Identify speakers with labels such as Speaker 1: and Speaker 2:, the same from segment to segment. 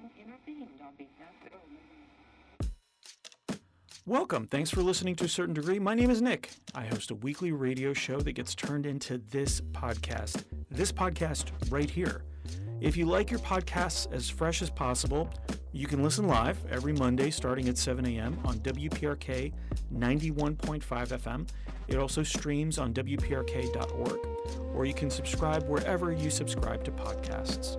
Speaker 1: end on behalf of Roman.
Speaker 2: Welcome. Thanks for listening to a certain degree. My name is Nick. I host a weekly radio show that gets turned into this podcast. This podcast right here. If you like your podcasts as fresh as possible, you can listen live every Monday starting at 7 a.m. on WPRK 91.5 FM. It also streams on WPRK.org, or you can subscribe wherever you subscribe to podcasts.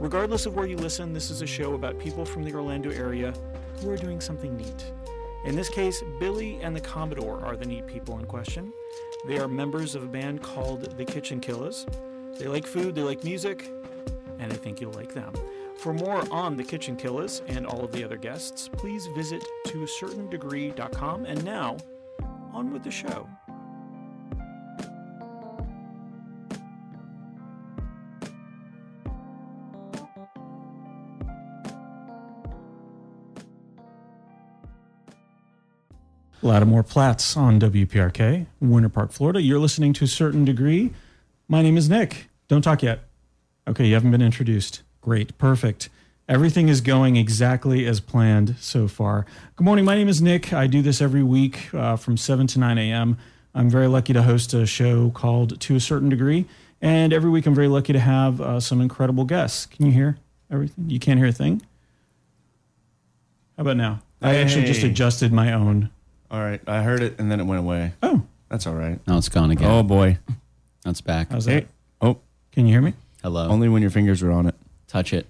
Speaker 2: Regardless of where you listen, this is a show about people from the Orlando area who are doing something neat. In this case, Billy and the Commodore are the neat people in question. They are members of a band called the Kitchen Killers. They like food, they like music, and I think you'll like them. For more on the Kitchen Killers and all of the other guests, please visit toacertaindegree.com. And now, on with the show. Lattimore Platts on WPRK, Winter Park, Florida. You're listening to a certain degree. My name is Nick. Don't talk yet. Okay, you haven't been introduced. Great, perfect. Everything is going exactly as planned so far. Good morning. My name is Nick. I do this every week uh, from 7 to 9 a.m. I'm very lucky to host a show called To a Certain Degree. And every week I'm very lucky to have uh, some incredible guests. Can you hear everything? You can't hear a thing? How about now? I actually just
Speaker 3: Hey.
Speaker 2: adjusted my own.
Speaker 3: All right, I heard it and then it went away.
Speaker 2: Oh,
Speaker 3: That's all right.
Speaker 4: Now it's gone again.
Speaker 3: Oh boy.
Speaker 4: Now it's back.
Speaker 2: how's that? Oh.
Speaker 3: Hey. Oh,
Speaker 2: Can you hear me?
Speaker 4: Hello.
Speaker 3: only when your fingers are on it.
Speaker 4: Touch it.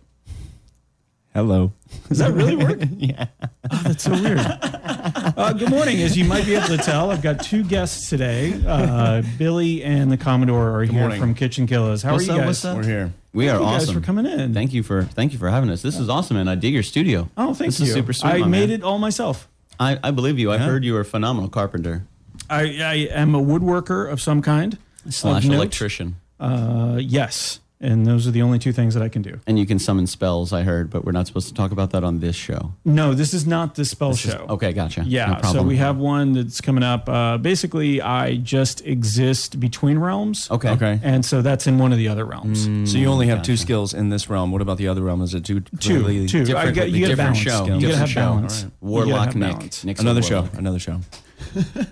Speaker 3: Hello.
Speaker 2: Does that really work?
Speaker 3: yeah.
Speaker 2: Oh, That's so weird. Uh, good morning. As you might be able to tell, I've got two guests today. Uh, Billy and the Commodore are here
Speaker 3: morning.
Speaker 2: from Kitchen Killers. How
Speaker 4: What's
Speaker 2: are you
Speaker 4: up?
Speaker 2: guys?
Speaker 4: What's up?
Speaker 3: We're here.
Speaker 4: We are
Speaker 2: Thank you
Speaker 4: awesome.
Speaker 2: guys for coming in.
Speaker 4: Thank you for thank you for having us. This is awesome, and I dig your studio.
Speaker 2: Oh, thank
Speaker 4: this
Speaker 2: you.
Speaker 4: This is super sweet.
Speaker 2: I
Speaker 4: my
Speaker 2: made
Speaker 4: man.
Speaker 2: it all myself.
Speaker 4: I, I believe you. I
Speaker 3: Yeah.
Speaker 4: heard you were a phenomenal carpenter
Speaker 2: I, I am a woodworker of some kind.
Speaker 4: slash
Speaker 2: Of note.
Speaker 4: electrician,
Speaker 2: Uh, yes. And those are the only two things that I can do.
Speaker 4: and you can summon spells. I heard, but we're not supposed to talk about that on this show.
Speaker 2: No, this is not the spell
Speaker 4: This is-
Speaker 2: show.
Speaker 4: okay, gotcha. No
Speaker 2: Yeah, so
Speaker 4: problem.
Speaker 2: we have one that's coming up. Uh, basically, I just exist between realms.
Speaker 4: Okay.
Speaker 3: Okay.
Speaker 2: And so that's in one of the other realms.
Speaker 4: Mm.
Speaker 3: So you only have two skills in this realm. What about the other realm? Is it two?
Speaker 2: two,
Speaker 3: completely
Speaker 2: two.
Speaker 3: different-
Speaker 2: I got, you got to
Speaker 4: different
Speaker 2: balance.
Speaker 4: show.
Speaker 2: You got to
Speaker 4: Different
Speaker 2: have
Speaker 4: show.
Speaker 2: balance.
Speaker 3: All right.
Speaker 2: You gotta
Speaker 4: Warlock
Speaker 2: have
Speaker 4: Nick.
Speaker 2: balance.
Speaker 4: Nick's a
Speaker 3: Another show.
Speaker 4: warlock.
Speaker 3: Another show.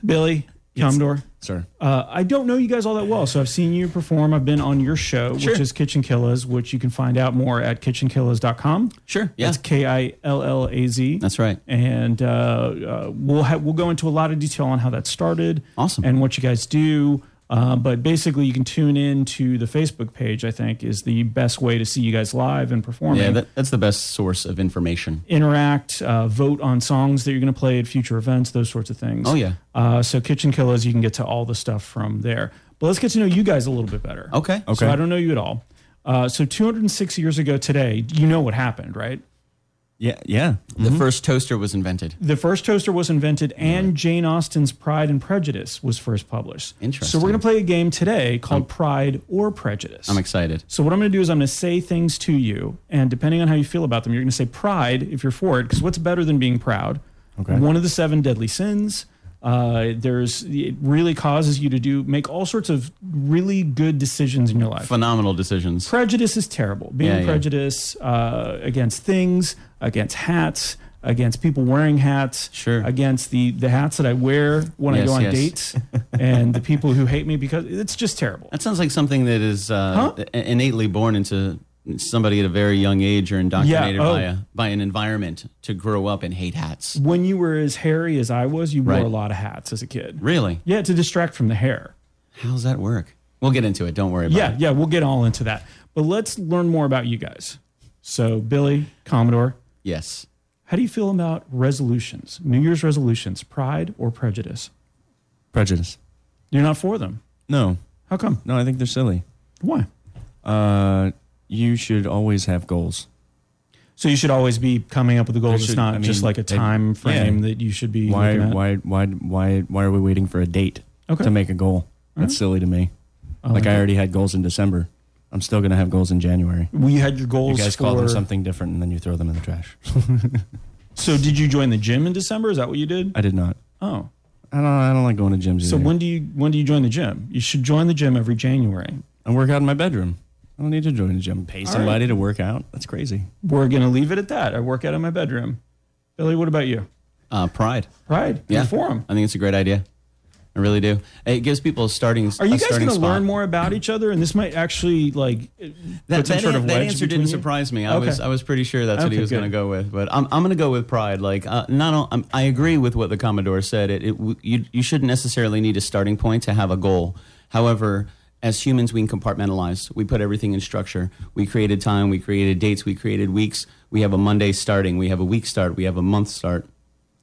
Speaker 2: Billy, Commodore.
Speaker 3: Sir.
Speaker 2: Uh, I don't know you guys all that well, so I've seen you perform. I've been on your show,
Speaker 4: Sure.
Speaker 2: which is Kitchen Killers, which you can find out more at kitchenkillers.com.
Speaker 4: Sure. Yeah.
Speaker 2: That's K I L L A Z.
Speaker 4: That's right.
Speaker 2: And uh, uh, we'll ha- we'll go into a lot of detail on how that started,
Speaker 4: Awesome.
Speaker 2: and what you guys do. Uh, but basically, you can tune in to the Facebook page. I think is the best way to see you guys live and performing.
Speaker 4: Yeah. That, that's the best source of information.
Speaker 2: interact, uh, vote on songs that you're going to play at future events, those sorts of things.
Speaker 4: Oh, yeah.
Speaker 2: Uh, so Kitchen Killers, you can get to all the stuff from there. But let's get to know you guys a little bit better.
Speaker 4: Okay.
Speaker 2: So I don't know you at all. Uh, so 206 years ago today, you know what happened, right?
Speaker 3: Yeah. Yeah.
Speaker 4: The first toaster was invented.
Speaker 2: The first toaster was invented, and Jane Austen's Pride and Prejudice was first published. So
Speaker 4: Interesting. Um,
Speaker 2: we're going to play a game today called Pride or Prejudice.
Speaker 4: I'm excited.
Speaker 2: So what I'm going to do is I'm going to say things to you, and depending on how you feel about them, you're going to say pride if you're for it, because what's better than being proud?
Speaker 3: Okay.
Speaker 2: One of the seven deadly sins. Uh, there's it really causes you to do make all sorts of really good decisions in your life.
Speaker 4: Phenomenal decisions.
Speaker 2: Prejudice is terrible. Being
Speaker 4: Yeah, yeah.
Speaker 2: prejudiced uh, against things, against hats, against people wearing hats,
Speaker 4: Sure.
Speaker 2: against the the hats that I wear when I
Speaker 4: Yes,
Speaker 2: go on
Speaker 4: yes.
Speaker 2: dates, and the people who hate me because it's just terrible.
Speaker 4: That sounds like something that is uh, i- innately born into somebody at a very young age or indoctrinated
Speaker 2: Yeah, oh.
Speaker 4: by, a, by an environment to grow up and hate hats.
Speaker 2: when you were as hairy as I was, you
Speaker 4: Right.
Speaker 2: wore a lot of hats as a kid.
Speaker 4: Really?
Speaker 2: Yeah, to distract from the hair.
Speaker 4: How does that work? We'll get into it. Don't worry about
Speaker 2: Yeah,
Speaker 4: it.
Speaker 2: yeah, we'll get all into that. But let's learn more about you guys. So, Billy, Commodore,
Speaker 4: Yes.
Speaker 2: how do you feel about resolutions, New Year's resolutions, pride or prejudice?
Speaker 3: Prejudice.
Speaker 2: You're not for them.
Speaker 3: No.
Speaker 2: How come?
Speaker 3: No, I think they're silly.
Speaker 2: Why?
Speaker 3: Uh, you should always have goals.
Speaker 2: So you should always be coming up with the goals.
Speaker 3: There
Speaker 2: it's
Speaker 3: should-
Speaker 2: not
Speaker 3: I
Speaker 2: just
Speaker 3: mean,
Speaker 2: like a
Speaker 3: they-
Speaker 2: time frame
Speaker 3: yeah.
Speaker 2: that you should be.
Speaker 3: Why?
Speaker 2: looking at.
Speaker 3: Why? Why? Why? Why are we waiting for a date
Speaker 2: Okay.
Speaker 3: to make a goal? That's silly to me. like I already had goals in December. I'm still gonna have goals in January.
Speaker 2: Well, you had your
Speaker 3: You
Speaker 2: goals.
Speaker 3: guys call
Speaker 2: for-
Speaker 3: them something different, and then you throw them in the trash.
Speaker 2: So did you join the gym in December? Is that what you did?
Speaker 3: I did not.
Speaker 2: Oh,
Speaker 3: I don't. I don't like going to gyms.
Speaker 2: so
Speaker 3: either.
Speaker 2: when do you when do you join the gym? You should join the gym every January.
Speaker 3: I work out in my bedroom. I don't need to join a gym. Pay somebody to work out. That's crazy.
Speaker 2: We're gonna leave it at that. I work out in my bedroom. Billy, what about you?
Speaker 4: Uh, pride.
Speaker 2: Pride.
Speaker 4: Yeah.
Speaker 2: Your forum.
Speaker 4: I think it's a great idea. I really do. It gives people a starting.
Speaker 2: Are you guys
Speaker 4: going to
Speaker 2: learn more about each other? And this might actually like
Speaker 4: That,
Speaker 2: put some
Speaker 4: that,
Speaker 2: sort
Speaker 4: an-
Speaker 2: of
Speaker 4: that
Speaker 2: wedge
Speaker 4: answer
Speaker 2: between
Speaker 4: didn't
Speaker 2: you?
Speaker 4: surprise me. I
Speaker 2: Okay.
Speaker 4: was I was pretty sure that's what he
Speaker 2: Okay,
Speaker 4: was going to
Speaker 2: good.
Speaker 4: go with, but I'm, I'm going to go with pride. Like uh, not on, I'm, I agree with what the Commodore said. It, it w- you you shouldn't necessarily need a starting point to have a goal. However, as humans, we compartmentalize. We put everything in structure. We created time. We created dates. We created weeks. We have a Monday starting. We have a week start. We have a month start.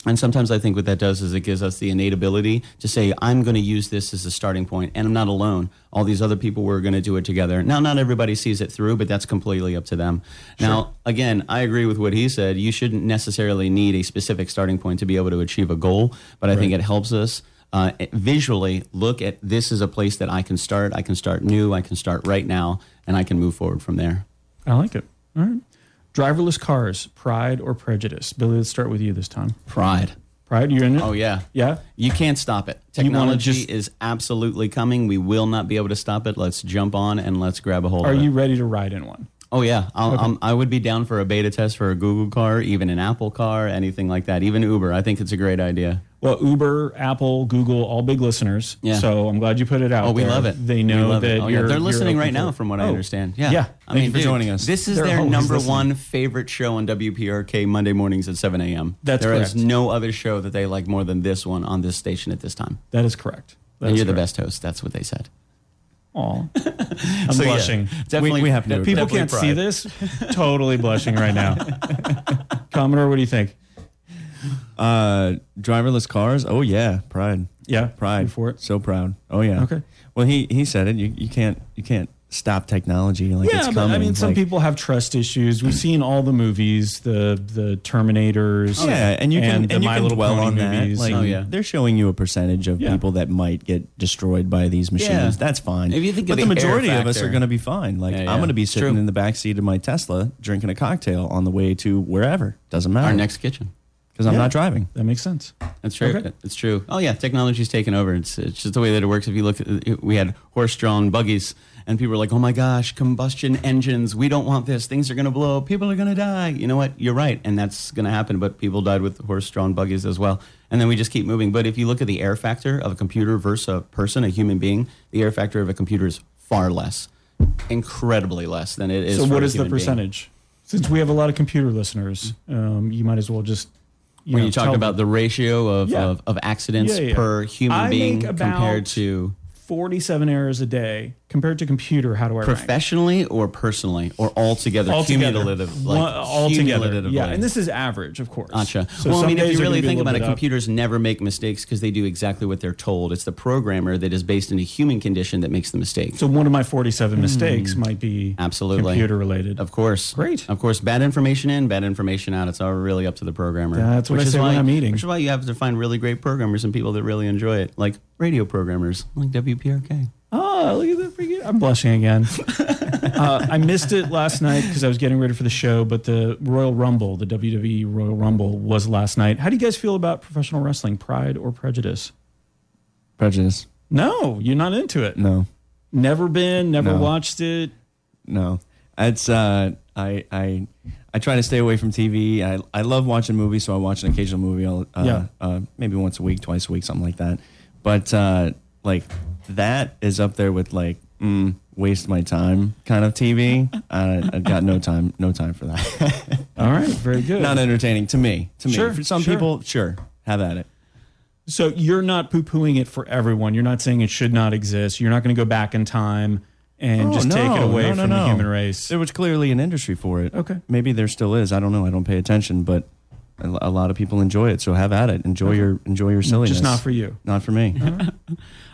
Speaker 4: And sometimes I think what that does is it gives us the innate ability to say, I'm going to use this as a starting point and I'm not alone. All these other people were going to do it together. Now, not everybody sees it through, but that's completely up to them. Now, again, I agree with what he said. You shouldn't necessarily need a specific starting point to be able to achieve a goal, but I think it helps us. Uh, visually look at this is a place that I can start. I can start new. I can start right now, and I can move forward from there.
Speaker 2: I like it. All right. Driverless cars, pride or prejudice? Billy, let's start with you this time.
Speaker 4: Pride.
Speaker 2: Pride, you're in it?
Speaker 4: Oh yeah.
Speaker 2: Yeah.
Speaker 4: You can't stop it.
Speaker 2: You wanna
Speaker 4: Technology
Speaker 2: just-
Speaker 4: is absolutely coming. We will not be able to stop it. Let's jump on and let's grab a hold
Speaker 2: Are
Speaker 4: of
Speaker 2: you
Speaker 4: it.
Speaker 2: ready to ride in one?
Speaker 4: Oh yeah, I'll, I'm- i would be down for a beta test for a Google car, even an Apple car, anything like that. Even Uber. I think it's a great idea.
Speaker 2: Well, Uber, Apple, Google, all big listeners.
Speaker 4: Yeah.
Speaker 2: So I'm glad you put it out.
Speaker 4: Oh, we
Speaker 2: there.
Speaker 4: love it.
Speaker 2: They
Speaker 4: We
Speaker 2: know
Speaker 4: love
Speaker 2: that
Speaker 4: it. Oh, yeah.
Speaker 2: you're.
Speaker 4: They're
Speaker 2: you're
Speaker 4: listening
Speaker 2: open
Speaker 4: right
Speaker 2: for
Speaker 4: now,
Speaker 2: it.
Speaker 4: from what I
Speaker 2: Oh,
Speaker 4: understand. Yeah.
Speaker 2: Yeah.
Speaker 4: I
Speaker 3: Thank
Speaker 4: mean,
Speaker 3: you for
Speaker 4: dude,
Speaker 3: joining us.
Speaker 4: This is
Speaker 2: They're
Speaker 4: their
Speaker 2: always
Speaker 4: number
Speaker 2: listening.
Speaker 4: one favorite show on WPRK Monday mornings at 7 a.m.
Speaker 2: That's
Speaker 4: There is
Speaker 2: correct.
Speaker 4: no other show that they like more than this one on this station at this time.
Speaker 2: That is correct. That
Speaker 4: and
Speaker 2: is
Speaker 4: you're the
Speaker 2: correct.
Speaker 4: best host. That's what they said.
Speaker 2: Aw. I'm
Speaker 4: So, yeah,
Speaker 2: blushing.
Speaker 4: definitely,
Speaker 3: we happen to
Speaker 4: de-
Speaker 3: agree.
Speaker 2: People
Speaker 4: definitely
Speaker 2: can't
Speaker 4: pride.
Speaker 2: see this. totally blushing right now. Commodore, what do you think?
Speaker 3: Uh, driverless cars. Oh yeah, pride.
Speaker 2: Yeah.
Speaker 3: Pride.
Speaker 2: you for it.
Speaker 3: So proud. Oh yeah.
Speaker 2: Okay.
Speaker 3: Well, he he said it. You you can't you can't stop technology. Like
Speaker 2: Yeah,
Speaker 3: it's
Speaker 2: but
Speaker 3: coming.
Speaker 2: I mean, some
Speaker 3: Like,
Speaker 2: people have trust issues. We've seen all the movies, the the Terminators.
Speaker 3: Oh, Yeah, and you can and,
Speaker 2: the
Speaker 3: you
Speaker 2: My
Speaker 3: can
Speaker 2: Little
Speaker 3: dwell
Speaker 2: Pony
Speaker 3: on that.
Speaker 2: movies.
Speaker 3: Like,
Speaker 4: Oh, yeah.
Speaker 3: they're showing you a percentage of
Speaker 2: Yeah.
Speaker 3: people that might get destroyed by these machines.
Speaker 4: Yeah.
Speaker 3: That's fine.
Speaker 4: If you think
Speaker 3: but
Speaker 4: of the
Speaker 3: the, majority
Speaker 4: air
Speaker 3: of us
Speaker 4: factor-
Speaker 3: are going to be fine. Like
Speaker 4: Yeah, yeah.
Speaker 3: I'm going to be
Speaker 4: It's
Speaker 3: sitting
Speaker 4: true.
Speaker 3: in the back seat of my Tesla drinking a cocktail on the way to wherever. Doesn't matter.
Speaker 4: Our next kitchen.
Speaker 3: because I'm
Speaker 2: Yeah.
Speaker 3: not driving.
Speaker 2: that makes sense.
Speaker 4: That's true.
Speaker 2: Okay.
Speaker 4: It's true. Oh yeah, technology's taken over. It's it's just the way that it works. If you look, at, we had horse-drawn buggies, and people were like, "Oh my gosh, combustion engines! We don't want this. Things are gonna blow. up. People are gonna die." You know what? You're right, and that's gonna happen. But people died with horse-drawn buggies as well. And then we just keep moving. But if you look at the air factor of a computer versus a person, a human being, the air factor of a computer is far less, incredibly less than it is.
Speaker 2: So,
Speaker 4: for
Speaker 2: what
Speaker 4: a
Speaker 2: is the
Speaker 4: human being.
Speaker 2: percentage? Since we have a lot of computer listeners, um, you might as well just. You
Speaker 4: When
Speaker 2: know,
Speaker 4: you talk
Speaker 2: tell
Speaker 4: about the ratio of,
Speaker 2: Yeah.
Speaker 4: of, of accidents
Speaker 2: Yeah, yeah.
Speaker 4: per human
Speaker 2: I
Speaker 4: being
Speaker 2: make about-
Speaker 4: compared to
Speaker 2: forty-seven errors a day compared to computer. How do I rank?
Speaker 4: professionally or personally or altogether,
Speaker 2: Altogether.
Speaker 4: cumulative
Speaker 2: One-
Speaker 4: like
Speaker 2: altogether.
Speaker 4: cumulatively.
Speaker 2: Yeah, and this is average, of course.
Speaker 4: Gotcha.
Speaker 2: So
Speaker 4: well, I
Speaker 2: some
Speaker 4: mean, if
Speaker 2: days are
Speaker 4: you
Speaker 2: gonna
Speaker 4: really
Speaker 2: be a
Speaker 4: think
Speaker 2: little
Speaker 4: about it,
Speaker 2: bit up.
Speaker 4: computers never make mistakes because they do exactly what they're told. It's the programmer that is based in a human condition that makes the mistake.
Speaker 2: So one of my forty-seven mistakes might be
Speaker 4: Hmm. Absolutely.
Speaker 2: computer-related.
Speaker 4: of course.
Speaker 2: Great.
Speaker 4: Of course, bad information in, bad information out. It's all really up to the programmer.
Speaker 2: That's what I
Speaker 4: is
Speaker 2: say when
Speaker 4: why-
Speaker 2: I'm eating.
Speaker 4: Which is why you have to find really great programmers and people that really enjoy it, like radio programmers, like WPRK.
Speaker 2: Oh, look at that! freaking- I'm blushing again. uh, I missed it last night because I was getting ready for the show, but the Royal Rumble, the WWE Royal Rumble, was last night. How do you guys feel about professional wrestling? Pride or prejudice?
Speaker 3: Prejudice.
Speaker 2: No, you're not into it.
Speaker 3: No.
Speaker 2: Never been, never
Speaker 3: No.
Speaker 2: watched it.
Speaker 3: no. It's uh, I I I try to stay away from TV. I I love watching movies, so I watch an occasional movie. I'll, uh,
Speaker 2: Yeah.
Speaker 3: uh, maybe once a week, twice a week, something like that. But uh, like that is up there with like mm, waste my time kind of TV. Uh, I've got no time, no time for that.
Speaker 2: All right, very good.
Speaker 3: Not entertaining to me. To me,
Speaker 2: Sure,
Speaker 3: for some
Speaker 2: sure.
Speaker 3: people, sure, have at it.
Speaker 2: so you're not poo-pooing it for everyone. You're not saying it should not exist. You're not going to go back in time and
Speaker 3: Oh,
Speaker 2: just take it
Speaker 3: no,
Speaker 2: away
Speaker 3: no, no,
Speaker 2: from the
Speaker 3: no.
Speaker 2: human race.
Speaker 3: There was clearly an industry for it.
Speaker 2: Okay.
Speaker 3: Maybe there still is. I don't know. I don't pay attention, but a lo- a lot of people enjoy it. So have at it. Enjoy your enjoy your silliness.
Speaker 2: Just not for you.
Speaker 3: Not for me.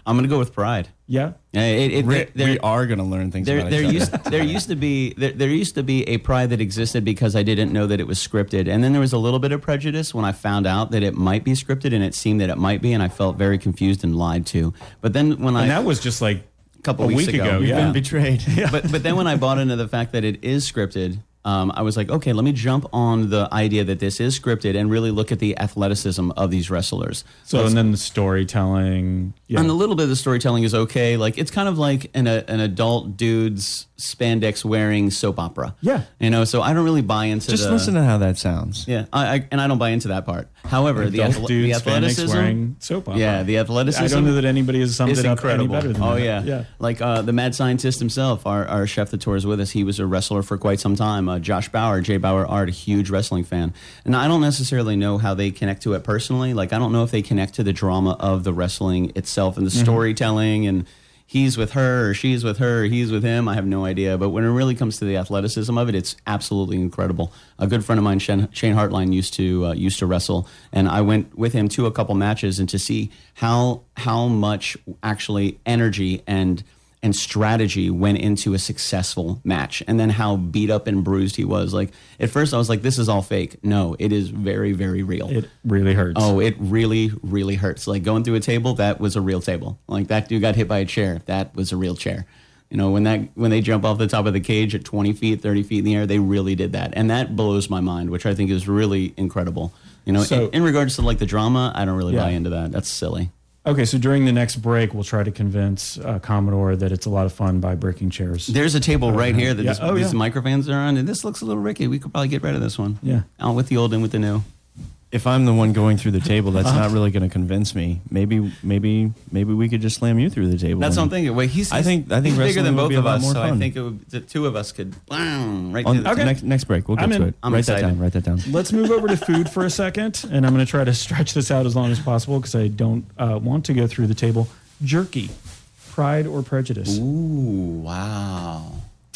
Speaker 4: I'm going to go with Pride.
Speaker 2: Yeah.
Speaker 4: Uh, It, it,
Speaker 3: we,
Speaker 4: there-
Speaker 3: we are going to learn things
Speaker 4: There,
Speaker 3: about
Speaker 4: there
Speaker 3: each
Speaker 4: used
Speaker 3: other.
Speaker 4: there used to be there, there used to be a pride that existed because I didn't know that it was scripted, and then there was a little bit of prejudice when I found out that it might be scripted, and it seemed that it might be, and I felt very confused and lied to. But then when I
Speaker 2: And that was just like
Speaker 4: a couple
Speaker 2: a
Speaker 4: weeks
Speaker 2: week ago,
Speaker 3: We've
Speaker 2: yeah.
Speaker 3: been betrayed.
Speaker 4: but but then when I bought into the fact that it is scripted, um, I was like, okay, let me jump on the idea that this is scripted and really look at the athleticism of these wrestlers.
Speaker 2: So and then the storytelling. Yeah.
Speaker 4: And a little bit of the storytelling is okay. Like it's kind of like an a, an adult dude's spandex wearing soap opera.
Speaker 2: Yeah.
Speaker 4: you know, so I don't really buy into
Speaker 3: Just
Speaker 4: the-
Speaker 3: listen to how that sounds.
Speaker 4: uh, Yeah, I, I and I don't buy into that part. However, the,
Speaker 2: Adult
Speaker 4: athle- the
Speaker 2: dudes, Hispanics
Speaker 4: athleticism.
Speaker 2: wearing soap opera.
Speaker 4: Yeah, the athleticism.
Speaker 2: I don't know that anybody has summed
Speaker 4: It's
Speaker 2: it up any
Speaker 4: incredible.
Speaker 2: better than
Speaker 4: oh
Speaker 2: that.
Speaker 4: yeah,
Speaker 2: yeah.
Speaker 4: Like uh, the mad scientist himself, our, our chef that tours with us, he was a wrestler for quite some time. Uh, Josh Bauer, Jay Bauer Art, a huge wrestling fan, and I don't necessarily know how they connect to it personally. Like I don't know if they connect to the drama of the wrestling itself
Speaker 2: Mm-hmm.
Speaker 4: and the storytelling and. He's with her, or she's with her, or he's with him. I have no idea. But when it really comes to the athleticism of it, it's absolutely incredible. A good friend of mine, Shane, Shane Hartline, used to uh, used to wrestle, and I went with him to a couple matches and to see how how much actually energy and and strategy went into a successful match and then how beat up and bruised he was like at first i was like this is all fake no it is very very real
Speaker 2: It really hurts.
Speaker 4: oh it really really hurts like going through a table that was a real table like that dude got hit by a chair that was a real chair you know when that when they jump off the top of the cage at 20 feet 30 feet in the air they really did that and that blows my mind which i think is really incredible you know
Speaker 2: So-
Speaker 4: in, in regards to like the drama i don't really
Speaker 2: Yeah.
Speaker 4: buy into that that's silly
Speaker 2: Okay, so during the next break, we'll try to convince uh, Commodore that it's a lot of fun by breaking chairs.
Speaker 4: There's a table right here that
Speaker 2: Yeah.
Speaker 4: this,
Speaker 2: Oh,
Speaker 4: these
Speaker 2: yeah.
Speaker 4: microphones are on, and this looks a little rickety. We could probably get rid of this one.
Speaker 2: Yeah.
Speaker 4: Out with the old and with the new.
Speaker 3: If I'm the one going through the table, that's
Speaker 2: Uh-huh.
Speaker 3: not really going to convince me. Maybe, maybe, maybe we could just slam you through the table.
Speaker 4: That's what I'm
Speaker 3: and-
Speaker 4: thinking. Wait, he's,
Speaker 3: I think- I think
Speaker 4: he's bigger
Speaker 3: wrestling
Speaker 4: than
Speaker 3: would
Speaker 4: both
Speaker 3: be a
Speaker 4: of
Speaker 3: lot
Speaker 4: us,
Speaker 3: more
Speaker 4: so I
Speaker 3: fun.
Speaker 4: think it would, the two of us could blam, right
Speaker 3: On
Speaker 4: to the-
Speaker 2: Okay.
Speaker 3: next, next break, we'll get
Speaker 2: I'm
Speaker 3: to
Speaker 2: in.
Speaker 3: it.
Speaker 4: I'm
Speaker 3: write
Speaker 4: excited.
Speaker 3: that down. Write that down.
Speaker 2: Let's move over to food for a second, and I'm going to try to stretch this out as long as possible because I don't uh, want to go through the table. Jerky, Pride or Prejudice.
Speaker 4: Ooh, wow.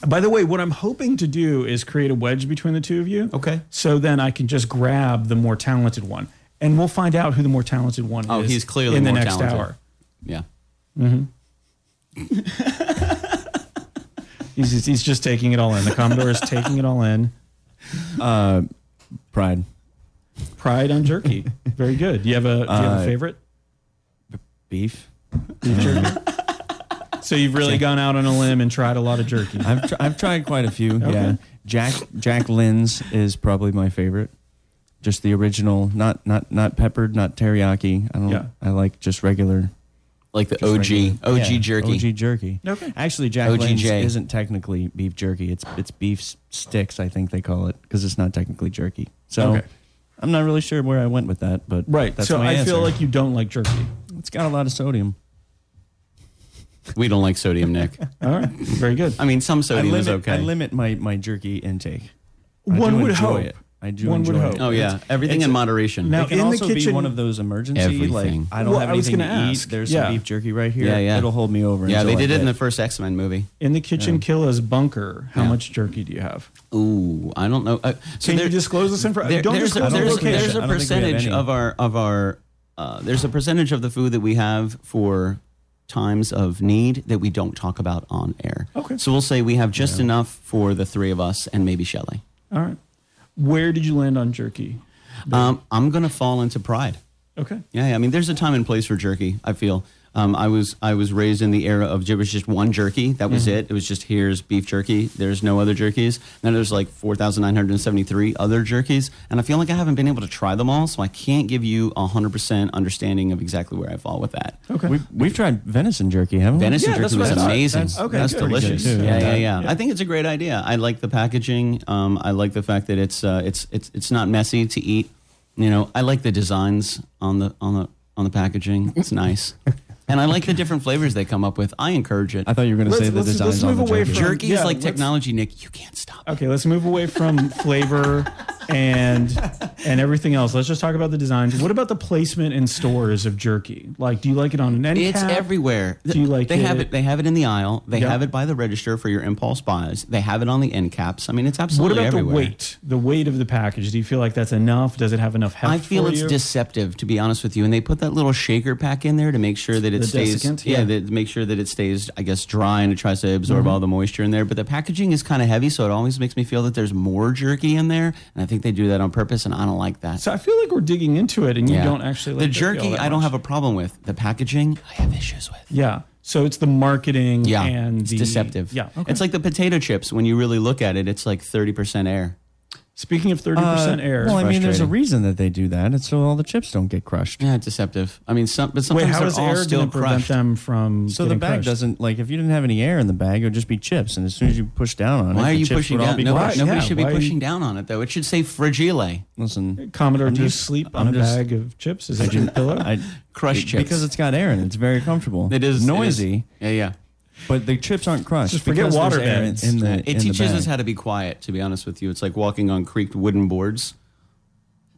Speaker 2: By the way, what I'm hoping to do is create a wedge between the two of you.
Speaker 4: Okay.
Speaker 2: So then I can just grab the more talented one, and we'll find out who the more talented one
Speaker 4: Oh,
Speaker 2: is.
Speaker 4: he's clearly
Speaker 2: in the
Speaker 4: more
Speaker 2: next
Speaker 4: talented.
Speaker 2: hour.
Speaker 4: Yeah.
Speaker 2: He's just, he's just taking it all in. The Commodore is taking it all in.
Speaker 3: Pride.
Speaker 2: Pride on jerky. Very good. You have a do you have a
Speaker 3: Uh,
Speaker 2: favorite?
Speaker 3: Beef.
Speaker 2: So you've really gone out on a limb and tried a lot of jerky.
Speaker 3: I've, tr- I've tried quite a few. Yeah. Jack Jack Lynn's is probably my favorite. Just the original, not not not peppered, not teriyaki. I don't.
Speaker 2: Yeah.
Speaker 3: I like just regular.
Speaker 4: Like the
Speaker 3: just regular-
Speaker 4: OG, OG
Speaker 3: yeah,
Speaker 4: jerky.
Speaker 3: OG jerky.
Speaker 2: Okay.
Speaker 3: Actually, Jack
Speaker 4: OGJ.
Speaker 3: Lynn's isn't technically beef jerky. It's it's beef s- sticks. I think they call it because it's not technically jerky. So.
Speaker 2: Okay.
Speaker 3: I'm not really sure where I went with that, but
Speaker 2: Right.
Speaker 3: That's
Speaker 2: so
Speaker 3: my
Speaker 2: I
Speaker 3: answer.
Speaker 2: feel like you don't like jerky.
Speaker 3: it's got a lot of sodium.
Speaker 4: We don't like sodium, Nick.
Speaker 2: All right. Very good.
Speaker 4: I mean, some
Speaker 3: I
Speaker 4: sodium
Speaker 3: limit,
Speaker 4: is okay.
Speaker 3: I limit my, my jerky intake. I
Speaker 2: One
Speaker 3: do
Speaker 2: would
Speaker 3: enjoy
Speaker 2: hope.
Speaker 3: It. I do
Speaker 2: One would
Speaker 3: enjoy it.
Speaker 2: hope.
Speaker 4: oh, yeah. Everything
Speaker 3: it's
Speaker 4: in
Speaker 3: a-
Speaker 4: moderation.
Speaker 2: Now-
Speaker 3: It can
Speaker 2: In the
Speaker 3: also be
Speaker 2: kitchen-
Speaker 3: one of those emergency
Speaker 4: Everything.
Speaker 3: like I don't
Speaker 2: Well,
Speaker 3: have
Speaker 2: I was
Speaker 3: anything to
Speaker 2: gonna ask.
Speaker 3: eat. There's
Speaker 2: Yeah.
Speaker 3: some beef jerky right here.
Speaker 4: Yeah, yeah.
Speaker 3: It'll hold me over.
Speaker 4: yeah, they
Speaker 3: until I
Speaker 4: did it in the
Speaker 3: hit.
Speaker 4: first X Men movie.
Speaker 2: In the kitchen killer's bunker, how
Speaker 4: Yeah.
Speaker 2: much jerky do you have?
Speaker 4: Ooh, I don't know. Uh, so
Speaker 2: Can
Speaker 4: there-
Speaker 2: you disclose this info?
Speaker 4: There-
Speaker 2: don't
Speaker 4: there's, a,
Speaker 2: disclose the
Speaker 4: there's-
Speaker 3: think we have-
Speaker 2: location.
Speaker 4: there's a
Speaker 3: I don't think we have
Speaker 4: percentage
Speaker 3: any.
Speaker 4: of our of our uh, there's a percentage of the food that we have for times of need that we don't talk about on air.
Speaker 2: Okay.
Speaker 4: So we'll say we have just enough for the three of us and maybe Shelley.
Speaker 2: All right. Where did you land on jerky?
Speaker 4: Um, I'm gonna fall into pride.
Speaker 2: Okay.
Speaker 4: Yeah, yeah, I mean, there's a time and place for jerky. I feel. Um, I was I was raised in the era of there was just one jerky. That was it. It was just here's beef jerky. There's no other jerkies. Now there's like 4,973 other jerkies, and I feel like I haven't been able to try them all, so I can't give you a hundred percent understanding of exactly where I fall with that.
Speaker 2: Okay.
Speaker 3: We've, we've tried venison jerky, haven't we?
Speaker 4: Venison
Speaker 2: Yeah, that's
Speaker 4: jerky
Speaker 2: what
Speaker 4: was
Speaker 2: I thought.
Speaker 4: amazing.
Speaker 2: That's-
Speaker 4: That's,
Speaker 2: okay, good.
Speaker 4: delicious.
Speaker 2: Pretty good,
Speaker 4: Yeah,
Speaker 2: too.
Speaker 4: yeah,
Speaker 2: Yeah.
Speaker 4: yeah, I think it's a great idea. I like the packaging. Um, I like the fact that it's uh, it's it's it's not messy to eat. You know, I like the designs on the on the on the packaging. It's nice, and I like the different flavors they come up with. I encourage it.
Speaker 3: I thought you were going to
Speaker 2: Let's-
Speaker 3: say the
Speaker 2: let's- let's
Speaker 3: designs on
Speaker 2: move
Speaker 3: the
Speaker 2: away
Speaker 3: jerky.
Speaker 2: from-
Speaker 4: Jerky
Speaker 2: yeah,
Speaker 4: is like
Speaker 2: let's-
Speaker 4: technology, Nick. You can't stop. it.
Speaker 2: Okay, let's move away from flavor and and everything else. Let's just talk about the designs. What about the placement in stores of jerky? Like, do you like it on an end
Speaker 4: It's
Speaker 2: cap?
Speaker 4: everywhere.
Speaker 2: Do you like
Speaker 4: they have
Speaker 2: it-
Speaker 4: it. They have it in the aisle. They
Speaker 2: Yeah.
Speaker 4: have it by the register for your impulse buys. They have it on the end caps. I mean, it's
Speaker 2: What
Speaker 4: absolutely
Speaker 2: about
Speaker 4: everywhere.
Speaker 2: the weight? The weight of the package. Do you feel like that's enough? Does it have enough heft?
Speaker 4: I feel
Speaker 2: for
Speaker 4: it's
Speaker 2: you?
Speaker 4: deceptive, to be honest with you. And they put that little shaker pack in there to make sure that it
Speaker 2: The
Speaker 4: stays.
Speaker 2: desiccant,
Speaker 4: yeah,
Speaker 2: yeah. Mm-hmm.
Speaker 4: that- to make sure that it stays, I guess, dry and it tries to absorb all the moisture in there. But the packaging is kind of heavy, so it always makes me feel that there's more jerky in there. And I think they do that on purpose, and I don't like that.
Speaker 2: So I feel like we're digging into it, and you
Speaker 4: Yeah.
Speaker 2: don't actually like
Speaker 4: the jerky. I don't have a problem with the packaging. I have issues with.
Speaker 2: Yeah. So it's the marketing
Speaker 4: Yeah,
Speaker 2: and
Speaker 4: it's
Speaker 2: the
Speaker 4: deceptive.
Speaker 2: Yeah. Okay.
Speaker 4: it's like the potato chips. When you really look at it, it's like thirty percent air.
Speaker 2: Speaking of
Speaker 4: Uh,
Speaker 2: 30% air.
Speaker 3: Uh, Well, I mean, there's a
Speaker 4: frustrating.
Speaker 3: reason that they do that. It's so all the chips don't get crushed.
Speaker 4: Yeah, deceptive. I mean, some, but
Speaker 2: Wait,
Speaker 4: sometimes
Speaker 2: how
Speaker 4: they're
Speaker 2: does
Speaker 4: all
Speaker 2: air
Speaker 4: still
Speaker 2: going to prevent
Speaker 4: crushed.
Speaker 2: them from
Speaker 3: So the
Speaker 2: getting
Speaker 3: bag
Speaker 2: crushed?
Speaker 3: doesn't like if you didn't have any air in the bag, it would just be chips. And as soon as you push down on it,
Speaker 4: Why are
Speaker 3: the
Speaker 4: you
Speaker 3: chips
Speaker 4: pushing
Speaker 3: would all
Speaker 4: down?
Speaker 3: be
Speaker 4: Nobody,
Speaker 2: crushed.
Speaker 4: nobody
Speaker 2: Yeah,
Speaker 4: should be
Speaker 2: why-
Speaker 4: pushing down on it though. It should say fragile.
Speaker 3: Listen,
Speaker 2: Commodore,
Speaker 3: I'm
Speaker 2: do you
Speaker 3: just-
Speaker 2: sleep
Speaker 3: I'm
Speaker 2: on
Speaker 3: just-
Speaker 2: a bag of chips? Is that your pillow?
Speaker 3: I
Speaker 4: Crushed chips.
Speaker 3: because it's got air in it. It's very comfortable.
Speaker 4: It is it is-
Speaker 3: noisy,
Speaker 4: Yeah, yeah.
Speaker 3: but the chips aren't crushed.
Speaker 2: Just forget
Speaker 3: because
Speaker 2: water
Speaker 3: there's air in,
Speaker 2: beds.
Speaker 3: in the Uh, in
Speaker 4: It
Speaker 3: the
Speaker 4: teaches
Speaker 3: bag.
Speaker 4: us how to be quiet. To be honest with you, it's like walking on creaked wooden boards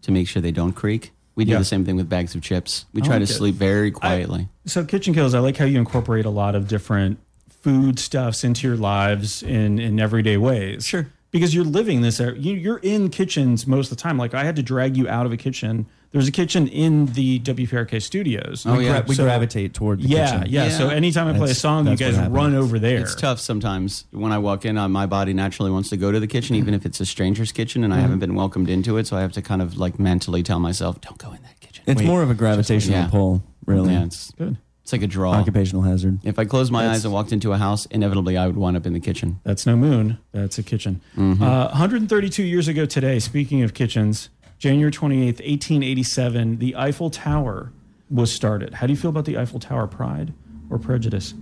Speaker 4: to make sure they don't creak. We do
Speaker 2: Yeah.
Speaker 4: the same thing with bags of chips. We try to
Speaker 2: like it.
Speaker 4: sleep very quietly.
Speaker 2: So Kitchen Kills, I like how you incorporate a lot of different food stuffs into your lives in in everyday ways.
Speaker 4: Sure.
Speaker 2: Because you're living this, you- you're in kitchens most of the time. Like I had to drag you out of a kitchen. There's a kitchen in the WPRK studios.
Speaker 4: Oh,
Speaker 3: We,
Speaker 4: yeah.
Speaker 3: gra- we
Speaker 2: So-
Speaker 3: gravitate toward the
Speaker 2: yeah,
Speaker 3: kitchen.
Speaker 2: yeah, So
Speaker 4: Yeah.
Speaker 2: anytime I play a
Speaker 3: That's-
Speaker 2: song, you
Speaker 3: that's what
Speaker 2: guys
Speaker 3: happens.
Speaker 2: run over there.
Speaker 4: It's tough sometimes. When I walk in, uh, my body naturally wants to go to the kitchen, even if it's a stranger's kitchen and I
Speaker 3: Mm-hmm.
Speaker 4: haven't been welcomed into it. So I have to kind of like mentally tell myself, "Don't go in that kitchen."
Speaker 3: It's
Speaker 4: Wait.
Speaker 3: more of a gravitational
Speaker 4: Yeah.
Speaker 3: pull, really.
Speaker 4: Yeah, it's,
Speaker 2: Good.
Speaker 4: it's like a draw.
Speaker 3: Occupational hazard.
Speaker 4: If I closed my eyes and walked into a house, inevitably I would wind up in the kitchen.
Speaker 2: That's no moon. That's a kitchen.
Speaker 3: Mm-hmm.
Speaker 2: Uh, 132 years ago today, speaking of kitchens, January 28th, 1887, the Eiffel Tower was started. How do you feel about the Eiffel Tower? Pride or prejudice?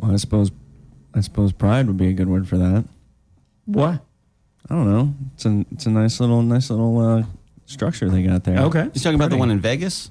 Speaker 3: Well, I suppose, I suppose pride would be a good word for that.
Speaker 2: What?
Speaker 3: I don't know. It's a it's a nice little nice little uh, structure they got there.
Speaker 2: Okay.
Speaker 4: He's talking about the
Speaker 3: Pretty.
Speaker 4: one in Vegas,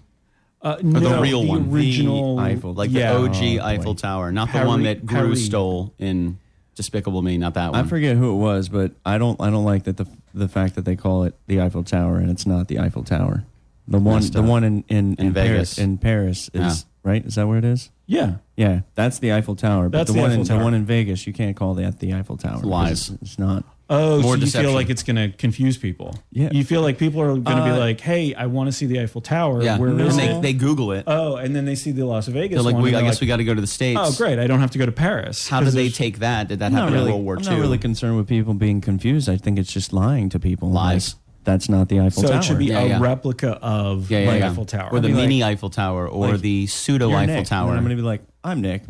Speaker 2: Uh, no,
Speaker 4: the real one, the
Speaker 2: original
Speaker 3: Eiffel,
Speaker 4: like
Speaker 2: yeah.
Speaker 4: the OG
Speaker 3: Oh, boy.
Speaker 4: Eiffel Tower, not the
Speaker 2: Harry-
Speaker 4: one that Gru
Speaker 2: Harry.
Speaker 4: stole in Despicable Me. Not that
Speaker 3: I
Speaker 4: one.
Speaker 3: forget who it was, but I don't I don't like that the the fact that they call it the Eiffel Tower and it's not the Eiffel Tower. The one
Speaker 4: Messed
Speaker 3: the
Speaker 4: up.
Speaker 3: one in in,
Speaker 4: In
Speaker 3: Paris,
Speaker 4: Vegas.
Speaker 3: in Paris is right. Is that where it is?
Speaker 2: yeah.
Speaker 3: Yeah, that's the Eiffel Tower. But
Speaker 2: That's
Speaker 3: the,
Speaker 2: the
Speaker 3: one
Speaker 2: Eiffel
Speaker 3: in,
Speaker 2: Tower.
Speaker 3: the one in Vegas, you can't call that the Eiffel Tower. 'cause
Speaker 4: Lies.
Speaker 3: It's, it's not.
Speaker 2: Oh,
Speaker 4: More
Speaker 2: so you
Speaker 4: deception.
Speaker 2: feel like it's going to confuse people.
Speaker 3: Yeah.
Speaker 2: You feel like people are going to
Speaker 3: Uh,
Speaker 2: be like, hey, I want to see the Eiffel Tower.
Speaker 4: yeah,
Speaker 2: Where
Speaker 4: and
Speaker 2: is
Speaker 4: they,
Speaker 2: it?
Speaker 4: they Google it.
Speaker 2: oh, and then they see the Las Vegas
Speaker 4: They're like,
Speaker 2: one.
Speaker 4: we,
Speaker 2: and
Speaker 4: I
Speaker 2: they're
Speaker 4: guess
Speaker 2: like,
Speaker 4: we got to go to the states.
Speaker 2: Oh, great. I don't have to go to Paris.
Speaker 4: How did
Speaker 2: 'Cause
Speaker 4: they
Speaker 2: there's-
Speaker 4: take that? Did that
Speaker 3: I'm not
Speaker 4: happen
Speaker 3: really,
Speaker 4: in World War
Speaker 3: I'm
Speaker 4: II?
Speaker 3: not really concerned with people being confused. I think it's just lying to people. Like,
Speaker 4: Lies.
Speaker 3: that's not the Eiffel
Speaker 2: So
Speaker 3: Tower.
Speaker 2: it should be
Speaker 4: Yeah,
Speaker 2: a
Speaker 4: yeah.
Speaker 2: replica of
Speaker 4: yeah, yeah,
Speaker 2: the
Speaker 4: yeah.
Speaker 2: Eiffel Tower.
Speaker 4: or the
Speaker 3: I'd be
Speaker 4: mini Eiffel Tower, or
Speaker 3: like,
Speaker 4: the pseudo
Speaker 3: You're
Speaker 4: Eiffel
Speaker 3: Nick.
Speaker 4: Tower.
Speaker 3: And I'm gonna be like, I'm Nick.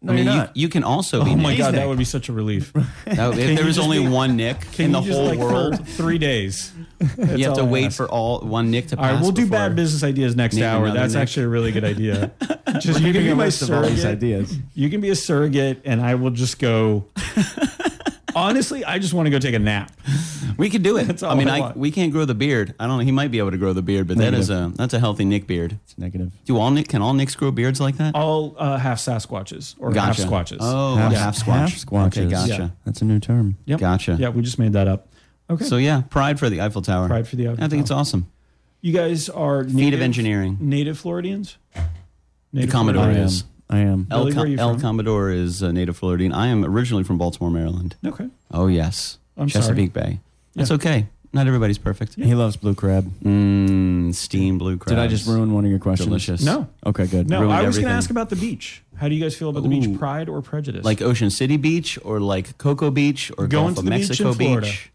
Speaker 3: No,
Speaker 4: I mean,
Speaker 3: you're
Speaker 4: you,
Speaker 3: not.
Speaker 4: you can also be.
Speaker 2: oh my
Speaker 4: Nick.
Speaker 2: god, that would be such a relief.
Speaker 4: That- if there
Speaker 2: you
Speaker 4: was
Speaker 2: just
Speaker 4: only
Speaker 2: be-
Speaker 4: one Nick in
Speaker 2: you
Speaker 4: the
Speaker 2: just,
Speaker 4: whole
Speaker 2: like, for
Speaker 4: world,
Speaker 2: three days.
Speaker 4: you have to wait
Speaker 2: ask.
Speaker 4: for all one Nick to
Speaker 2: All
Speaker 4: pass.
Speaker 2: right, we'll do
Speaker 4: before-
Speaker 2: bad business ideas next
Speaker 4: Need
Speaker 2: hour.
Speaker 4: another
Speaker 2: That's
Speaker 4: Nick.
Speaker 2: actually a really good idea. just you can be my surrogate.
Speaker 3: ideas.
Speaker 2: You can be a surrogate, and I will just go. Honestly, I just want to go take a nap.
Speaker 4: We could do it.
Speaker 2: That's all
Speaker 4: I mean,
Speaker 2: I
Speaker 4: I,
Speaker 2: want.
Speaker 4: we can't grow the beard. I don't know. He might be able to grow the beard, but that is a that's a healthy Nick beard.
Speaker 3: It's negative.
Speaker 4: Do all Nick can all Nicks grow beards like that?
Speaker 2: All uh, half Sasquatches or
Speaker 4: gotcha.
Speaker 2: half Squatches.
Speaker 4: Oh, half squatch.
Speaker 3: Half squatches.
Speaker 4: Okay, gotcha.
Speaker 3: That's a new term.
Speaker 2: Yep.
Speaker 4: Gotcha.
Speaker 2: Yeah, we just made that up. Okay.
Speaker 4: So yeah, pride for the Eiffel Tower.
Speaker 2: Pride for the Eiffel
Speaker 4: I think it's
Speaker 2: Tower.
Speaker 4: awesome.
Speaker 2: you guys are native,
Speaker 4: Feat of engineering.
Speaker 2: native Floridians.
Speaker 4: The
Speaker 2: Native
Speaker 4: Commodore
Speaker 3: I am.
Speaker 4: is.
Speaker 3: I am.
Speaker 4: El,
Speaker 2: Billy, where
Speaker 4: Com-
Speaker 2: are you
Speaker 4: El
Speaker 2: from?
Speaker 4: Commodore is a native Floridian. I am originally from Baltimore, Maryland.
Speaker 2: Floridian. Okay.
Speaker 4: Oh yes,
Speaker 2: I'm sorry.
Speaker 4: Chesapeake Bay. That's okay. Not everybody's perfect.
Speaker 3: He loves blue crab.
Speaker 4: Mmm, steamed blue crabs.
Speaker 3: Did I just ruin one of your questions?
Speaker 4: Delicious.
Speaker 2: No.
Speaker 3: Okay, good.
Speaker 2: No,
Speaker 4: Ruined
Speaker 2: I was going to
Speaker 4: everything.
Speaker 2: ask about the beach. How do you guys feel about the
Speaker 4: Ooh.
Speaker 2: beach? Pride or prejudice?
Speaker 4: Like Ocean City Beach or like Cocoa Beach or
Speaker 2: Going
Speaker 4: Gulf
Speaker 2: to
Speaker 4: of
Speaker 2: the beach
Speaker 4: Mexico
Speaker 2: in Florida.
Speaker 4: Beach.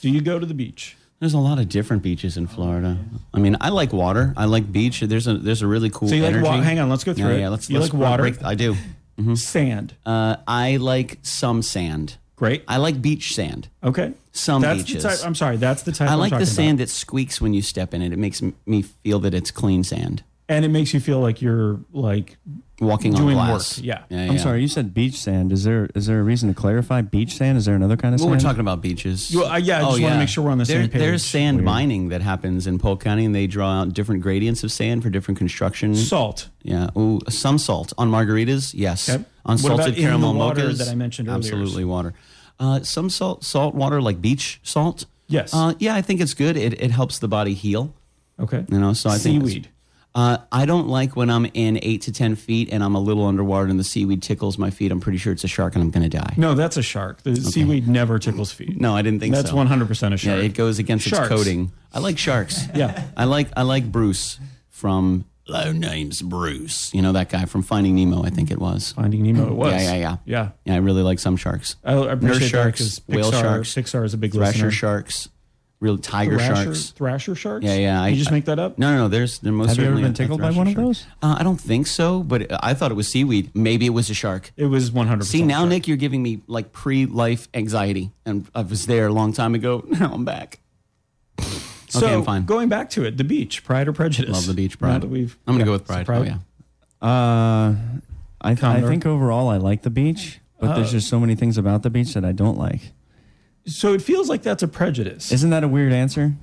Speaker 2: do you go to the beach?
Speaker 4: There's a lot of different beaches in Florida. I mean, I like water. I like beach. There's a there's a really cool.
Speaker 2: So you like
Speaker 4: energy.
Speaker 2: wa- hang on, let's go through
Speaker 4: Yeah,
Speaker 2: it.
Speaker 4: yeah, let's,
Speaker 2: You
Speaker 4: let's
Speaker 2: like water?
Speaker 4: break- Mm-hmm. I do.
Speaker 2: Sand.
Speaker 4: Uh, I like some sand.
Speaker 2: Great.
Speaker 4: I like beach sand.
Speaker 2: Okay.
Speaker 4: Some
Speaker 2: that's
Speaker 4: beaches.
Speaker 2: The type, I'm sorry. That's the type.
Speaker 4: I
Speaker 2: I'm
Speaker 4: like
Speaker 2: talking
Speaker 4: the sand
Speaker 2: about.
Speaker 4: that squeaks when you step in it. It makes m- me feel that it's clean sand.
Speaker 2: and it makes you feel like you're like
Speaker 4: Walking on
Speaker 2: Doing
Speaker 4: glass.
Speaker 2: work, yeah.
Speaker 3: I'm sorry. You said beach sand. Is there is there a reason to clarify beach sand? Is there another kind of
Speaker 4: Well,
Speaker 3: sand?
Speaker 4: we're talking about beaches. Oh,
Speaker 2: Well, uh, yeah, I just wanna make sure we're on the same page.
Speaker 4: There's sand mining that happens in Polk County, and they draw out different gradients of sand for different construction.
Speaker 2: salt.
Speaker 4: Yeah. Ooh, some salt on margaritas. Yes.
Speaker 2: Okay.
Speaker 4: On
Speaker 2: What
Speaker 4: salted
Speaker 2: about in the
Speaker 4: caramel
Speaker 2: water
Speaker 4: mochas.
Speaker 2: that I mentioned earlier?
Speaker 4: Absolutely water. Uh, some salt, salt water like beach salt.
Speaker 2: Yes.
Speaker 4: Uh, yeah, I think it's good. It, it helps the body heal.
Speaker 2: Okay.
Speaker 4: You know, so I think it's-
Speaker 2: Seaweed.
Speaker 4: Uh, I don't like when I'm in eight to ten feet and I'm a little underwater and the seaweed tickles my feet. I'm pretty sure it's a shark and I'm going to die.
Speaker 2: No, that's a shark. The seaweed never tickles feet.
Speaker 4: No, I didn't think
Speaker 2: that's
Speaker 4: so.
Speaker 2: 100 percent a
Speaker 4: Yeah,
Speaker 2: shark.
Speaker 4: it goes against
Speaker 2: Sharks.
Speaker 4: its coding. I like sharks.
Speaker 2: Yeah.
Speaker 4: I like I like Bruce from Low Name's Bruce. You know that guy from Finding Nemo, I think it was.
Speaker 2: Finding Nemo. It was.
Speaker 4: Yeah, yeah, yeah.
Speaker 2: Yeah.
Speaker 4: Yeah, I really like some sharks.
Speaker 2: I, I appreciate
Speaker 4: Nurse
Speaker 2: that
Speaker 4: sharks,
Speaker 2: 'cause
Speaker 4: whale
Speaker 2: Pixar-
Speaker 4: sharks,
Speaker 2: Pixar is a big
Speaker 4: Thrasher
Speaker 2: listener.
Speaker 4: sharks. real tiger
Speaker 2: Thrasher,
Speaker 4: sharks.
Speaker 2: Thrasher sharks.
Speaker 4: Yeah, yeah.
Speaker 2: you
Speaker 4: I-
Speaker 2: just make that up.
Speaker 4: No, no, no. There's there most
Speaker 3: Have you ever
Speaker 4: certainly
Speaker 3: been
Speaker 4: a- a
Speaker 3: tickled by
Speaker 4: thrasher
Speaker 3: one of
Speaker 4: shark.
Speaker 3: those?
Speaker 4: Uh, I don't think so, but I thought it was seaweed. Maybe it was a shark.
Speaker 2: It was one hundred.
Speaker 4: See now, Nick, you're giving me like pre-life anxiety, and I was there a long time ago. Now I'm back.
Speaker 2: So
Speaker 4: okay, I'm fine.
Speaker 2: going back to it, the beach, Pride or Prejudice.
Speaker 4: Love the beach,
Speaker 2: Now
Speaker 4: Pride.
Speaker 2: that we've,
Speaker 4: I'm gonna
Speaker 2: yeah,
Speaker 4: go with
Speaker 2: so
Speaker 4: pride. Oh yeah.
Speaker 3: Uh, I, th- I
Speaker 2: Condor.
Speaker 3: think overall I like the beach, but there's
Speaker 2: Uh,
Speaker 3: just so many things about the beach that I don't like.
Speaker 2: So it feels like that's a prejudice.
Speaker 3: Isn't that a weird answer?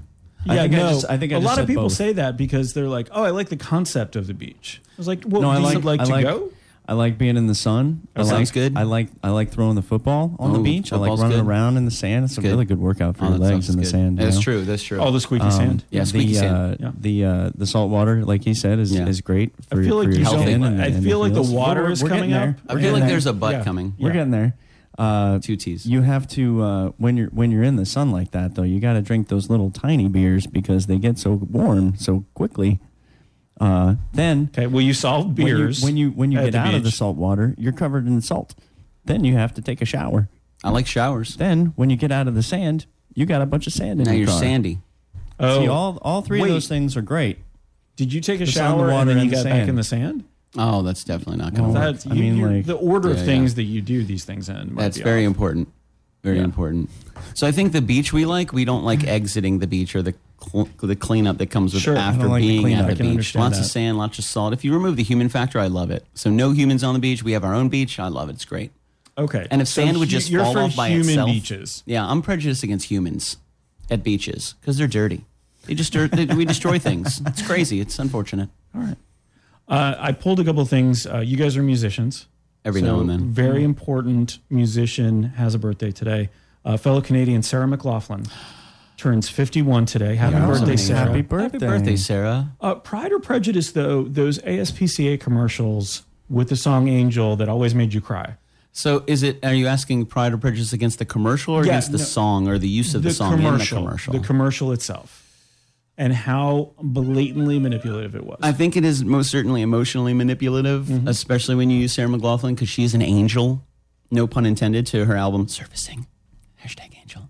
Speaker 2: yeah,
Speaker 3: I think
Speaker 2: no.
Speaker 3: I just, I think I
Speaker 2: a
Speaker 3: just
Speaker 2: lot
Speaker 3: said
Speaker 2: of people
Speaker 3: both.
Speaker 2: say that because they're like, "Oh, I like the concept of the beach." I was like, "Well,
Speaker 3: No,
Speaker 2: do
Speaker 3: I
Speaker 2: you
Speaker 3: like,
Speaker 2: like
Speaker 3: I
Speaker 2: to
Speaker 3: like,
Speaker 2: go?"
Speaker 3: I like being in the sun. I
Speaker 4: That sounds
Speaker 3: like,
Speaker 4: good.
Speaker 3: I like I like throwing the football on the
Speaker 4: Ooh,
Speaker 3: beach. I like
Speaker 4: football's
Speaker 3: running
Speaker 4: good.
Speaker 3: around in the sand. It's a
Speaker 4: Good.
Speaker 3: really good workout for
Speaker 4: Oh,
Speaker 3: your
Speaker 4: that
Speaker 3: legs
Speaker 4: sounds
Speaker 3: in the
Speaker 4: good.
Speaker 3: sand. you
Speaker 4: That's
Speaker 3: know?
Speaker 4: true. That's true.
Speaker 2: All the
Speaker 3: Um,
Speaker 2: squeaky sand.
Speaker 4: Yeah,
Speaker 3: the,
Speaker 4: squeaky sand.
Speaker 3: Uh,
Speaker 2: Yeah.
Speaker 3: The uh, the salt water, like you said, is,
Speaker 4: Yeah.
Speaker 3: is great. For,
Speaker 2: I feel
Speaker 3: for
Speaker 2: like
Speaker 3: your
Speaker 2: you
Speaker 4: health
Speaker 2: don't.
Speaker 3: skin and
Speaker 2: I feel like the
Speaker 3: feels.
Speaker 2: water
Speaker 3: We're-
Speaker 2: is
Speaker 3: we're
Speaker 2: coming
Speaker 3: getting
Speaker 2: up.
Speaker 3: there.
Speaker 4: I
Speaker 3: We're
Speaker 4: feel
Speaker 3: getting
Speaker 4: like
Speaker 3: there.
Speaker 4: there's a butt
Speaker 2: Yeah.
Speaker 4: coming.
Speaker 3: We're getting there. Uh,
Speaker 4: Two T's.
Speaker 3: you have to uh, when you're when you're in the sun like that though. You got to drink those little tiny beers because they get so warm so quickly. Uh, then
Speaker 2: Okay. Well, you solve
Speaker 3: when you-
Speaker 2: beers
Speaker 3: when you when you,
Speaker 2: at
Speaker 3: get
Speaker 2: the
Speaker 3: out of the
Speaker 2: beach.
Speaker 3: salt water, you're covered in salt. Then you have to take a shower.
Speaker 4: I like showers.
Speaker 3: Then when you get out of the sand, you got a bunch of sand in
Speaker 4: Now
Speaker 3: your
Speaker 4: you're
Speaker 3: car.
Speaker 4: sandy.
Speaker 2: Oh,
Speaker 3: See, all all three
Speaker 2: Wait.
Speaker 3: of those things are great.
Speaker 2: did you take a
Speaker 3: the sun, the
Speaker 2: shower
Speaker 3: water,
Speaker 2: and then you
Speaker 3: and the
Speaker 2: got back
Speaker 3: sand.
Speaker 2: in the sand?
Speaker 4: Oh, that's definitely not gonna
Speaker 3: Well,
Speaker 4: work.
Speaker 2: That's,
Speaker 3: I
Speaker 2: you,
Speaker 3: mean,
Speaker 2: you're-
Speaker 3: like-
Speaker 2: the order of
Speaker 4: Yeah,
Speaker 2: things
Speaker 4: yeah.
Speaker 2: that you do these things in. might
Speaker 4: That's
Speaker 2: be
Speaker 4: very
Speaker 2: off.
Speaker 4: important. Very
Speaker 2: Yeah.
Speaker 4: important. So I think the beach we like, we don't like exiting the beach or the cl- the cleanup that comes with
Speaker 2: Sure, I don't
Speaker 4: after
Speaker 3: like the
Speaker 4: being
Speaker 3: cleanup.
Speaker 4: at
Speaker 3: I
Speaker 4: the
Speaker 2: can
Speaker 4: beach.
Speaker 2: understand
Speaker 4: Lots of
Speaker 2: that.
Speaker 4: sand, lots of salt. If you remove the human factor, I love it. So no humans on the beach. We have our own beach. I love it. It's great.
Speaker 2: Okay.
Speaker 4: And if
Speaker 2: so
Speaker 4: sand would
Speaker 2: hu-
Speaker 4: just
Speaker 2: you're
Speaker 4: fall
Speaker 2: for
Speaker 4: off by
Speaker 2: human
Speaker 4: itself,
Speaker 2: beaches.
Speaker 4: yeah, I'm prejudiced against humans at beaches because they're dirty. They just dirt, they, we destroy things. It's crazy. It's unfortunate.
Speaker 2: Uh, I pulled a couple of things. Uh, you guys are musicians.
Speaker 4: Every now and then.
Speaker 2: Very important musician has a birthday today. Uh, fellow Canadian Sarah McLaughlin turns 51 today. Happy
Speaker 4: Yeah,
Speaker 2: birthday,
Speaker 4: amazing.
Speaker 2: Sarah.
Speaker 3: Happy
Speaker 4: Happy
Speaker 3: birthday!
Speaker 4: birthday, Sarah.
Speaker 2: Uh, Pride or Prejudice, though, those ASPCA commercials with the song Angel that always made you cry.
Speaker 4: So, is it? Are you asking Pride or Prejudice against the commercial or
Speaker 2: Yeah,
Speaker 4: against the
Speaker 2: no.
Speaker 4: song or the use of the, song in the commercial?
Speaker 2: The commercial itself. And how blatantly manipulative it was.
Speaker 4: I think it is most certainly emotionally manipulative,
Speaker 2: Mm-hmm.
Speaker 4: especially when you use Sarah McLaughlin because she's an angel, no pun intended, to her album Surfacing. Hashtag angel.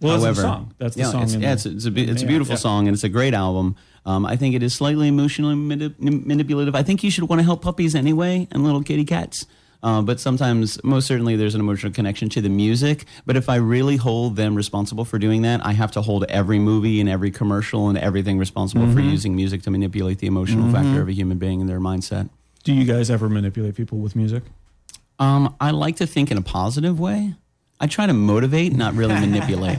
Speaker 2: well, that's the
Speaker 4: However,
Speaker 2: song. That's the
Speaker 4: yeah,
Speaker 2: song.
Speaker 4: It's,
Speaker 2: in
Speaker 4: yeah,
Speaker 2: the-
Speaker 4: it's, it's a, be- it's a
Speaker 2: yeah,
Speaker 4: beautiful
Speaker 2: yeah.
Speaker 4: song and it's a great album. Um, I think it is slightly emotionally manip- manipulative. I think you should want to help puppies anyway and little kitty cats. Uh, but sometimes, most certainly, there's an emotional connection to the music. But if I really hold them responsible for doing that, I have to hold every movie and every commercial and everything responsible
Speaker 2: Mm-hmm.
Speaker 4: for using music to manipulate the emotional factor of a human being and their mindset.
Speaker 2: Do you guys ever manipulate people with music?
Speaker 4: Um, I like to think in a positive way. I try to motivate, not really manipulate.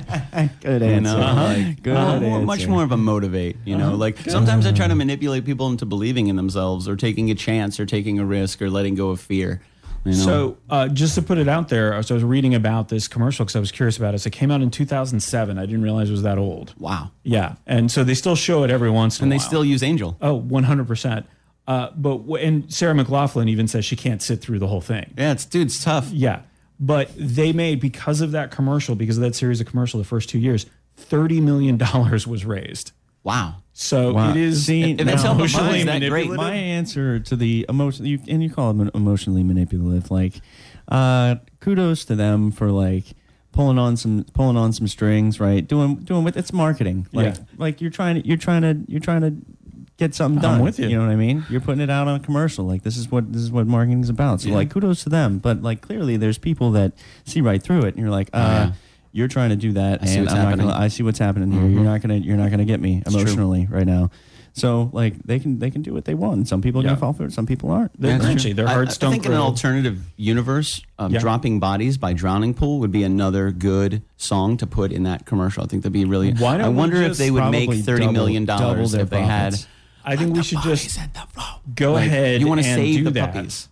Speaker 3: Good
Speaker 4: you
Speaker 3: answer.
Speaker 4: know, like,
Speaker 3: Good
Speaker 4: I'm more- much
Speaker 3: answer.
Speaker 4: more of a motivate. You know, like sometimes I try to manipulate people into believing in themselves, or taking a chance, or taking a risk, or letting go of fear. You know,
Speaker 2: So, uh, just to put it out there, so I was reading about this commercial because I was curious about it. So it came out in 2007. I didn't realize it was that old.
Speaker 4: wow.
Speaker 2: Yeah, and so they still show it every once in
Speaker 4: And
Speaker 2: a
Speaker 4: they
Speaker 2: while.
Speaker 4: still use Angel.
Speaker 2: oh, 100 percent. Uh, but w- and Sarah McLaughlin even says she can't sit through the whole thing.
Speaker 4: Yeah, it's dude, it's tough.
Speaker 2: Yeah, but they made because of that commercial, because of that series of commercial, the first two years, 30 million dollars was raised.
Speaker 4: Wow.
Speaker 2: So it is
Speaker 3: See,
Speaker 4: If it's
Speaker 3: now-
Speaker 4: helping
Speaker 2: emotionally
Speaker 4: minds, that great.
Speaker 2: manipulative.
Speaker 3: My answer to the emotion, you, and you call them emotionally manipulative. Like, uh, kudos to them for like pulling on some pulling on some strings, right? Doing doing with it's marketing. Like
Speaker 2: Yeah.
Speaker 3: like you're trying to you're trying to you're trying to get something done.
Speaker 2: with you.
Speaker 3: You know what I mean? You're putting it out on a commercial. Like this is what this is what marketing is about. So like kudos to them. But like clearly there's people that see right through it, and you're like, uh.
Speaker 4: yeah.
Speaker 3: You're trying to do that,
Speaker 4: see
Speaker 3: and
Speaker 4: what's
Speaker 3: I'm not
Speaker 4: happening.
Speaker 3: gonna, I see what's happening here. You're not gonna, you're not gonna get me
Speaker 4: Mm-hmm. true.
Speaker 3: emotionally right now. So like they can, they can do what they want. Some people are
Speaker 2: Yeah.
Speaker 3: gonna fall for it. Some people aren't.
Speaker 2: They- eventually their
Speaker 4: I-
Speaker 2: hearts
Speaker 4: I,
Speaker 2: don't
Speaker 4: think in an
Speaker 2: grow.
Speaker 4: alternative universe, um,
Speaker 2: Yeah.
Speaker 4: dropping bodies by drowning pool would be another good song to put in that commercial. I think that'd be really.
Speaker 2: Why don't
Speaker 4: I
Speaker 2: we
Speaker 4: wonder if
Speaker 2: just
Speaker 4: they would make
Speaker 3: probably
Speaker 4: thirty million
Speaker 3: double- double
Speaker 4: dollars
Speaker 3: their
Speaker 4: if they had.
Speaker 3: profits?
Speaker 2: I think we should just go
Speaker 4: Like,
Speaker 2: ahead.
Speaker 4: you
Speaker 2: want
Speaker 4: wanna
Speaker 2: to
Speaker 4: save
Speaker 2: do
Speaker 4: the
Speaker 2: that
Speaker 4: puppies.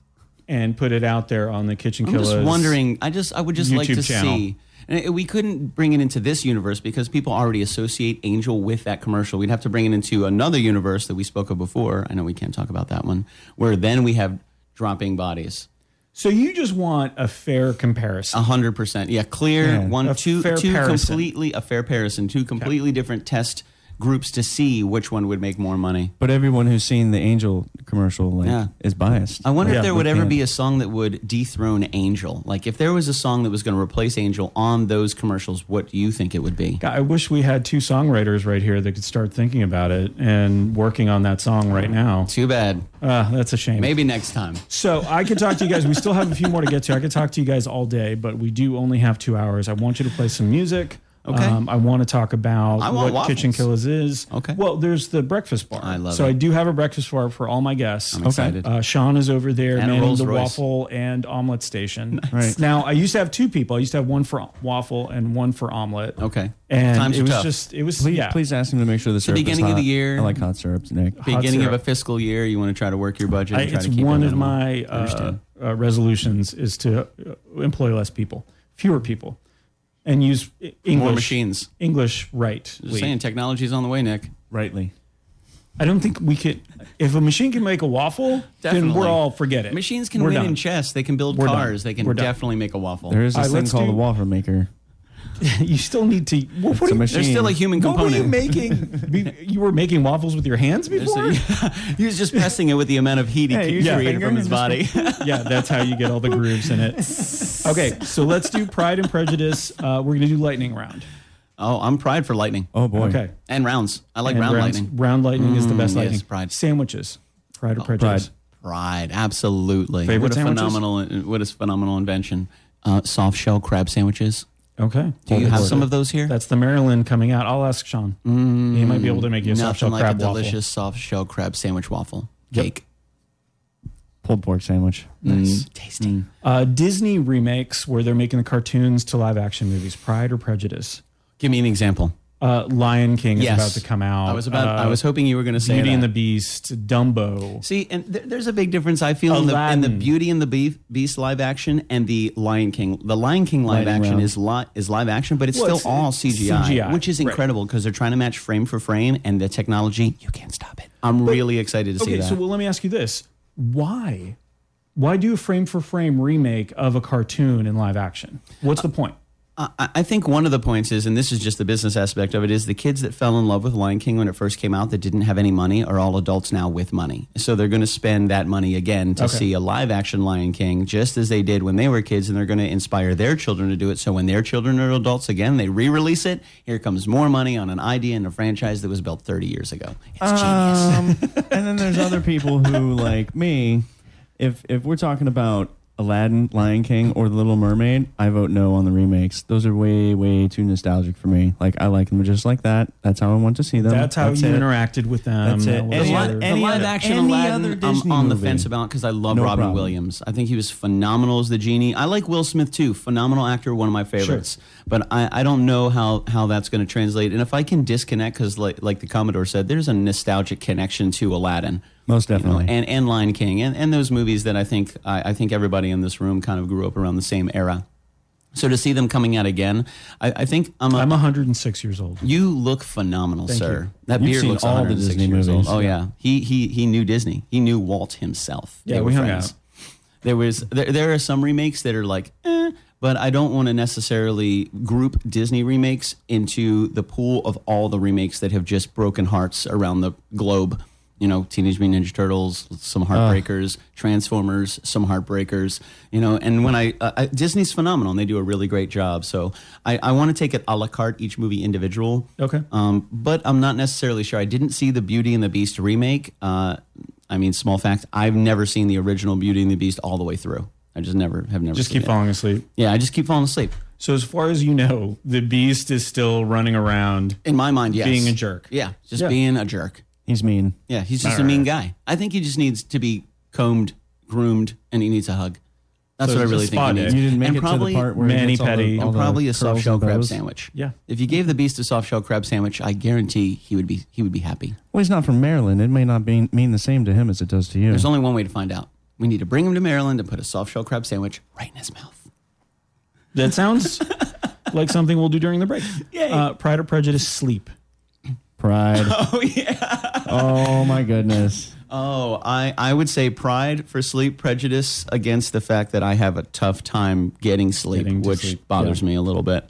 Speaker 2: and put it out there on the kitchen.
Speaker 4: I'm just
Speaker 2: Killers.
Speaker 4: wondering. I just I would just like
Speaker 2: YouTube
Speaker 4: to
Speaker 2: channel.
Speaker 4: see. And it- we couldn't bring it into this universe because people already associate Angel with that commercial. We'd have to bring it into another universe that we spoke of before. I know we can't talk about that one, where then we have dropping bodies.
Speaker 2: So you just want a fair comparison.
Speaker 4: A hundred percent. Yeah, clear.
Speaker 3: Yeah,
Speaker 4: one,
Speaker 2: a
Speaker 4: two,
Speaker 2: fair
Speaker 4: two
Speaker 2: parison.
Speaker 4: completely a fair parison. Two completely different test groups to see which one would make more money.
Speaker 3: But everyone who's seen the Angel commercial like
Speaker 4: Yeah.
Speaker 3: is biased.
Speaker 4: I wonder
Speaker 2: Yeah,
Speaker 4: if there
Speaker 3: we
Speaker 4: would ever
Speaker 3: can.
Speaker 4: be a song that would dethrone Angel. Like if there was a song that was going to replace Angel on those commercials, what do you think it would be?
Speaker 2: God, I wish we had two songwriters right here that could start thinking about it and working on that song right now.
Speaker 4: Too bad.
Speaker 2: Uh, that's a shame.
Speaker 4: Maybe next time.
Speaker 2: So I could talk to you guys. We still have a few more to get to. I could talk to you guys all day, but we do only have two hours. I want you to play some music. Um,
Speaker 4: Okay.
Speaker 2: I want to talk about
Speaker 4: I
Speaker 2: what
Speaker 4: want waffles.
Speaker 2: Kitchen Killers is.
Speaker 4: Okay.
Speaker 2: Well, there's the breakfast bar.
Speaker 4: I love
Speaker 2: so
Speaker 4: it.
Speaker 2: I do have a breakfast bar for all my guests.
Speaker 4: I'm excited.
Speaker 2: Uh, Sean is over there
Speaker 4: And a
Speaker 2: manning the
Speaker 4: Rolls-Royce.
Speaker 2: waffle and omelet station.
Speaker 3: Right.
Speaker 2: Now I used to have two people. I used to have one for waffle and one for omelet.
Speaker 4: Okay.
Speaker 2: And
Speaker 4: Times
Speaker 2: it
Speaker 4: are
Speaker 2: was
Speaker 4: tough.
Speaker 2: just it was
Speaker 3: Please,
Speaker 2: yeah.
Speaker 3: please ask him to make sure the syrup is
Speaker 4: beginning of the
Speaker 3: hot.
Speaker 4: year.
Speaker 3: I like hot syrup, Nick.
Speaker 4: Beginning of a
Speaker 2: syrup.
Speaker 4: fiscal year, you want to try to work your budget.
Speaker 2: I,
Speaker 4: And try
Speaker 2: it's
Speaker 4: to keep it
Speaker 2: one of
Speaker 4: minimal.
Speaker 2: my uh,
Speaker 3: Understand.
Speaker 2: uh, resolutions is to uh, employ less people, fewer people, and use I- English
Speaker 4: more machines.
Speaker 2: English right.
Speaker 4: Just saying, technology's on the way, Nick.
Speaker 3: Rightly.
Speaker 2: I don't think we could. If a machine can make a waffle, then
Speaker 4: Definitely.
Speaker 2: we're all forget it.
Speaker 4: Machines can
Speaker 2: We're
Speaker 4: win
Speaker 2: done.
Speaker 4: in chess. They can build
Speaker 2: We're done.
Speaker 4: cars. They can
Speaker 2: We're done.
Speaker 4: definitely make a waffle.
Speaker 3: There is this
Speaker 2: All right,
Speaker 3: thing
Speaker 2: let's
Speaker 3: called
Speaker 2: do-
Speaker 3: a waffle maker.
Speaker 2: you still need to. What, what
Speaker 3: It's a
Speaker 2: are you,
Speaker 4: There's still a human
Speaker 2: what were you
Speaker 4: component.
Speaker 2: making? Be- you were making waffles with your hands
Speaker 4: There's
Speaker 2: before.
Speaker 4: a- he was just pressing it with the amount of heat he
Speaker 3: Yeah,
Speaker 4: c-
Speaker 3: use your
Speaker 4: created
Speaker 3: finger
Speaker 4: from his
Speaker 3: and
Speaker 4: body.
Speaker 2: yeah, that's how you get all the grooves in it. Okay, so let's do Pride and Prejudice. Uh, we're gonna do lightning round.
Speaker 4: oh, I'm pride for lightning
Speaker 3: Oh boy.
Speaker 2: Okay.
Speaker 4: and rounds. I like
Speaker 2: And
Speaker 4: round
Speaker 2: rounds-
Speaker 4: lightning. Mm,
Speaker 2: Round lightning is the best
Speaker 4: yes,
Speaker 2: lightning.
Speaker 4: pride. Oh.
Speaker 2: Sandwiches. Pride or prejudice.
Speaker 4: Pride, absolutely.
Speaker 2: Favorite
Speaker 4: what a
Speaker 2: sandwiches?
Speaker 4: phenomenal, what a phenomenal invention. Uh, soft shell crab sandwiches.
Speaker 2: Okay.
Speaker 4: Do you have some of those here?
Speaker 2: That's the Maryland coming out. I'll ask Sean. he might be able to make you a soft
Speaker 4: Mm, Nothing
Speaker 2: shell
Speaker 4: like
Speaker 2: crab
Speaker 4: a
Speaker 2: waffle.
Speaker 4: delicious soft shell crab sandwich waffle cake.
Speaker 3: Pulled pork sandwich.
Speaker 2: Mm.
Speaker 4: Nice, tasty.
Speaker 2: Uh, Disney remakes where they're making the cartoons to live action movies. Pride or prejudice.
Speaker 4: Give me an example.
Speaker 2: Uh, Lion King
Speaker 4: Yes.
Speaker 2: is about to come out.
Speaker 4: I was about.
Speaker 2: Uh,
Speaker 4: I was hoping you were going to say
Speaker 2: Beauty and
Speaker 4: that.
Speaker 2: the Beast, Dumbo.
Speaker 4: See, and th- there's a big difference I feel in the, in the
Speaker 2: Aladdin.
Speaker 4: Beauty and the Beef, Beast live action and the Lion King. The Lion King live
Speaker 3: Lightning
Speaker 4: action
Speaker 3: round.
Speaker 4: is li- is live action, but it's
Speaker 2: Well,
Speaker 4: still
Speaker 2: it's-
Speaker 4: all
Speaker 2: it's
Speaker 4: CGI,
Speaker 2: CGI,
Speaker 4: which is
Speaker 2: right.
Speaker 4: incredible because they're trying to match frame for frame, and the technology you can't stop it. I'm really excited to see
Speaker 2: Okay,
Speaker 4: that.
Speaker 2: so well, let me ask you this: Why, why do a frame for frame remake of a cartoon in live action? What's the point?
Speaker 4: I, I think one of the points is, and this is just the business aspect of it, is the kids that fell in love with Lion King when it first came out that didn't have any money are all adults now with money. So they're going to spend that money again to
Speaker 2: Okay.
Speaker 4: see a live action Lion King, just as they did when they were kids, and they're going to inspire their children to do it. So when their children are adults again, they re release it. Here comes more money on an idea and a franchise that was built 30 years ago. It's genius.
Speaker 3: Um, and then there's other people who, like me, if if we're talking about Aladdin, Lion King, or The Little Mermaid, I vote no on the remakes. Those are way, way too nostalgic for me. Like I like them just like that. That's how I want to see them.
Speaker 2: That's how you
Speaker 3: it.
Speaker 2: interacted with them.
Speaker 3: That's it.
Speaker 2: That was
Speaker 3: Any
Speaker 2: the-
Speaker 3: other-
Speaker 4: the live
Speaker 3: other-
Speaker 4: action
Speaker 3: any
Speaker 4: Aladdin,
Speaker 3: other
Speaker 4: I'm
Speaker 3: Disney
Speaker 4: on the
Speaker 3: movie.
Speaker 4: fence about because I love
Speaker 3: No
Speaker 4: Robin
Speaker 3: problem.
Speaker 4: Williams. I think he was phenomenal as the genie. I like Will Smith too, phenomenal actor, one of my favorites. But I, I don't know how, how that's going to translate. And if I can disconnect, because like, like the Commodore said, there's a nostalgic connection to Aladdin.
Speaker 3: Most
Speaker 4: you know,
Speaker 3: definitely.
Speaker 4: and, and Lion King, and, and those movies that I think I, I think everybody in this room kind of grew up around the same era. So to see them coming out again, I, I think I'm a,
Speaker 2: I'm 106 years old.
Speaker 4: you look phenomenal, sir.
Speaker 2: you.
Speaker 4: That
Speaker 3: You've
Speaker 4: beard
Speaker 3: seen
Speaker 4: looks
Speaker 3: all the
Speaker 4: 106
Speaker 3: Disney
Speaker 4: years
Speaker 3: movies.
Speaker 4: Old. Oh yeah, he he he knew Disney. He knew Walt himself.
Speaker 2: Yeah,
Speaker 4: They
Speaker 2: we
Speaker 4: were
Speaker 2: hung out.
Speaker 4: There was there, there are some remakes that are like, eh, but I don't want to necessarily group Disney remakes into the pool of all the remakes that have just broken hearts around the globe. You know, Teenage Mutant Ninja Turtles, some heartbreakers, Transformers, some heartbreakers. You know, and when I, uh, I Disney's phenomenal, and they do a really great job. So I, I want to take it a la carte, each movie individual.
Speaker 2: Okay.
Speaker 4: Um, but I'm not necessarily sure. I didn't see the Beauty and the Beast remake. Uh, I mean, small fact: I've never seen the original Beauty and the Beast all the way through. I just never have never.
Speaker 2: Just
Speaker 4: seen
Speaker 2: keep
Speaker 4: it.
Speaker 2: falling asleep.
Speaker 4: Yeah, I just keep falling asleep.
Speaker 2: So as far as you know, the beast is still running around.
Speaker 4: In my mind, yes,
Speaker 2: Being a jerk.
Speaker 4: Yeah, just
Speaker 2: Yeah.
Speaker 4: being a jerk.
Speaker 3: He's mean.
Speaker 4: Yeah, he's just a mean guy. I think he just needs to be combed, groomed, and he needs a hug. That's
Speaker 2: So
Speaker 4: what I
Speaker 2: it's a
Speaker 4: really think
Speaker 2: spa
Speaker 4: he
Speaker 2: day.
Speaker 3: You
Speaker 4: needs.
Speaker 3: didn't make
Speaker 4: and
Speaker 3: it
Speaker 4: probably,
Speaker 3: to the part where he
Speaker 2: Manny
Speaker 3: gets all the-
Speaker 2: Petty.
Speaker 3: all
Speaker 4: and
Speaker 3: the
Speaker 4: probably a
Speaker 3: curls
Speaker 4: soft
Speaker 3: and
Speaker 4: shell crab
Speaker 3: bows.
Speaker 4: sandwich.
Speaker 2: Yeah.
Speaker 4: If you gave the beast a soft shell crab sandwich, I guarantee he would be he would be happy.
Speaker 3: Well, he's not from Maryland. It may not mean mean the same to him as it does to you.
Speaker 4: There's only one way to find out. We need to bring him to Maryland and put a soft shell crab sandwich right in his mouth.
Speaker 2: That sounds like something we'll do during the break. Uh, Pride or Prejudice, sleep.
Speaker 3: Pride. oh yeah. Oh my goodness.
Speaker 4: Oh, I, I would say pride for sleep, prejudice against the fact that I have a tough time getting sleep,
Speaker 2: Getting to
Speaker 4: which
Speaker 2: sleep,
Speaker 4: bothers me a little bit.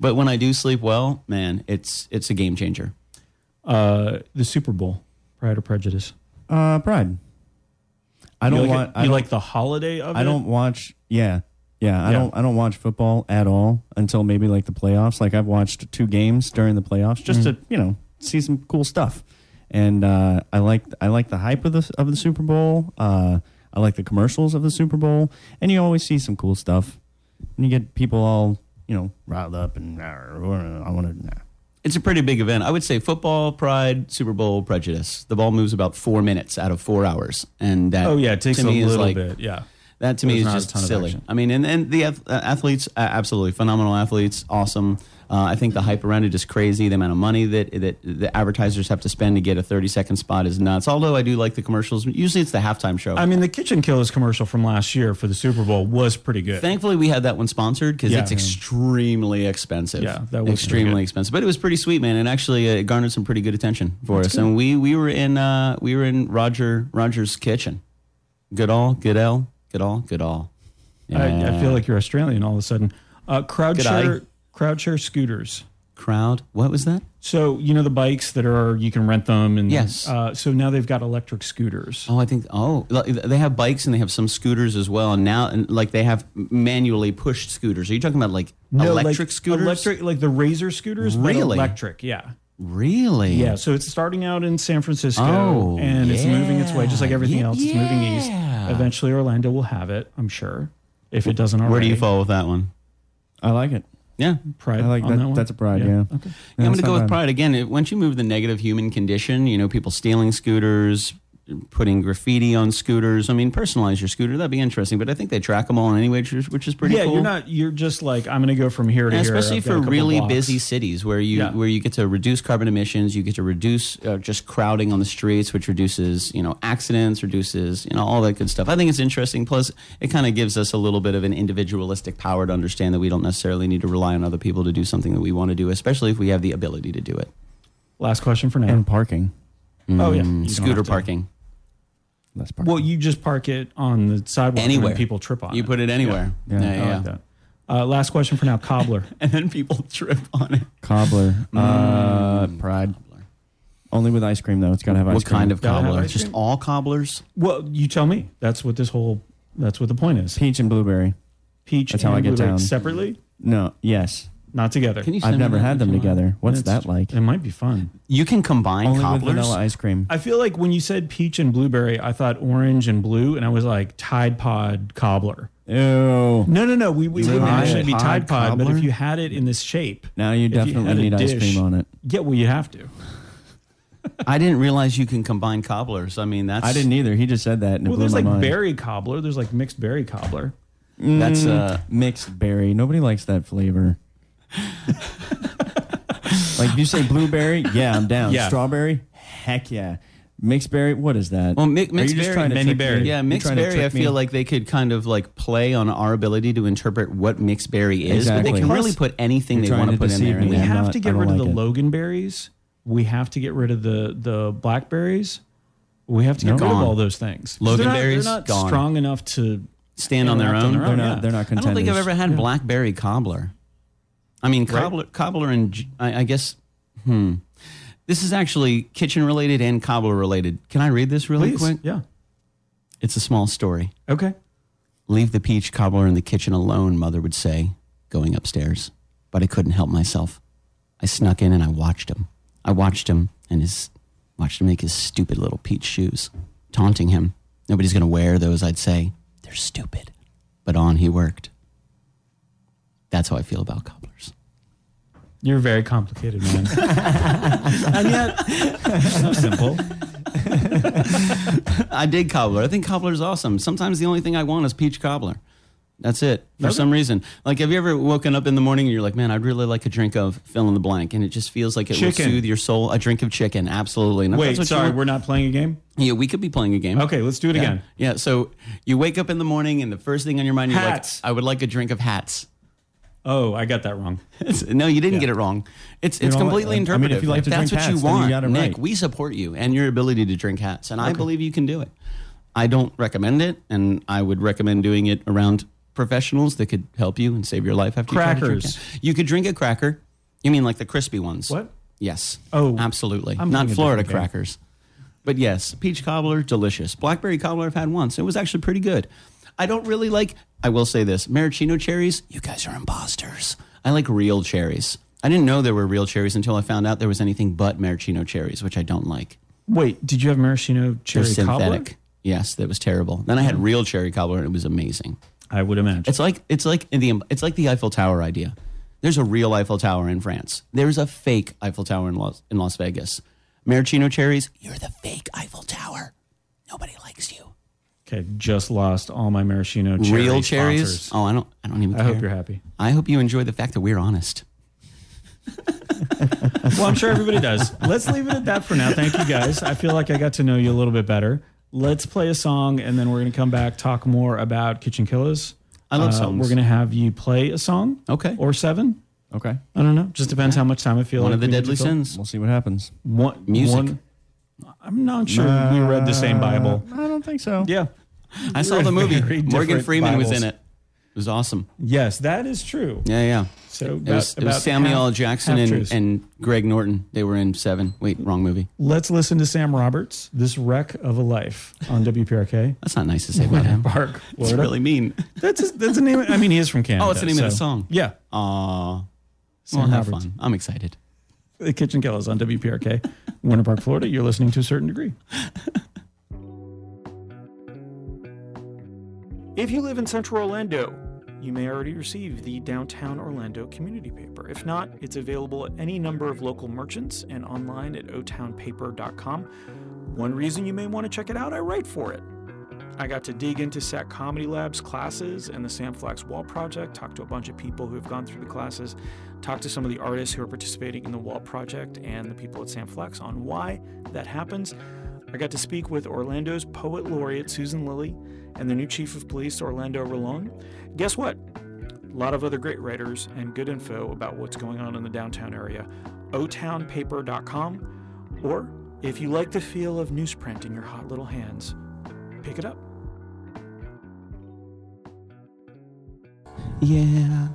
Speaker 4: But when I do sleep well, man, it's it's a game changer.
Speaker 2: uh, the Super Bowl, Pride or Prejudice?
Speaker 3: Uh, Pride. I
Speaker 2: You
Speaker 3: don't
Speaker 2: like
Speaker 3: want.
Speaker 2: it-
Speaker 3: I
Speaker 2: you
Speaker 3: don't-
Speaker 2: like the holiday of
Speaker 3: I
Speaker 2: it?
Speaker 3: don't watch. Yeah, yeah. I
Speaker 2: Yeah.
Speaker 3: don't. I don't watch football at all until maybe like the playoffs. Like I've watched two games during the playoffs just to you know see some cool stuff. And uh, I like I like the hype of the of the Super Bowl. Uh, I like the commercials of the Super Bowl, and you always see some cool stuff. And you get people all you know riled up and "Nah, I want to. Nah.
Speaker 4: It's a pretty big event. I would say football, pride, Super Bowl, prejudice. The ball moves about four minutes out of four hours, and that
Speaker 2: Oh yeah, it takes
Speaker 4: to
Speaker 2: a
Speaker 4: me is
Speaker 2: little
Speaker 4: like-
Speaker 2: bit. Yeah.
Speaker 4: That to me
Speaker 2: There's
Speaker 4: is
Speaker 2: not a
Speaker 4: just
Speaker 2: ton of
Speaker 4: silly.
Speaker 2: action.
Speaker 4: I mean, and, and the ath- uh, athletes, uh, absolutely phenomenal athletes, awesome. Uh, I think the hype around it is crazy. The amount of money that, that the advertisers have to spend to get a 30 second spot is nuts. Although I do like the commercials. Usually it's the halftime show.
Speaker 2: I mean, the Kitchen Killers commercial from last year for the Super Bowl was pretty good.
Speaker 4: Thankfully, we had that one sponsored because
Speaker 2: Yeah.
Speaker 4: it's extremely expensive.
Speaker 2: Yeah, that was
Speaker 4: extremely
Speaker 2: good.
Speaker 4: expensive, but it was pretty sweet, man. And actually, uh, it garnered some pretty good attention for us. And we we were in uh, we were in Roger Roger's kitchen. Goodall, Goodell, Goodall, Goodall.
Speaker 2: I, I
Speaker 4: Yeah.
Speaker 2: feel like you're Australian all of a sudden. Uh, crowd
Speaker 4: Good
Speaker 2: share,
Speaker 4: eye.
Speaker 2: crowd share scooters.
Speaker 4: crowd. What was that?
Speaker 2: So you know the bikes that are you can rent them and
Speaker 4: Yes.
Speaker 2: Uh, so now they've got electric scooters.
Speaker 4: Oh, I think oh, like, they have bikes and they have some scooters as well. And now, and like they have manually pushed scooters. Are you talking about like
Speaker 2: like
Speaker 4: electric scooters?
Speaker 2: electric like the Razor scooters, but
Speaker 4: Really?
Speaker 2: electric, yeah,
Speaker 4: really?
Speaker 2: yeah. So it's starting out in San Francisco
Speaker 4: Oh,
Speaker 2: and it's moving its way, just like
Speaker 4: yeah.
Speaker 2: everything else. It's moving east.
Speaker 4: Yeah.
Speaker 2: Eventually, Orlando will have it, I'm sure. If it doesn't already,
Speaker 4: Where do you fall with that one?
Speaker 3: I like it.
Speaker 4: Yeah.
Speaker 2: Pride
Speaker 3: I like
Speaker 2: on
Speaker 3: that.
Speaker 2: one?
Speaker 3: That's a pride. Yeah.
Speaker 2: Okay.
Speaker 4: Yeah, I'm going
Speaker 3: it's
Speaker 4: to
Speaker 3: not
Speaker 4: go with
Speaker 3: bad.
Speaker 4: pride again. It, once you move the negative human condition, you know, people stealing scooters, putting graffiti on scooters. I mean, personalize your scooter. That'd be interesting. But I think they track them all anyway, which is, which is pretty
Speaker 2: yeah,
Speaker 4: cool.
Speaker 2: you're not. You're just like I'm going to go from here to
Speaker 4: And
Speaker 2: here.
Speaker 4: especially
Speaker 2: I've got a
Speaker 4: for
Speaker 2: couple
Speaker 4: really
Speaker 2: blocks.
Speaker 4: busy cities where you
Speaker 2: Yeah.
Speaker 4: where you get to reduce carbon emissions, you get to reduce uh, just crowding on the streets, which reduces you know accidents, reduces you know all that good stuff. I think it's interesting. Plus, it kind of gives us a little bit of an individualistic power to understand that we don't necessarily need to rely on other people to do something that we want to do, especially if we have the ability to do it.
Speaker 2: Last question for now.
Speaker 3: And parking.
Speaker 2: oh yeah,
Speaker 4: Mm,
Speaker 2: You don't
Speaker 4: scooter
Speaker 2: have to-
Speaker 4: parking.
Speaker 3: Less parking.
Speaker 2: Well, you just park it on the sidewalk and
Speaker 4: Anywhere.
Speaker 2: then people trip on
Speaker 4: You
Speaker 2: it.
Speaker 4: put it anywhere. Yeah, yeah.
Speaker 2: I like that. Uh, last question for now, cobbler.
Speaker 4: And then people trip on it.
Speaker 3: Cobbler. Uh, pride. Only with ice cream though. It's gotta have ice
Speaker 4: what
Speaker 3: cream.
Speaker 4: kind of
Speaker 2: Gotta have
Speaker 4: cobbler?
Speaker 2: ice
Speaker 4: Just
Speaker 2: cream.
Speaker 4: all cobblers?
Speaker 2: well, you tell me. That's what this whole. That's what the point is.
Speaker 3: peach and blueberry?
Speaker 2: Peach
Speaker 3: That's how
Speaker 2: and
Speaker 3: I get
Speaker 2: blueberry
Speaker 3: down.
Speaker 2: separately,
Speaker 3: No. Yes.
Speaker 2: not together.
Speaker 4: Can you send
Speaker 3: I've
Speaker 4: me
Speaker 3: never
Speaker 4: that
Speaker 3: had
Speaker 4: if
Speaker 3: them
Speaker 4: you want?
Speaker 3: together. What's
Speaker 2: It's-
Speaker 3: that like?
Speaker 2: It might be fun.
Speaker 4: You can combine
Speaker 3: Only with
Speaker 4: cobblers.
Speaker 3: vanilla ice cream.
Speaker 2: I feel like when you said peach and blueberry, I thought orange and blue, and I was like Tide Pod cobbler.
Speaker 3: Ew.
Speaker 2: No, no, no. We, we wouldn't
Speaker 3: Tide
Speaker 2: actually be
Speaker 4: Pod
Speaker 2: Tide Pod, but
Speaker 4: cobbler?
Speaker 2: if you had it in this shape,
Speaker 3: Now you
Speaker 2: if you
Speaker 3: definitely
Speaker 2: had a
Speaker 3: need ice
Speaker 2: dish-
Speaker 3: cream on it.
Speaker 2: Yeah, well, you have to.
Speaker 4: I didn't realize you can combine cobblers. I mean, that's
Speaker 3: I didn't either. He just said that and
Speaker 2: Well,
Speaker 3: it blew
Speaker 2: there's
Speaker 3: my
Speaker 2: like
Speaker 3: mind.
Speaker 2: berry cobbler. There's like mixed berry cobbler.
Speaker 3: e-
Speaker 4: That's
Speaker 3: Mm.
Speaker 4: uh,
Speaker 3: Mixed berry. Nobody likes that flavor. like if you say blueberry, yeah, I'm down.
Speaker 2: Yeah.
Speaker 3: Strawberry, heck yeah. Mixed berry, what is that?
Speaker 4: well, mi-
Speaker 3: Are you
Speaker 4: mixed
Speaker 3: just
Speaker 4: berry,
Speaker 3: trying to
Speaker 2: many
Speaker 3: trick
Speaker 2: berry.
Speaker 3: me? You
Speaker 4: Yeah, mixed
Speaker 3: trying to
Speaker 4: berry. I
Speaker 3: trick me?
Speaker 4: feel like they could kind of like play on our ability to interpret what mixed berry is, but
Speaker 3: Exactly.
Speaker 4: they can
Speaker 3: Plus,
Speaker 4: really put anything
Speaker 3: you're
Speaker 4: they
Speaker 3: trying
Speaker 4: want
Speaker 3: to
Speaker 4: to put in
Speaker 3: deceive
Speaker 4: there. and
Speaker 3: me.
Speaker 2: We
Speaker 3: Yeah,
Speaker 4: then-
Speaker 3: I'm
Speaker 2: have
Speaker 3: not-
Speaker 2: to
Speaker 3: I
Speaker 2: get
Speaker 3: don't
Speaker 2: rid of the
Speaker 3: like it.
Speaker 2: loganberries. We have to get rid of the the blackberries. We have to get rid of
Speaker 4: Gone.
Speaker 2: all those things. 'Cause they're not- they're
Speaker 4: Loganberries,
Speaker 2: not,
Speaker 4: gone.
Speaker 2: strong enough to.
Speaker 4: Stand on their
Speaker 2: interact
Speaker 4: own.
Speaker 3: they're not
Speaker 2: yeah.
Speaker 3: they're not
Speaker 4: Oh, I
Speaker 3: contenders.
Speaker 4: don't think I've ever had blackberry cobbler. I mean,
Speaker 2: Right?
Speaker 4: cobbler, cobbler, and j- I, I guess. Hmm. This is actually kitchen related and cobbler related. Can I read this really
Speaker 2: Please,
Speaker 4: quick?
Speaker 2: yeah.
Speaker 4: It's a small story.
Speaker 2: Okay.
Speaker 4: Leave the peach cobbler in the kitchen alone, mother would say, going upstairs. But I couldn't help myself. I snuck in and I watched him. I watched him and his watched him make his stupid little peach shoes, taunting him. Nobody's gonna wear those, I'd say. They're stupid. But on he worked. That's how I feel about cobblers.
Speaker 2: You're very complicated, man. and yet, so simple.
Speaker 4: I dig cobbler. I think cobbler's awesome. Sometimes the only thing I want is peach cobbler. That's it. For some reason, like have you ever woken up in the morning and you're like, man, I'd really like a drink of fill in the blank, and it just feels like it
Speaker 2: Chicken.
Speaker 4: will soothe your soul. A drink of chicken, absolutely. And if
Speaker 2: Wait,
Speaker 4: that's what you
Speaker 2: sorry,
Speaker 4: want-
Speaker 2: we're not playing a game?
Speaker 4: yeah, we could be playing a game.
Speaker 2: Okay, let's do it
Speaker 4: Yeah.
Speaker 2: again.
Speaker 4: Yeah. So you wake up in the morning, and the first thing on your mind, you're
Speaker 2: Hats.
Speaker 4: like, I would like a drink of hats.
Speaker 2: Oh, I got that wrong.
Speaker 4: It's- no, you didn't get it wrong. It's it's
Speaker 3: know what? I
Speaker 4: completely
Speaker 3: mean, if you
Speaker 4: interpretive.
Speaker 3: like to
Speaker 4: that's
Speaker 3: drink
Speaker 4: what you
Speaker 3: hats, then you
Speaker 4: want,
Speaker 3: got it
Speaker 4: Nick,
Speaker 3: right.
Speaker 4: we support you and your ability to drink hats, and I believe you can do it. I don't recommend it, and I would recommend doing it around professionals that could help you and save your life after you try to drink
Speaker 2: Crackers.
Speaker 4: it. You could drink a cracker. You mean like the crispy ones?
Speaker 2: What?
Speaker 4: Yes.
Speaker 2: Oh,
Speaker 4: absolutely.
Speaker 2: I'm
Speaker 4: Not
Speaker 2: thinking
Speaker 4: Florida
Speaker 2: different thing.
Speaker 4: crackers. But yes, peach cobbler, delicious. Blackberry cobbler, I've had once. It was actually pretty good. I don't really like, I will say this maraschino cherries, you guys are imposters. I like real cherries. I didn't know there were real cherries until I found out there was anything but maraschino cherries, which I don't like.
Speaker 2: Wait, did you have maraschino
Speaker 4: They're
Speaker 2: cherry
Speaker 4: synthetic.
Speaker 2: cobbler?
Speaker 4: Yes, that was terrible. Then I had real cherry cobbler and it was amazing.
Speaker 2: I would imagine.
Speaker 4: It's like it's like in the it's like the Eiffel Tower idea. There's a real Eiffel Tower in France. There's a fake Eiffel Tower in Las in Las Vegas. Maraschino cherries, you're the fake Eiffel Tower. Nobody likes you.
Speaker 2: okay, just lost all my maraschino cherry
Speaker 4: real cherries?
Speaker 2: sponsors.
Speaker 4: Oh, I don't I don't even
Speaker 2: I
Speaker 4: care.
Speaker 2: hope you're happy.
Speaker 4: I hope you enjoy the fact that we're honest.
Speaker 2: Well, I'm sure everybody does. Let's leave it at that for now. Thank you guys. I feel like I got to know you a little bit better. Let's play a song and then we're going to come back, talk more about Kitchen Killers.
Speaker 4: I love songs.
Speaker 2: Uh, We're going to have you play a song.
Speaker 4: Okay.
Speaker 2: Or seven.
Speaker 3: Okay.
Speaker 2: I don't know. Just depends how much time I feel
Speaker 4: One
Speaker 2: like
Speaker 4: of the
Speaker 2: we need to
Speaker 4: deadly
Speaker 2: fill.
Speaker 4: sins.
Speaker 3: We'll see what happens.
Speaker 2: One,
Speaker 4: Music.
Speaker 2: one- I'm not sure we read the same Bible.
Speaker 3: I don't think so.
Speaker 2: Yeah.
Speaker 4: I saw
Speaker 2: We're
Speaker 4: the movie.
Speaker 2: very
Speaker 4: Morgan
Speaker 2: different
Speaker 4: Freeman was
Speaker 2: Bibles.
Speaker 4: in it. It was awesome.
Speaker 2: Yes, that is true.
Speaker 4: Yeah, yeah.
Speaker 2: So
Speaker 4: It was,
Speaker 2: about-
Speaker 4: it was
Speaker 2: about
Speaker 4: Samuel L.
Speaker 2: half-
Speaker 4: Jackson
Speaker 2: half
Speaker 4: and,
Speaker 2: truths.
Speaker 4: and Greg Norton. They were in Seven. Wait, wrong movie.
Speaker 2: let's listen to Sam Roberts, this wreck of a life on WPRK.
Speaker 4: That's not nice to say about him.
Speaker 2: Park,
Speaker 4: It's
Speaker 2: Florida.
Speaker 4: really mean.
Speaker 2: That's his, that's the name. I mean, he is from Canada.
Speaker 4: Oh, it's the name of the
Speaker 2: so-
Speaker 4: song.
Speaker 2: Yeah,
Speaker 4: Aw.
Speaker 2: Sam
Speaker 4: well, have
Speaker 2: Roberts.
Speaker 4: fun. I'm excited.
Speaker 2: the Kitchen Killers on WPRK, Winter Park, Florida. You're listening to a certain degree.
Speaker 5: If you live in central Orlando, you may already receive the Downtown Orlando Community Paper. If not, it's available at any number of local merchants and online at otownpaper.com. One reason you may want to check it out, I write for it. I got to dig into SAC Comedy Lab's classes and the Sam Flax Wall Project, talk to a bunch of people who have gone through the classes, talk to some of the artists who are participating in the Wall Project and the people at Sam Flax on why that happens. I got to speak with Orlando's poet laureate Susan Lilly and the new chief of police Orlando Rolone. Guess what? A lot of other great writers and good info about what's going on in the downtown area. otownpaper.com or if you like the feel of newsprint in your hot little hands, pick it up.
Speaker 4: Yeah.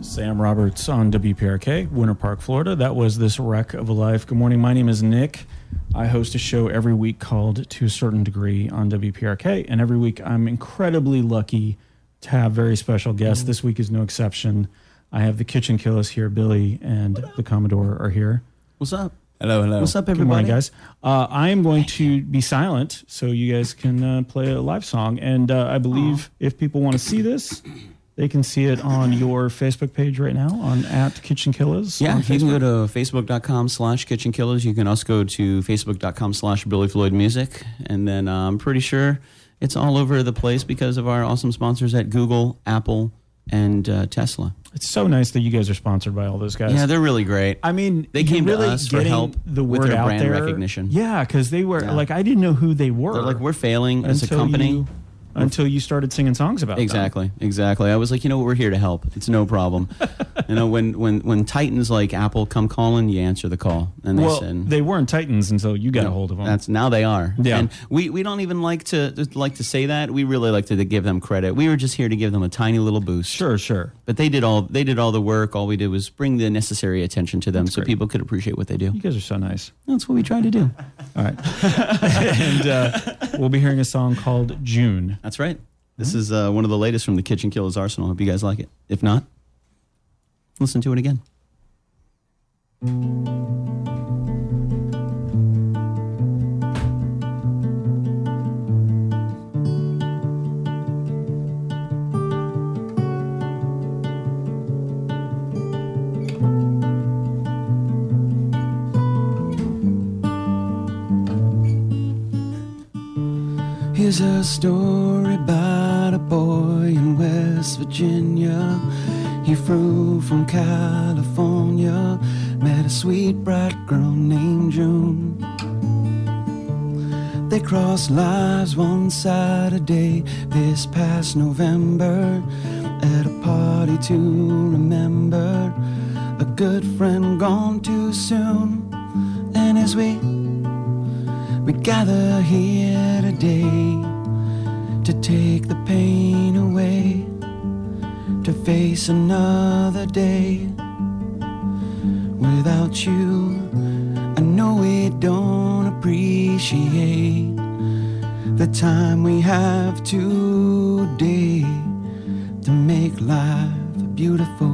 Speaker 2: Sam Roberts on WPRK, Winter Park, Florida. That was this wreck of a life. Good morning. My name is Nick. I host a show every week called To a Certain Degree on WPRK. And every week I'm incredibly lucky to have very special guests. This week is no exception. I have the Kitchen Killers here, Billy and the Commodore are here.
Speaker 4: What's up?
Speaker 3: Hello, hello.
Speaker 4: What's up, everybody?
Speaker 2: Good morning, guys. Uh, I am going to be silent so you guys can uh, play a live song. And uh, I
Speaker 4: Oh.
Speaker 2: believe if people want to see this, they can see it on your Facebook page right now on at Kitchen Killers.
Speaker 4: Yeah,
Speaker 2: on
Speaker 4: you can
Speaker 2: Facebook.
Speaker 4: go to facebook.com slash kitchen killers. You can also go to facebook.com slash Billy Floyd Music. And then uh, I'm pretty sure it's all over the place because of our awesome sponsors at Google, Apple, and uh, Tesla.
Speaker 2: It's so nice that you guys are sponsored by all those guys.
Speaker 4: Yeah, they're really great.
Speaker 2: I mean,
Speaker 4: They came to
Speaker 2: really
Speaker 4: us for
Speaker 2: getting
Speaker 4: help
Speaker 2: the
Speaker 4: with
Speaker 2: word
Speaker 4: their
Speaker 2: out
Speaker 4: brand
Speaker 2: there.
Speaker 4: recognition.
Speaker 2: Yeah, because they were
Speaker 4: Yeah.
Speaker 2: like, I didn't know who they were.
Speaker 4: They're like, we're failing as a
Speaker 2: until
Speaker 4: company.
Speaker 2: you- until you started singing songs about them.
Speaker 4: Exactly, exactly. I was like, you know, what, we're here to help. It's no problem. you know, when when when Titans like Apple come calling, you answer the call, and they
Speaker 2: Well,
Speaker 4: send.
Speaker 2: they weren't Titans until you got a
Speaker 4: No,
Speaker 2: hold of them.
Speaker 4: That's now they are.
Speaker 2: Yeah.
Speaker 4: And we, we don't even like to just like to say that. We really like to, give them credit. We were just here to give them a tiny little boost.
Speaker 2: sure, sure.
Speaker 4: But they did all they did all the work. All we did was bring the necessary attention to them so
Speaker 2: great.
Speaker 4: people could appreciate what they do.
Speaker 2: You guys are so nice.
Speaker 4: That's what we try to do.
Speaker 2: All right. and uh, we'll be hearing a song called June.
Speaker 4: That's right. This is uh, one of the latest from the Kitchen Killers Arsenal. Hope you guys like it. If not, listen to it again. Here's a story about a boy in West Virginia. He flew from California, met a sweet, bright girl named June. They crossed lives one Saturday this past November at a party to remember. A good friend gone too soon, and as we we gather here today to take the pain away, to face another day without you don't appreciate the time we have today to make life beautiful.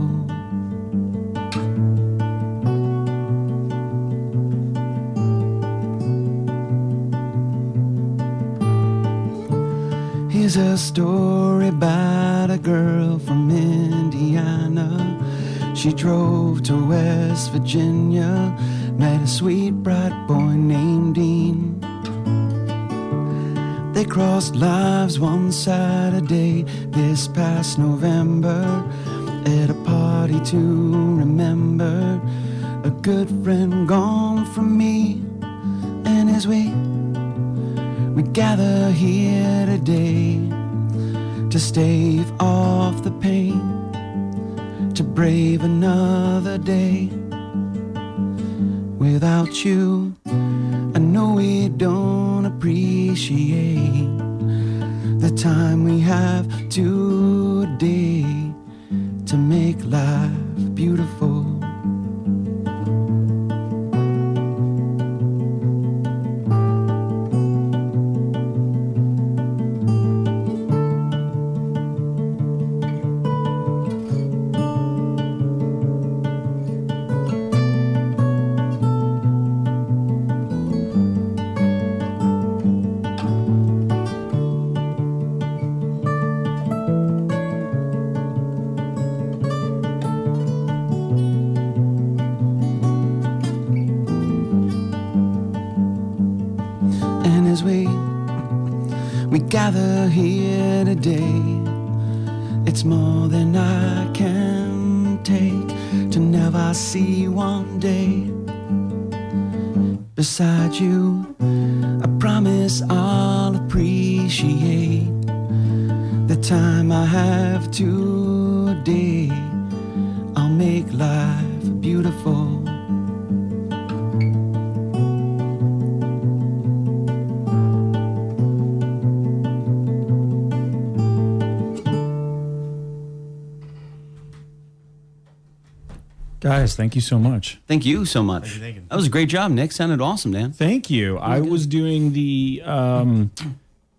Speaker 4: Here's a story about a girl from Indiana. She drove to West Virginia, met a sweet, bright boy named Dean. They crossed lives one Saturday this past November at a party to remember. A good friend gone from me, and as we we gather here today to stave off the pain, to brave another day. Without you, I know we don't appreciate the time we have today to make life beautiful. And as we we gather here today, it's more than I can take to never see one day beside you. I promise I'll appreciate the time I have today. I'll make life beautiful.
Speaker 2: Guys, thank you so much.
Speaker 4: Thank you so much. That was a great job, Nick. Sounded awesome, Dan.
Speaker 2: Thank you. I was doing the um,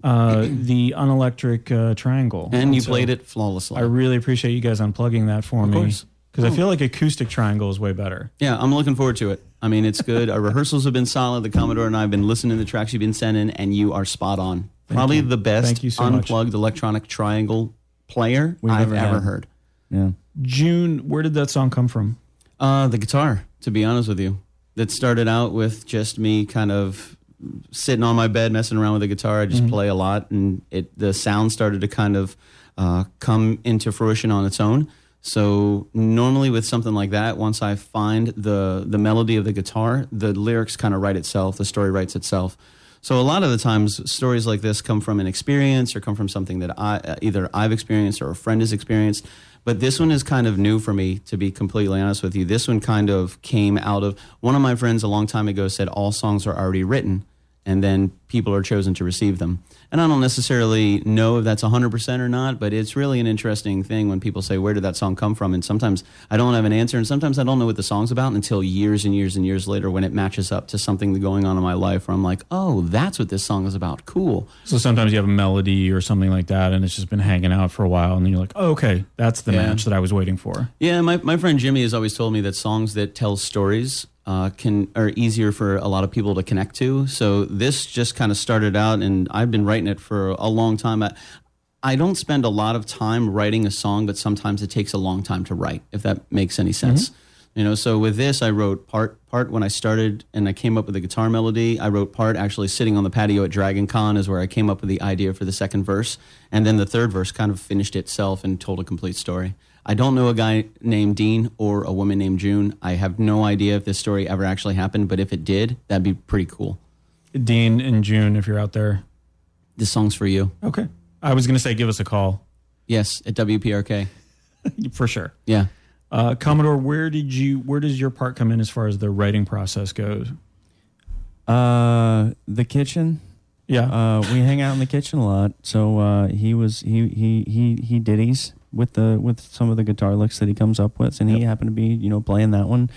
Speaker 2: uh, the unelectric uh, triangle,
Speaker 4: And you
Speaker 2: so
Speaker 4: played it flawlessly.
Speaker 2: I really appreciate you guys unplugging that for me
Speaker 4: course. Oh.
Speaker 2: because I feel like acoustic triangle is way better.
Speaker 4: yeah, I'm looking forward to it. I mean, it's good. Our rehearsals have been solid. The Commodore and I have been listening to the tracks you've been sending, and you are spot on. Probably the best
Speaker 2: Thank you so much.
Speaker 4: unplugged electronic triangle player I've
Speaker 3: ever
Speaker 4: ever
Speaker 3: had.
Speaker 4: heard.
Speaker 3: Yeah.
Speaker 2: June, where did that song come from?
Speaker 4: Uh, the guitar, to be honest with you, that started out with just me kind of sitting on my bed messing around with the guitar. I just play a lot, and it the sound started to kind of uh, come into fruition on its own. So normally with something like that, once I find the the melody of the guitar, the lyrics kind of write itself. The story writes itself. So a lot of the times, stories like this come from an experience or come from something that I uh, either I've experienced or a friend has experienced. But this one is kind of new for me, to be completely honest with you. This one kind of came out of one of my friends a long time ago said all songs are already written, and then people are chosen to receive them. And I don't necessarily know if that's 100% or not, but it's really an interesting thing when people say, Where did that song come from? And sometimes I don't have an answer, and sometimes I don't know what the song's about until years and years and years later when it matches up to something going on in my life where I'm like, Oh, that's what this song is about. Cool.
Speaker 2: So sometimes you have a melody or something like that, and it's just been hanging out for a while, and then you're like, oh, okay, that's the
Speaker 4: Yeah.
Speaker 2: match that I was waiting for.
Speaker 4: Yeah, my, my friend Jimmy has always told me that songs that tell stories uh, can are easier for a lot of people to connect to. So this just kind of started out, and I've been writing it for a long time. I, I don't spend a lot of time writing a song, but sometimes it takes a long time to write, if that makes any sense. You know, so with this, I wrote part part when I started, and I came up with a guitar melody. I wrote part actually sitting on the patio at Dragon Con is where I came up with the idea for the second verse, and then the third verse kind of finished itself and told a complete story. I don't know a guy named Dean or a woman named June. I have no idea if this story ever actually happened, but if it did, that'd be pretty cool.
Speaker 2: Dean and June, if you're out there,
Speaker 4: This song's for you.
Speaker 2: okay. I was gonna say give us a call
Speaker 4: Yes, at WPRK.
Speaker 2: for sure.
Speaker 4: Yeah.
Speaker 2: Uh, Commodore, where did you? Where does your part come in as far as the writing process goes?
Speaker 3: Uh, the kitchen.
Speaker 2: Yeah,
Speaker 3: Uh, we hang out in the kitchen a lot. So uh, he was he he he he ditties with the with some of the guitar licks that he comes up with, and he happened to be you know playing that one.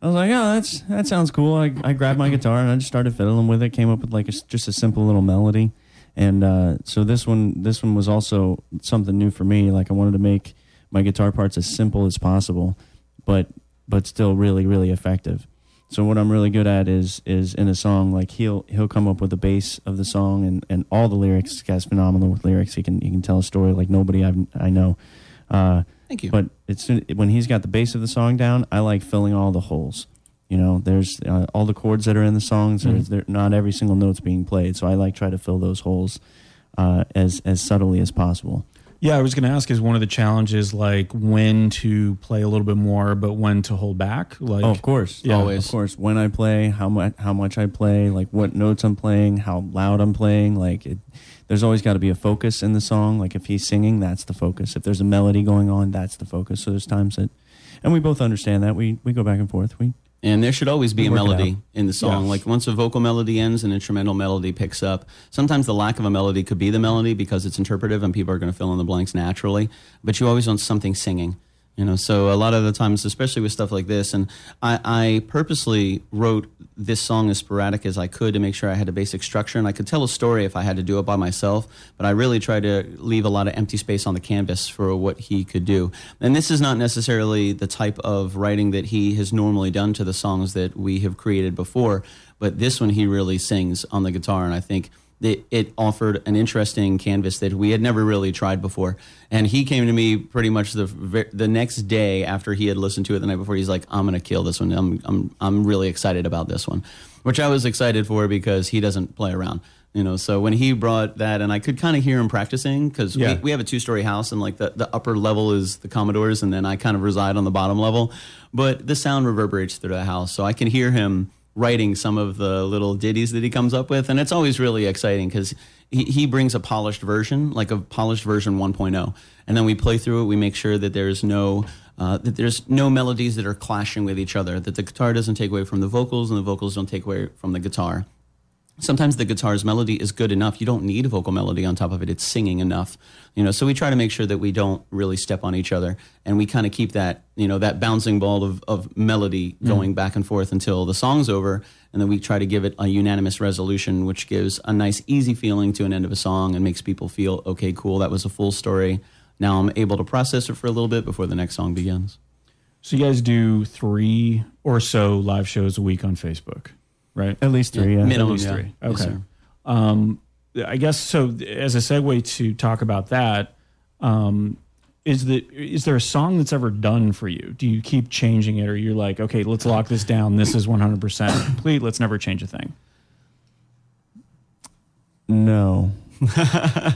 Speaker 3: I was like, oh, that's that sounds cool. I, I grabbed my guitar and I just started fiddling with it. Came up with like a s just a simple little melody, and uh, so this one this one was also something new for me. Like I wanted to make my guitar parts as simple as possible, but but still really really effective. So what I'm really good at is is in a song like he'll he'll come up with the bass of the song and, and all the lyrics. This guy's phenomenal with lyrics. He can he can tell a story like nobody I've, I know. Uh,
Speaker 4: Thank you.
Speaker 3: but it's when he's got the bass of the song down, I like filling all the holes. You know, there's uh, all the chords that are in the songs. There's there, not every single note's being played, so I like try to fill those holes uh, as as subtly as possible.
Speaker 2: Yeah, I was going to ask is one of the challenges like when to play a little bit more, but when to hold back? Like,
Speaker 3: oh, of course,
Speaker 2: Yeah.
Speaker 3: of course. When I play, how much how much I play, like what notes I'm playing, how loud I'm playing. Like, it, there's always got to be a focus in the song. Like if he's singing, that's the focus. If there's a melody going on, that's the focus. So there's times that, and we both understand that. We we go back and forth. We
Speaker 4: And there should always be
Speaker 3: We
Speaker 4: a
Speaker 3: work it
Speaker 4: melody
Speaker 3: out.
Speaker 4: in the song.
Speaker 2: Yeah.
Speaker 4: Like once a vocal melody ends, an instrumental melody picks up. Sometimes the lack of a melody could be the melody because it's interpretive and people are going to fill in the blanks naturally. But you always want something singing, you know. So a lot of the times, especially with stuff like this, and I, I purposely wrote this song as sporadic as I could to make sure I had a basic structure and I could tell a story if I had to do it by myself. But I really tried to leave a lot of empty space on the canvas for what he could do. And this is not necessarily the type of writing that he has normally done to the songs that we have created before, but this one he really sings on the guitar, and I think. that It offered an interesting canvas that we had never really tried before, and he came to me pretty much the ver- the next day after he had listened to it the night before. He's like, "I'm gonna kill this one. I'm I'm I'm really excited about this one," which I was excited for because he doesn't play around you know so when he brought that and i could kind of hear him practicing because
Speaker 2: Yeah.
Speaker 4: we, we have a two-story house and like the, the upper level is the commodores and then i kind of reside on the bottom level but the sound reverberates through the house so i can hear him writing some of the little ditties that he comes up with and it's always really exciting because he, he brings a polished version like a polished version 1.0 and then we play through it we make sure that there's no uh, that there's no melodies that are clashing with each other that the guitar doesn't take away from the vocals and the vocals don't take away from the guitar sometimes the guitar's melody is good enough you don't need a vocal melody on top of it it's singing enough you know so we try to make sure that we don't really step on each other and we kind of keep that you know that bouncing ball of, of melody going back and forth until the song's over and then we try to give it a unanimous resolution which gives a nice easy feeling to an end of a song and makes people feel okay cool that was a full story now i'm able to process it for a little bit before the next song begins
Speaker 2: so you guys do three or so live shows a week on Facebook, right?
Speaker 3: at least three. Yeah,
Speaker 4: minimum
Speaker 2: least
Speaker 4: yeah.
Speaker 2: three.
Speaker 4: Yes,
Speaker 2: Okay.
Speaker 4: sir.
Speaker 2: Um, I guess so. As a segue to talk about that, um, is the is there a song that's ever done for you? Do you keep changing it, or you're like, okay, let's lock this down. This is 100 percent complete. Let's never change a thing.
Speaker 3: No.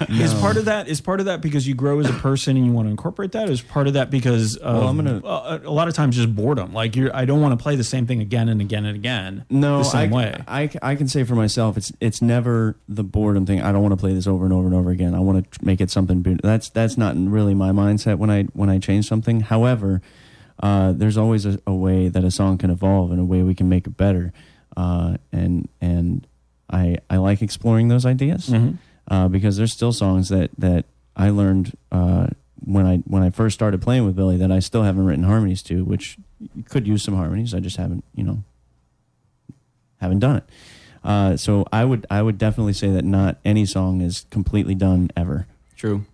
Speaker 2: Is part of that is part of that because you grow as a person and you want to incorporate that? Is part of that because of,
Speaker 3: Well, I'm gonna-
Speaker 2: uh, a lot of times just boredom. Like you're, I don't want to play the same thing again and again and again.
Speaker 3: No,
Speaker 2: the same
Speaker 3: I,
Speaker 2: way.
Speaker 3: I, I can say for myself, it's it's never the boredom thing. I don't want to play this over and over and over again. I want to make it something. Be- that's that's not really my mindset when I when I change something. However, uh, there's always a, a way that a song can evolve and a way we can make it better. Uh, and and I I like exploring those ideas
Speaker 2: Mm-hmm.
Speaker 3: uh, because there's still songs that that I learned uh, when I when I first started playing with Billy that I still haven't written harmonies to, which could use some harmonies. I just haven't you know haven't done it. Uh, so I would I would definitely say that not any song is completely done ever.
Speaker 4: True.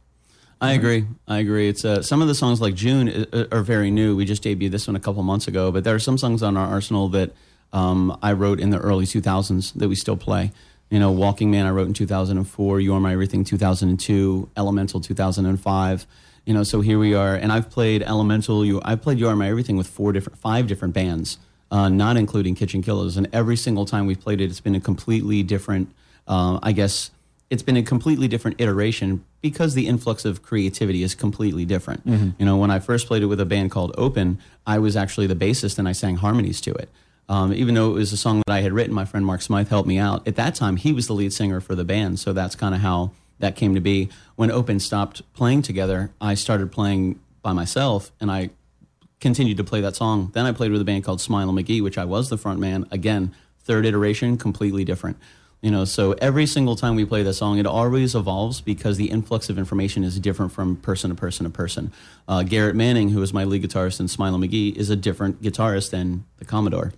Speaker 4: I agree. I agree. It's uh, some of the songs like June uh, are very new. We just debuted this one a couple months ago, but there are some songs on our arsenal that um, I wrote in the early 2000s that we still play. You know, Walking Man I wrote in 2004, You Are My Everything 2002, Elemental 2005. You know, so here we are, and I've played Elemental. You, I played You Are My Everything with four different, five different bands, uh, not including Kitchen Killers. And every single time we've played it, it's been a completely different, uh, I guess, it's been a completely different iteration because the influx of creativity is completely different. You know, when I first played it with a band called Open, I was actually the bassist and I sang harmonies to it. Um, even though it was a song that I had written, my friend Mark Smythe helped me out. At that time, he was the lead singer for the band, so that's kind of how that came to be. When Open stopped playing together, I started playing by myself, and I continued to play that song. Then I played with a band called Smile and McGee, which I was the front man. Again, third iteration, completely different. You know, so every single time we play that song, it always evolves because the influx of information is different from person to person to person. Uh, Garrett Manning, who is my lead guitarist in Smiley McGee, is a different guitarist than the Commodore.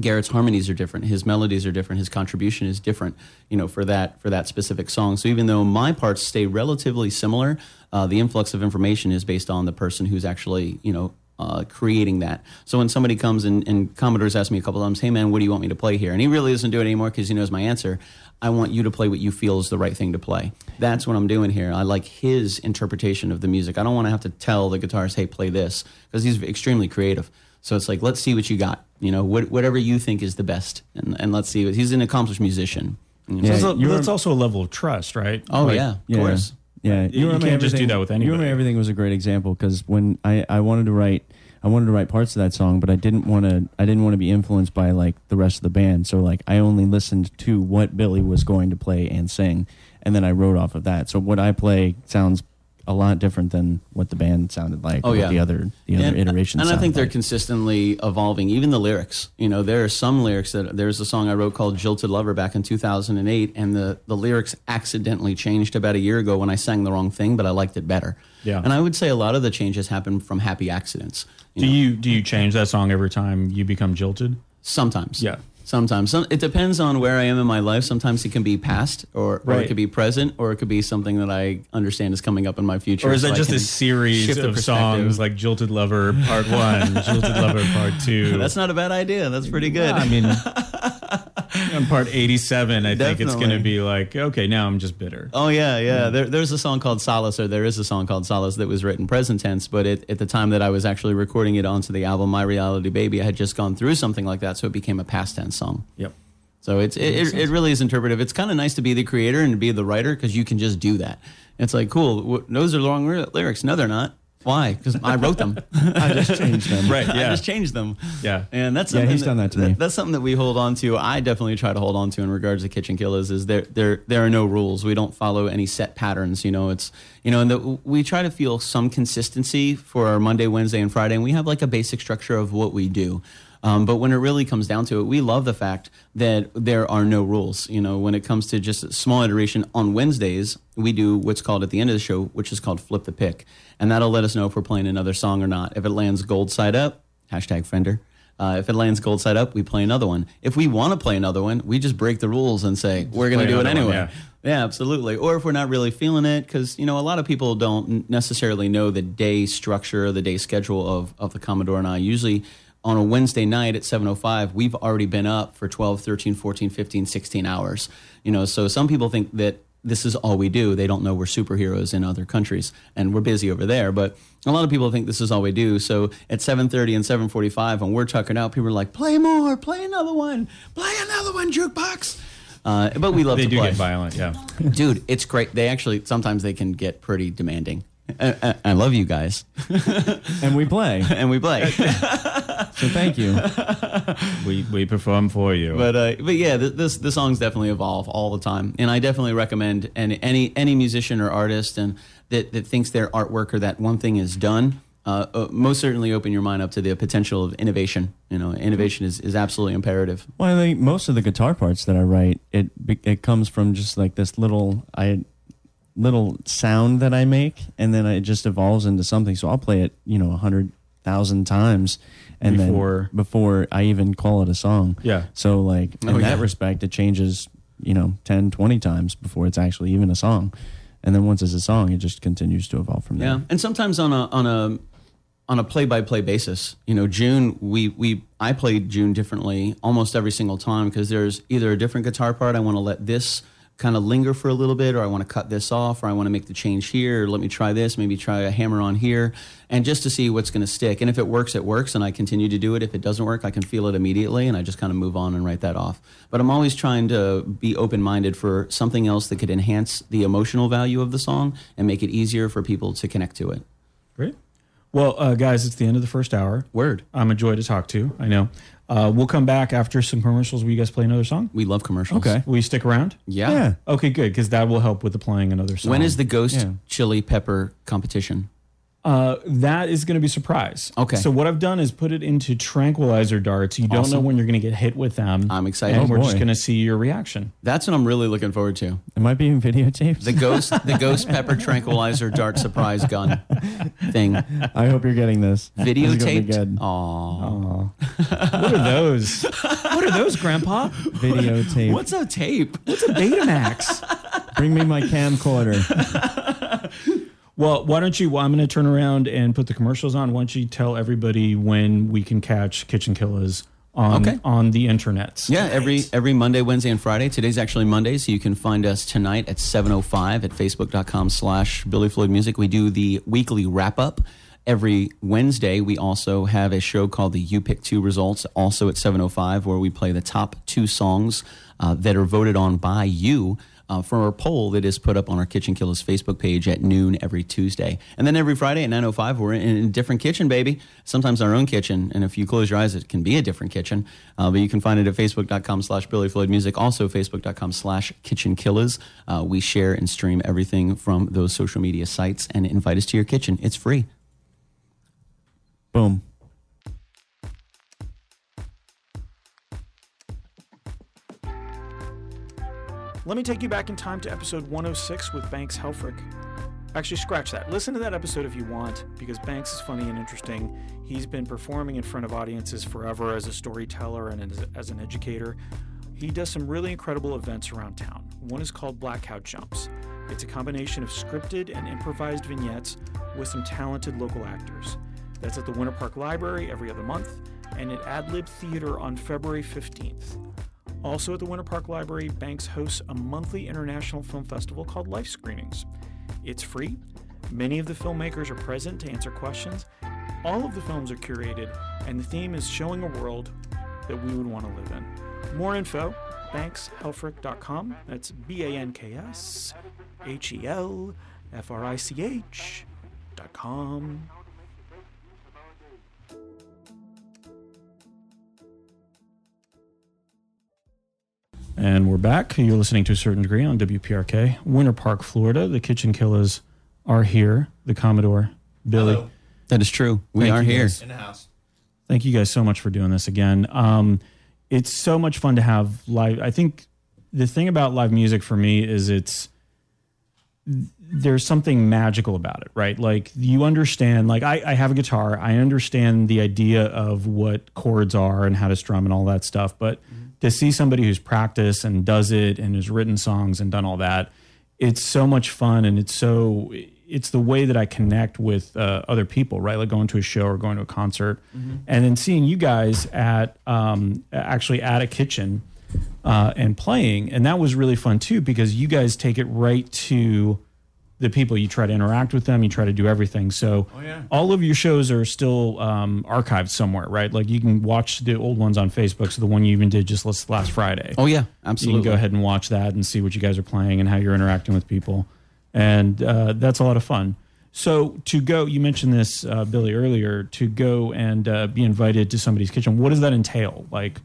Speaker 4: Garrett's harmonies are different, his melodies are different, his contribution is different, you know, for that for that specific song. So even though my parts stay relatively similar, uh, the influx of information is based on the person who's actually, you know, uh, creating that. So when somebody comes and, and Commodore's asked me a couple times, "Hey man, what do you want me to play here?" and he really doesn't do it anymore because he knows my answer. I want you to play what you feel is the right thing to play. That's what I'm doing here. I like his interpretation of the music. I don't want to have to tell the guitarist, "Hey, play this," because he's extremely creative. So it's like, let's see what you got. You know, what, whatever you think is the best, and, and let's see. What, he's an accomplished musician. you know.
Speaker 3: Yeah,
Speaker 2: That's, a-
Speaker 3: you're-
Speaker 2: that's also a level of trust, right?
Speaker 4: Oh
Speaker 2: Like,
Speaker 4: yeah, of
Speaker 3: Yeah.
Speaker 4: course.
Speaker 3: Yeah,
Speaker 2: You can't just do that with
Speaker 3: You
Speaker 2: anybody.
Speaker 3: remember everything was a great example because when I, I wanted to write I wanted to write parts of that song, but I didn't want to I didn't want to be influenced by like the rest of the band. So like I only listened to what Billy was going to play and sing, and then I wrote off of that. So what I play sounds a lot different than what the band sounded like.
Speaker 4: Oh,
Speaker 3: or
Speaker 4: yeah.
Speaker 3: the other the other iterations.
Speaker 4: And I think
Speaker 3: sounded
Speaker 4: they're
Speaker 3: like.
Speaker 4: consistently evolving. Even the lyrics, you know, there are some lyrics that there's a song I wrote called "Jilted Lover" back in 2008, and the the lyrics accidentally changed about a year ago when I sang the wrong thing, but I liked it better.
Speaker 2: Yeah.
Speaker 4: And I would say a lot of the changes happen from happy accidents. you
Speaker 2: Do
Speaker 4: know.
Speaker 2: you do you change that song every time you become jilted?
Speaker 4: Sometimes.
Speaker 2: Yeah.
Speaker 4: Sometimes. Some, it depends on where I am in my life. Sometimes it can be past, or, or
Speaker 2: Right.
Speaker 4: it could be present, or it could be something that I understand is coming up in my future.
Speaker 2: Or is
Speaker 4: so
Speaker 2: that
Speaker 4: I
Speaker 2: just
Speaker 4: can
Speaker 2: a series
Speaker 4: shift the
Speaker 2: of songs
Speaker 4: perspective.
Speaker 2: like Jilted Lover Part One, Jilted Lover Part Two?
Speaker 4: That's not a bad idea. That's pretty good.
Speaker 2: I mean, on part 87, I think it's going to
Speaker 4: Definitely.
Speaker 2: be like, okay, now I'm just bitter.
Speaker 4: Oh yeah, yeah. There, there's a song called Solace, or there is a song called Solace that was written present tense. But it, at the time that I was actually recording it onto the album My Reality Baby, I had just gone through something like that, so it became a past tense song.
Speaker 2: Yep.
Speaker 4: So it's it, it, it really is interpretive. It's kind of nice to be the creator and to be the writer because you can just do that. It's like cool. W- those are long ry- lyrics. No, they're not. Why? Because I wrote them.
Speaker 3: I just changed them.
Speaker 2: Right.
Speaker 4: I
Speaker 2: Yeah.
Speaker 4: just changed them.
Speaker 2: Yeah.
Speaker 4: And that's
Speaker 3: Yeah,
Speaker 4: something
Speaker 3: he's done that to me.
Speaker 4: That's something that we hold on to. I definitely try to hold on to in regards to Kitchen Killers is there there there are no rules. We don't follow any set patterns, you know. It's you know, and the, we try to feel some consistency for our Monday, Wednesday, and Friday, and we have like a basic structure of what we do. Um, but when it really comes down to it, we love the fact that there are no rules. You know, when it comes to just small iteration on Wednesdays, we do what's called at the end of the show, which is called flip the pick, and that'll let us know if we're playing another song or not. If it lands gold side up, hashtag Fender. Uh, if it lands gold side up, we play another one. If we want to play another one, we just break the rules and say we're going
Speaker 2: play
Speaker 4: to do it
Speaker 2: another
Speaker 4: anyway.
Speaker 2: one,
Speaker 4: yeah. absolutely. Or if we're not really feeling it, because you know a lot of people don't necessarily know the day structure, the day schedule of of the Commodore and I. Usually on a Wednesday night at 7:05, we've already been up for 12, 13, 14, 15, 16 hours. You know, so some people think that this is all we do. They don't know we're superheroes in other countries and we're busy over there. But a lot of people think this is all we do. So at 7.30 and 7.45 when we're tucking out, people are like, play more, play another one, play another one, jukebox. Uh, but we love
Speaker 2: They
Speaker 4: to
Speaker 2: do
Speaker 4: play.
Speaker 2: get violent. Yeah.
Speaker 4: Dude, it's great. They actually, sometimes they can get pretty demanding. I, I, I love you guys.
Speaker 3: and we play.
Speaker 4: and we play.
Speaker 3: So thank you.
Speaker 2: We, we perform for you.
Speaker 4: but uh, but yeah, th- this the songs definitely evolve all the time, and I definitely recommend any any any musician or artist and that that thinks their artwork or that one thing is done. Uh, uh, most certainly open your mind up to the potential of innovation. You know, innovation is, is absolutely imperative.
Speaker 3: Well, I think most of the guitar parts that I write, it be- it comes from just like this little I little sound that I make, and then it just evolves into something. So I'll play it, you know, a hundred thousand times, and
Speaker 2: Before-
Speaker 3: then before I even call it a song.
Speaker 2: Yeah.
Speaker 3: So like in
Speaker 4: Oh,
Speaker 3: that
Speaker 4: yeah.
Speaker 3: respect, it changes, you know, 10, 20 times before it's actually even a song, and then once it's a song, it just continues to evolve from there.
Speaker 4: Yeah, and sometimes on a on a on a play by play basis. You know, June we we I played June differently almost every single time because there's either a different guitar part I want to let this kind of linger for a little bit, or I want to cut this off, or I want to make the change here, or let me try this, maybe try a hammer on here, and just to see what's going to stick. And if it works, it works, and I continue to do it. If it doesn't work, I can feel it immediately, and I just kind of move on and write that off. But I'm always trying to be open minded for something else that could enhance the emotional value of the song and make it easier for people to connect to it.
Speaker 2: Great. Well, uh, guys, it's the end of the first hour.
Speaker 4: Word.
Speaker 2: I'm a joy to talk to. I know. Uh, we'll come back after some commercials. Will you guys play another song?
Speaker 4: We love commercials.
Speaker 3: Okay.
Speaker 2: Will you stick around?
Speaker 4: Yeah.
Speaker 3: yeah.
Speaker 2: Okay, good, because that will help with the playing another song.
Speaker 4: When is the Ghost
Speaker 3: Yeah.
Speaker 4: Chili Pepper competition?
Speaker 2: Uh, that is going to be a surprise.
Speaker 4: Okay.
Speaker 2: So what I've done is put it into tranquilizer darts. You don't know when you're going to get hit with them.
Speaker 4: I'm excited.
Speaker 2: And
Speaker 4: Oh,
Speaker 2: we're just
Speaker 3: boy.
Speaker 2: going to see your reaction.
Speaker 4: That's what I'm really looking forward to.
Speaker 3: It might be in videotapes.
Speaker 4: The ghost, the ghost pepper tranquilizer dart surprise gun thing,
Speaker 3: I hope you're getting this. This is gonna be
Speaker 4: videotaped. Oh.
Speaker 3: good.
Speaker 4: Aww.
Speaker 2: What are those? what are those, Grandpa?
Speaker 3: Videotape.
Speaker 4: What's a tape?
Speaker 2: It's a Betamax.
Speaker 3: Bring me my camcorder.
Speaker 2: well, why don't you? Well, I'm going to turn around and put the commercials on. Why don't you tell everybody when we can catch Kitchen Killers on
Speaker 4: Okay.
Speaker 2: on the internets?
Speaker 4: Yeah, every every Monday, Wednesday, and Friday. Today's actually Monday, so you can find us tonight at 7.05 at facebook.com slash Billy Floyd Music. We do the weekly wrap-up. Every Wednesday, we also have a show called the You Pick Two Results, also at 7.05, where we play the top two songs uh, that are voted on by you uh, for our poll that is put up on our Kitchen Killers Facebook page at noon every Tuesday. And then every Friday at 9.05, we're in a different kitchen, baby. Sometimes our own kitchen. And if you close your eyes, it can be a different kitchen. Uh, but you can find it at facebook.com slash Billy Floyd Music. Also facebook.com slash Kitchen Killers. Uh, we share and stream everything from those social media sites and invite us to your kitchen. It's free.
Speaker 3: Boom.
Speaker 5: Let me take you back in time to episode 106 with Banks Helfrich. Actually, scratch that. Listen to that episode if you want, because Banks is funny and interesting. He's been performing in front of audiences forever as a storyteller and as, as an educator. He does some really incredible events around town. One is called Blackout Jumps. It's a combination of scripted and improvised vignettes with some talented local actors. That's at the Winter Park Library every other month, and at Ad Lib Theater on February 15th. Also at the Winter Park Library, Banks hosts a monthly international film festival called Life Screenings. It's free. Many of the filmmakers are present to answer questions. All of the films are curated, and the theme is showing a world that we would want to live in. More info, bankshelfrich.com. That's B A N K S H E L F R I C H dot com.
Speaker 2: And we're back. You're listening to a certain degree on WPRK, Winter Park, Florida. The Kitchen Killers are here. The Commodore, Billy.
Speaker 4: That is true. We
Speaker 2: Thank
Speaker 4: are
Speaker 2: you,
Speaker 4: here.
Speaker 2: guys. Thank you guys so much for doing this again. Um, it's so much fun to have live. I think the thing about live music for me is it's there's something magical about it, right? Like you understand, like I, I have a guitar, I understand the idea of what chords are and how to strum and all that stuff. But to see somebody who's practiced and does it and has written songs and done all that, it's so much fun and it's so it's the way that I connect with uh, other people, right? Like going to a show or going to a concert, and then seeing you guys at um, actually at a kitchen uh, and playing, and that was really fun too because you guys take it right to the people. You try to interact with them. You try to do everything. So
Speaker 4: Oh,
Speaker 2: all of your shows are still um, archived somewhere, right? Like you can watch the old ones on Facebook. So the one you even did just last last Friday.
Speaker 4: Oh, yeah.
Speaker 2: you can
Speaker 4: Absolutely.
Speaker 2: go ahead and watch that and see what you guys are playing and how you're interacting with people, and uh, that's a lot of fun. So to go, you mentioned this, uh, Billy, earlier. To go and uh, be invited to somebody's kitchen, what does that entail? Like,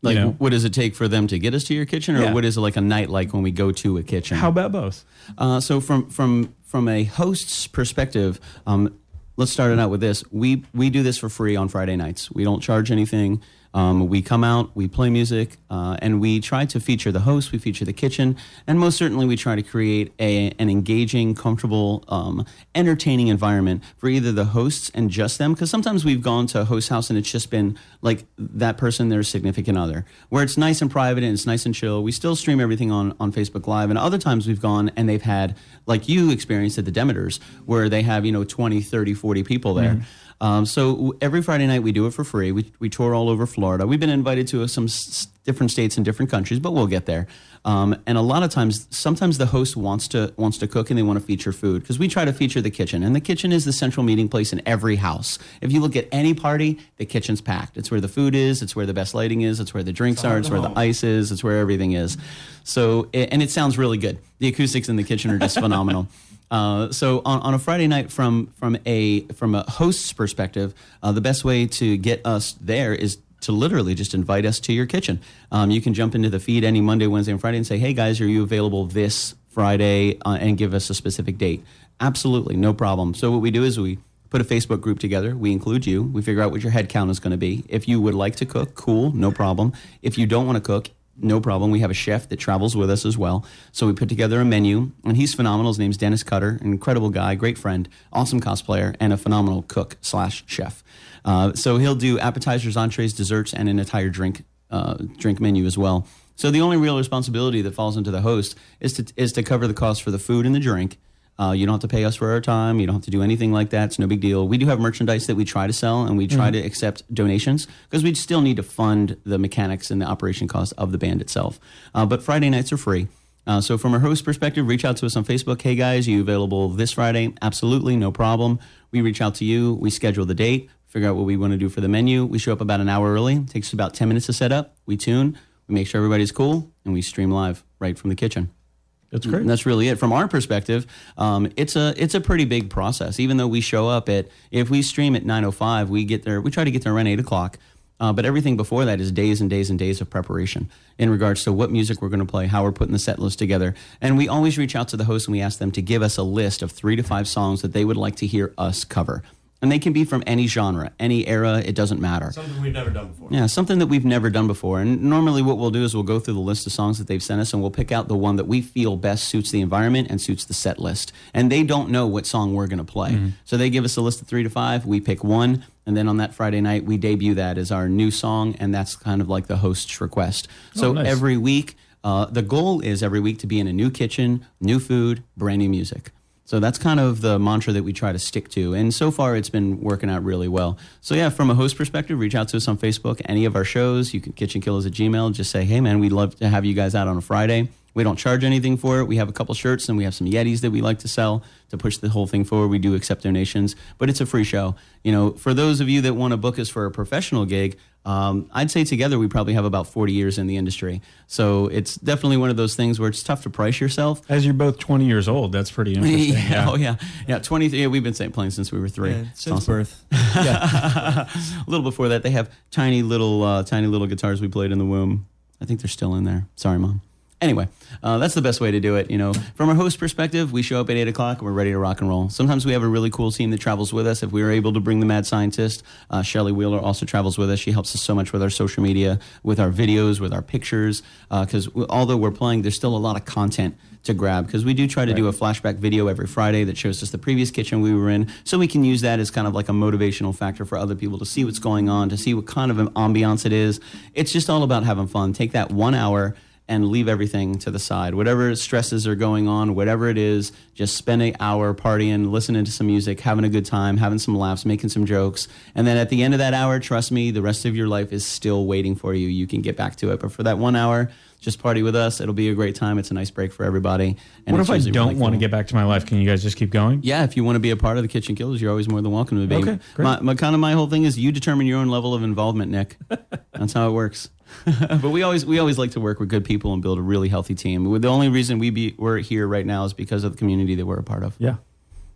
Speaker 4: Like,
Speaker 2: you know.
Speaker 4: what does it take for them to get us to your kitchen, or
Speaker 2: Yeah.
Speaker 4: what is like a night like when we go to a kitchen?
Speaker 2: how about both?
Speaker 4: Uh, so from from from a host's perspective, um, let's start it out with this. We we do this for free on Friday nights. We don't charge anything. Um, we come out, we play music, uh, and we try to feature the host. We feature the kitchen, and most certainly, we try to create a, an engaging, comfortable, um, entertaining environment for either the hosts and just them. Because sometimes we've gone to a host house and it's just been like that person, their significant other, where it's nice and private and it's nice and chill. We still stream everything on, on Facebook Live. And other times we've gone and they've had, like you experienced at the Demeters, where they have, you know, 20, 30, 40 people there. Um, so w- every Friday night we do it for free. We, we tour all over Florida. We've been invited to some s- different states and different countries, but we'll get there. Um, and a lot of times, sometimes the host wants to wants to cook and they want to feature food because we try to feature the kitchen, and the kitchen is the central meeting place in every house. If you look at any party, the kitchen's packed. It's where the food is. It's where the best lighting is. It's where the drinks are. It's where the ice is. It's where everything is. So, a- and it sounds really good. The acoustics in the kitchen are just phenomenal. Uh, so on, on a Friday night, from from a from a host's perspective, uh, the best way to get us there is to literally just invite us to your kitchen. Um, you can jump into the feed any Monday, Wednesday, and Friday and say, "Hey guys, are you available this Friday?" Uh, and give us a specific date. Absolutely, no problem. So what we do is we put a Facebook group together. We include you. We figure out what your head count is going to be. If you would like to cook, cool, no problem. If you don't want to cook, no problem. We have a chef that travels with us as well. So we put together a menu, and he's phenomenal. His name's Dennis Cutter, an incredible guy, great friend, awesome cosplayer, and a phenomenal cook slash chef. Uh, so he'll do appetizers, entrees, desserts, and an entire drink uh, drink menu as well. So the only real responsibility that falls into the host is to is to cover the cost for the food and the drink. Uh, you don't have to pay us for our time. You don't have to do anything like that. It's no big deal. We do have merchandise that we try to sell and we try to accept donations because we still need to fund the mechanics and the operation cost of the band itself. Uh, but Friday nights are free. Uh, so from a host perspective, reach out to us on Facebook. Hey guys, you available this Friday? Absolutely, no problem. We reach out to you. We schedule the date. Figure out what we want to do for the menu. We show up about an hour early. It takes about ten minutes to set up. We tune. We make sure everybody's cool, and we stream live right from the kitchen.
Speaker 2: That's
Speaker 4: And
Speaker 2: great.
Speaker 4: Mm, that's really it. From our perspective, um, it's a it's a pretty big process. Even though we show up at if we stream at nine oh five, we get there. We try to get there around eight o'clock. Uh, but everything before that is days and days and days of preparation in regards to what music we're going to play, how we're putting the set list together, and we always reach out to the host and we ask them to give us a list of three to five songs that they would like to hear us cover, and they can be from any genre, any era. It doesn't matter.
Speaker 3: Something we've never done before.
Speaker 4: Yeah, something that we've never done before. And normally, what we'll do is we'll go through the list of songs that they've sent us, and we'll pick out the one that we feel best suits the environment and suits the set list. And they don't know what song we're going to play, so they give us a list of three to five. We pick one, and then on that Friday night, we debut that as our new song, and that's kind of like the host's request. so
Speaker 2: nice.
Speaker 4: every week, uh, the goal is every week to be in a new kitchen, new food, brand new music. So that's kind of the mantra that we try to stick to. And so far, it's been working out really well. So, yeah, from a host perspective, reach out to us on Facebook, any of our shows. You can kitchen killers at Gmail. Just say, hey, man, we'd love to have you guys out on a Friday. We don't charge anything for it. We have a couple shirts and we have some Yetis that we like to sell to push the whole thing forward. We do accept donations, but it's a free show. You know, for those of you that want to book us for a professional gig, um, I'd say together we probably have about 40 years in the industry. So it's definitely one of those things where it's tough to price yourself.
Speaker 2: As you're both 20 years old, that's pretty interesting.
Speaker 4: Yeah,
Speaker 2: yeah.
Speaker 4: Oh yeah, yeah. Twenty-three. Yeah, we've been St. playing since we were three. It's
Speaker 3: Since
Speaker 4: awesome.
Speaker 3: birth.
Speaker 4: A little before that, they have tiny little, uh, tiny little guitars we played in the womb. I think they're still in there. Sorry, mom. Anyway, uh, that's the best way to do it. You know, from our host perspective, we show up at eight o'clock and we're ready to rock and roll. Sometimes we have a really cool team that travels with us. If we were able to bring the mad scientist, uh, Shelly Wheeler also travels with us. She helps us so much with our social media, with our videos, with our pictures. Because although we're playing, there's still a lot of content to grab because we do try to do a flashback video every Friday that shows us the previous kitchen we were in, so we can use that as kind of like a motivational factor for other people to see what's going on, to see what kind of an ambiance it is. It's just all about having fun. Take that one hour and leave everything to the side. Whatever stresses are going on, whatever it is, just spend an hour partying, listening to some music, having a good time, having some laughs, making some jokes. And then at the end of that hour, trust me, the rest of your life is still waiting for you. You can get back to it. But for that one hour, just party with us. It'll be a great time. It's a nice break for everybody. And
Speaker 2: What
Speaker 4: it's
Speaker 2: if I
Speaker 4: usually
Speaker 2: don't
Speaker 4: really
Speaker 2: want to
Speaker 4: cool.
Speaker 2: get back to my life? Can you guys just keep going?
Speaker 4: Yeah, if you want to be a part of the Kitchen Killers, you're always more than welcome to be.
Speaker 2: Okay, great.
Speaker 4: My, my kind of my whole thing is you determine your own level of involvement, Nick. That's how it works. but we always we always like to work with good people and build a really healthy team. We're- The only reason we be we're here right now is because of the community that we're a part of.
Speaker 2: Yeah.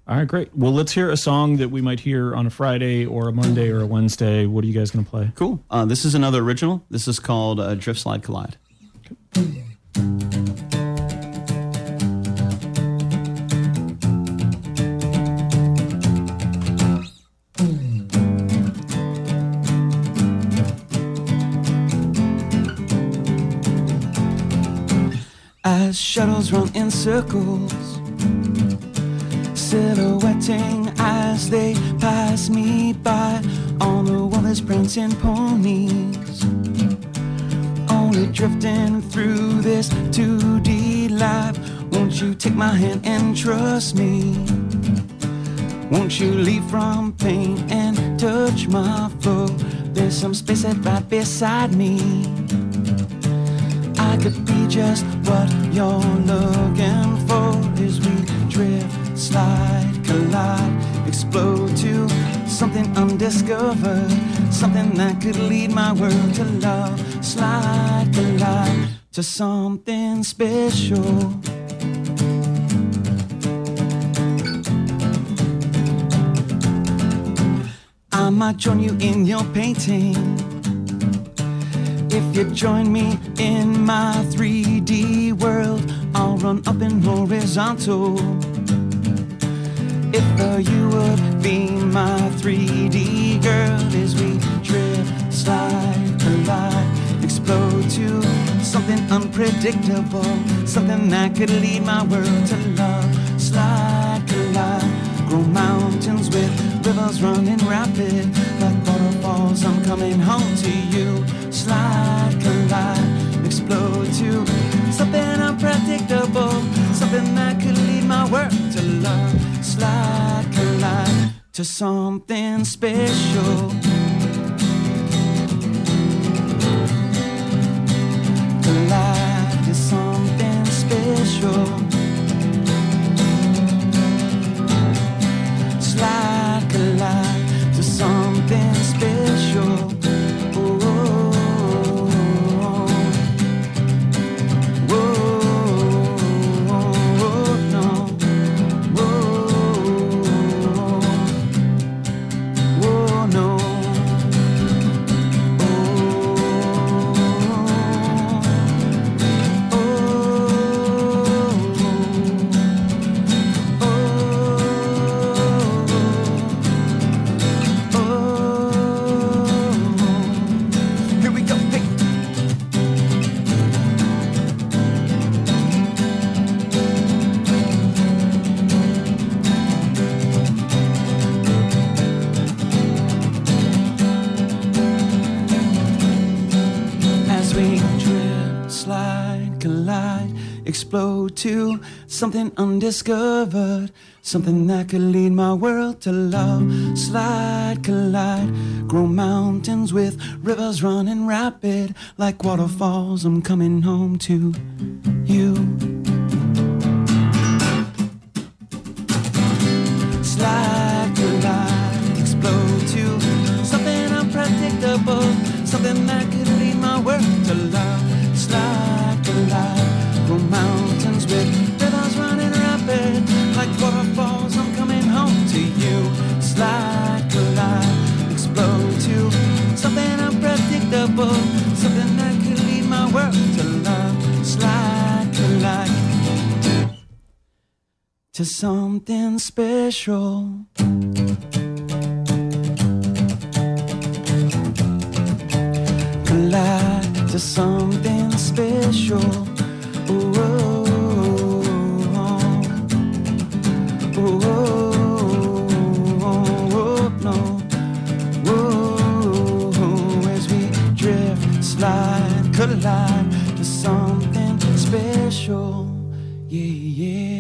Speaker 2: All right, great. Well, let's hear a song that we might hear on a Friday or a Monday or a Wednesday. What are you guys going to play?
Speaker 4: Cool. Uh, this is another original. This is called uh, Drift Slide Collide. As shuttles run in circles, silhouetting as they pass me by. On the wall is prancing ponies, only drifting through this 2D life. Won't you take my hand and trust me? Won't you leave from pain and touch my floor? There's some space that right beside me. I could be just what you're looking for as we drift, slide, collide, explode to something undiscovered, something that could lead my world to love, slide, collide to something special. I might join you in your painting. If you join me in my 3D world, I'll run up in horizontal. If uh, you would
Speaker 6: be my 3D girl as we drift, slide, collide, explode to something unpredictable, something that could lead my world to love, slide, collide, grow mountains with rivers running rapid like waterfalls. I'm coming home to you, slide, collide, explode to something unpredictable, something that could lead my world to love, slide, collide to something special. Collide to something special. slide, collide to something special. Oh, Ooh. Ooh, no. Ooh. Ooh, no. Ooh. Ooh. Here we go, pick. as we drift, slide, collide, explode to something undiscovered, something that could lead my world to love. Slide, collide, grow mountains with rivers running rapid like waterfalls. I'm coming home to you. slide to life, explode to something unpredictable, something that could lead my world to love. Slide to life, go mountains with rivers running rapid, like waterfalls. I'm coming home to you. Slide to life, explode to something unpredictable, something that could lead my world to love. Slide to life to something special. Collide to something special. Ooh, oh, oh, oh. Ooh, oh, oh, oh, no. Whoa, as we drift, slide, collide to something special. Yeah, yeah.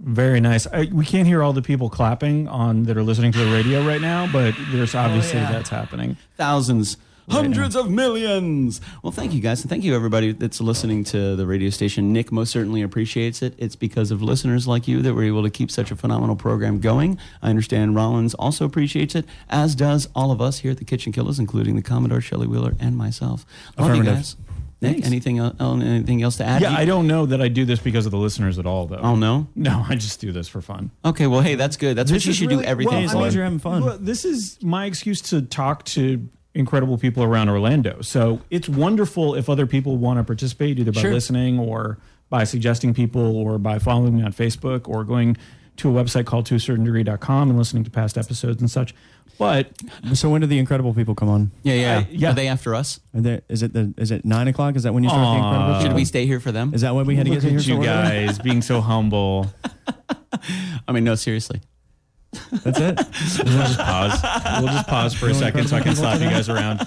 Speaker 2: Very nice. I, we can't hear all the people clapping on that are listening to the radio right now, but there's obviously
Speaker 4: yeah.
Speaker 2: that's happening.
Speaker 4: thousands, hundreds of millions. Well, thank you guys, and thank you everybody that's listening to the radio station. Nick most certainly appreciates it. It's because of listeners like you that we're able to keep such a phenomenal program going. I understand Rollins also appreciates it, as does all of us here at the Kitchen Killers, including the Commodore Shelley Wheeler and myself. Love you
Speaker 3: Affirmative.
Speaker 4: guys. Nick, anything el- anything else to add?
Speaker 2: Yeah,
Speaker 4: You-
Speaker 2: I don't know that I do this because of the listeners at all, though.
Speaker 4: Oh no.
Speaker 2: No, I just do this for fun.
Speaker 4: Okay, well, hey, that's good. That's what you should do everything
Speaker 3: well, I
Speaker 4: for.
Speaker 3: mean, you're having fun.
Speaker 2: Well, this is my excuse to talk to incredible people around Orlando. So it's wonderful if other people want to participate, either by
Speaker 4: Sure.
Speaker 2: listening or by suggesting people or by following me on Facebook or going to a website called to a certain degree.com and listening to past episodes and such. But
Speaker 3: So when do the Incredible People come on?
Speaker 4: yeah, yeah.
Speaker 2: I- yeah.
Speaker 4: Are they after us?
Speaker 3: Are there, is it the, is it nine o'clock? Is that when you start the Incredible?
Speaker 4: Should
Speaker 3: People?
Speaker 4: we stay here for them?
Speaker 3: Is that when we had to get
Speaker 2: look
Speaker 3: here?
Speaker 2: at
Speaker 3: so
Speaker 2: you
Speaker 3: early?
Speaker 2: guys being so humble.
Speaker 4: I mean, no, seriously.
Speaker 3: That's it.
Speaker 2: We'll just pause. We'll just pause for a second so I can slap you guys around.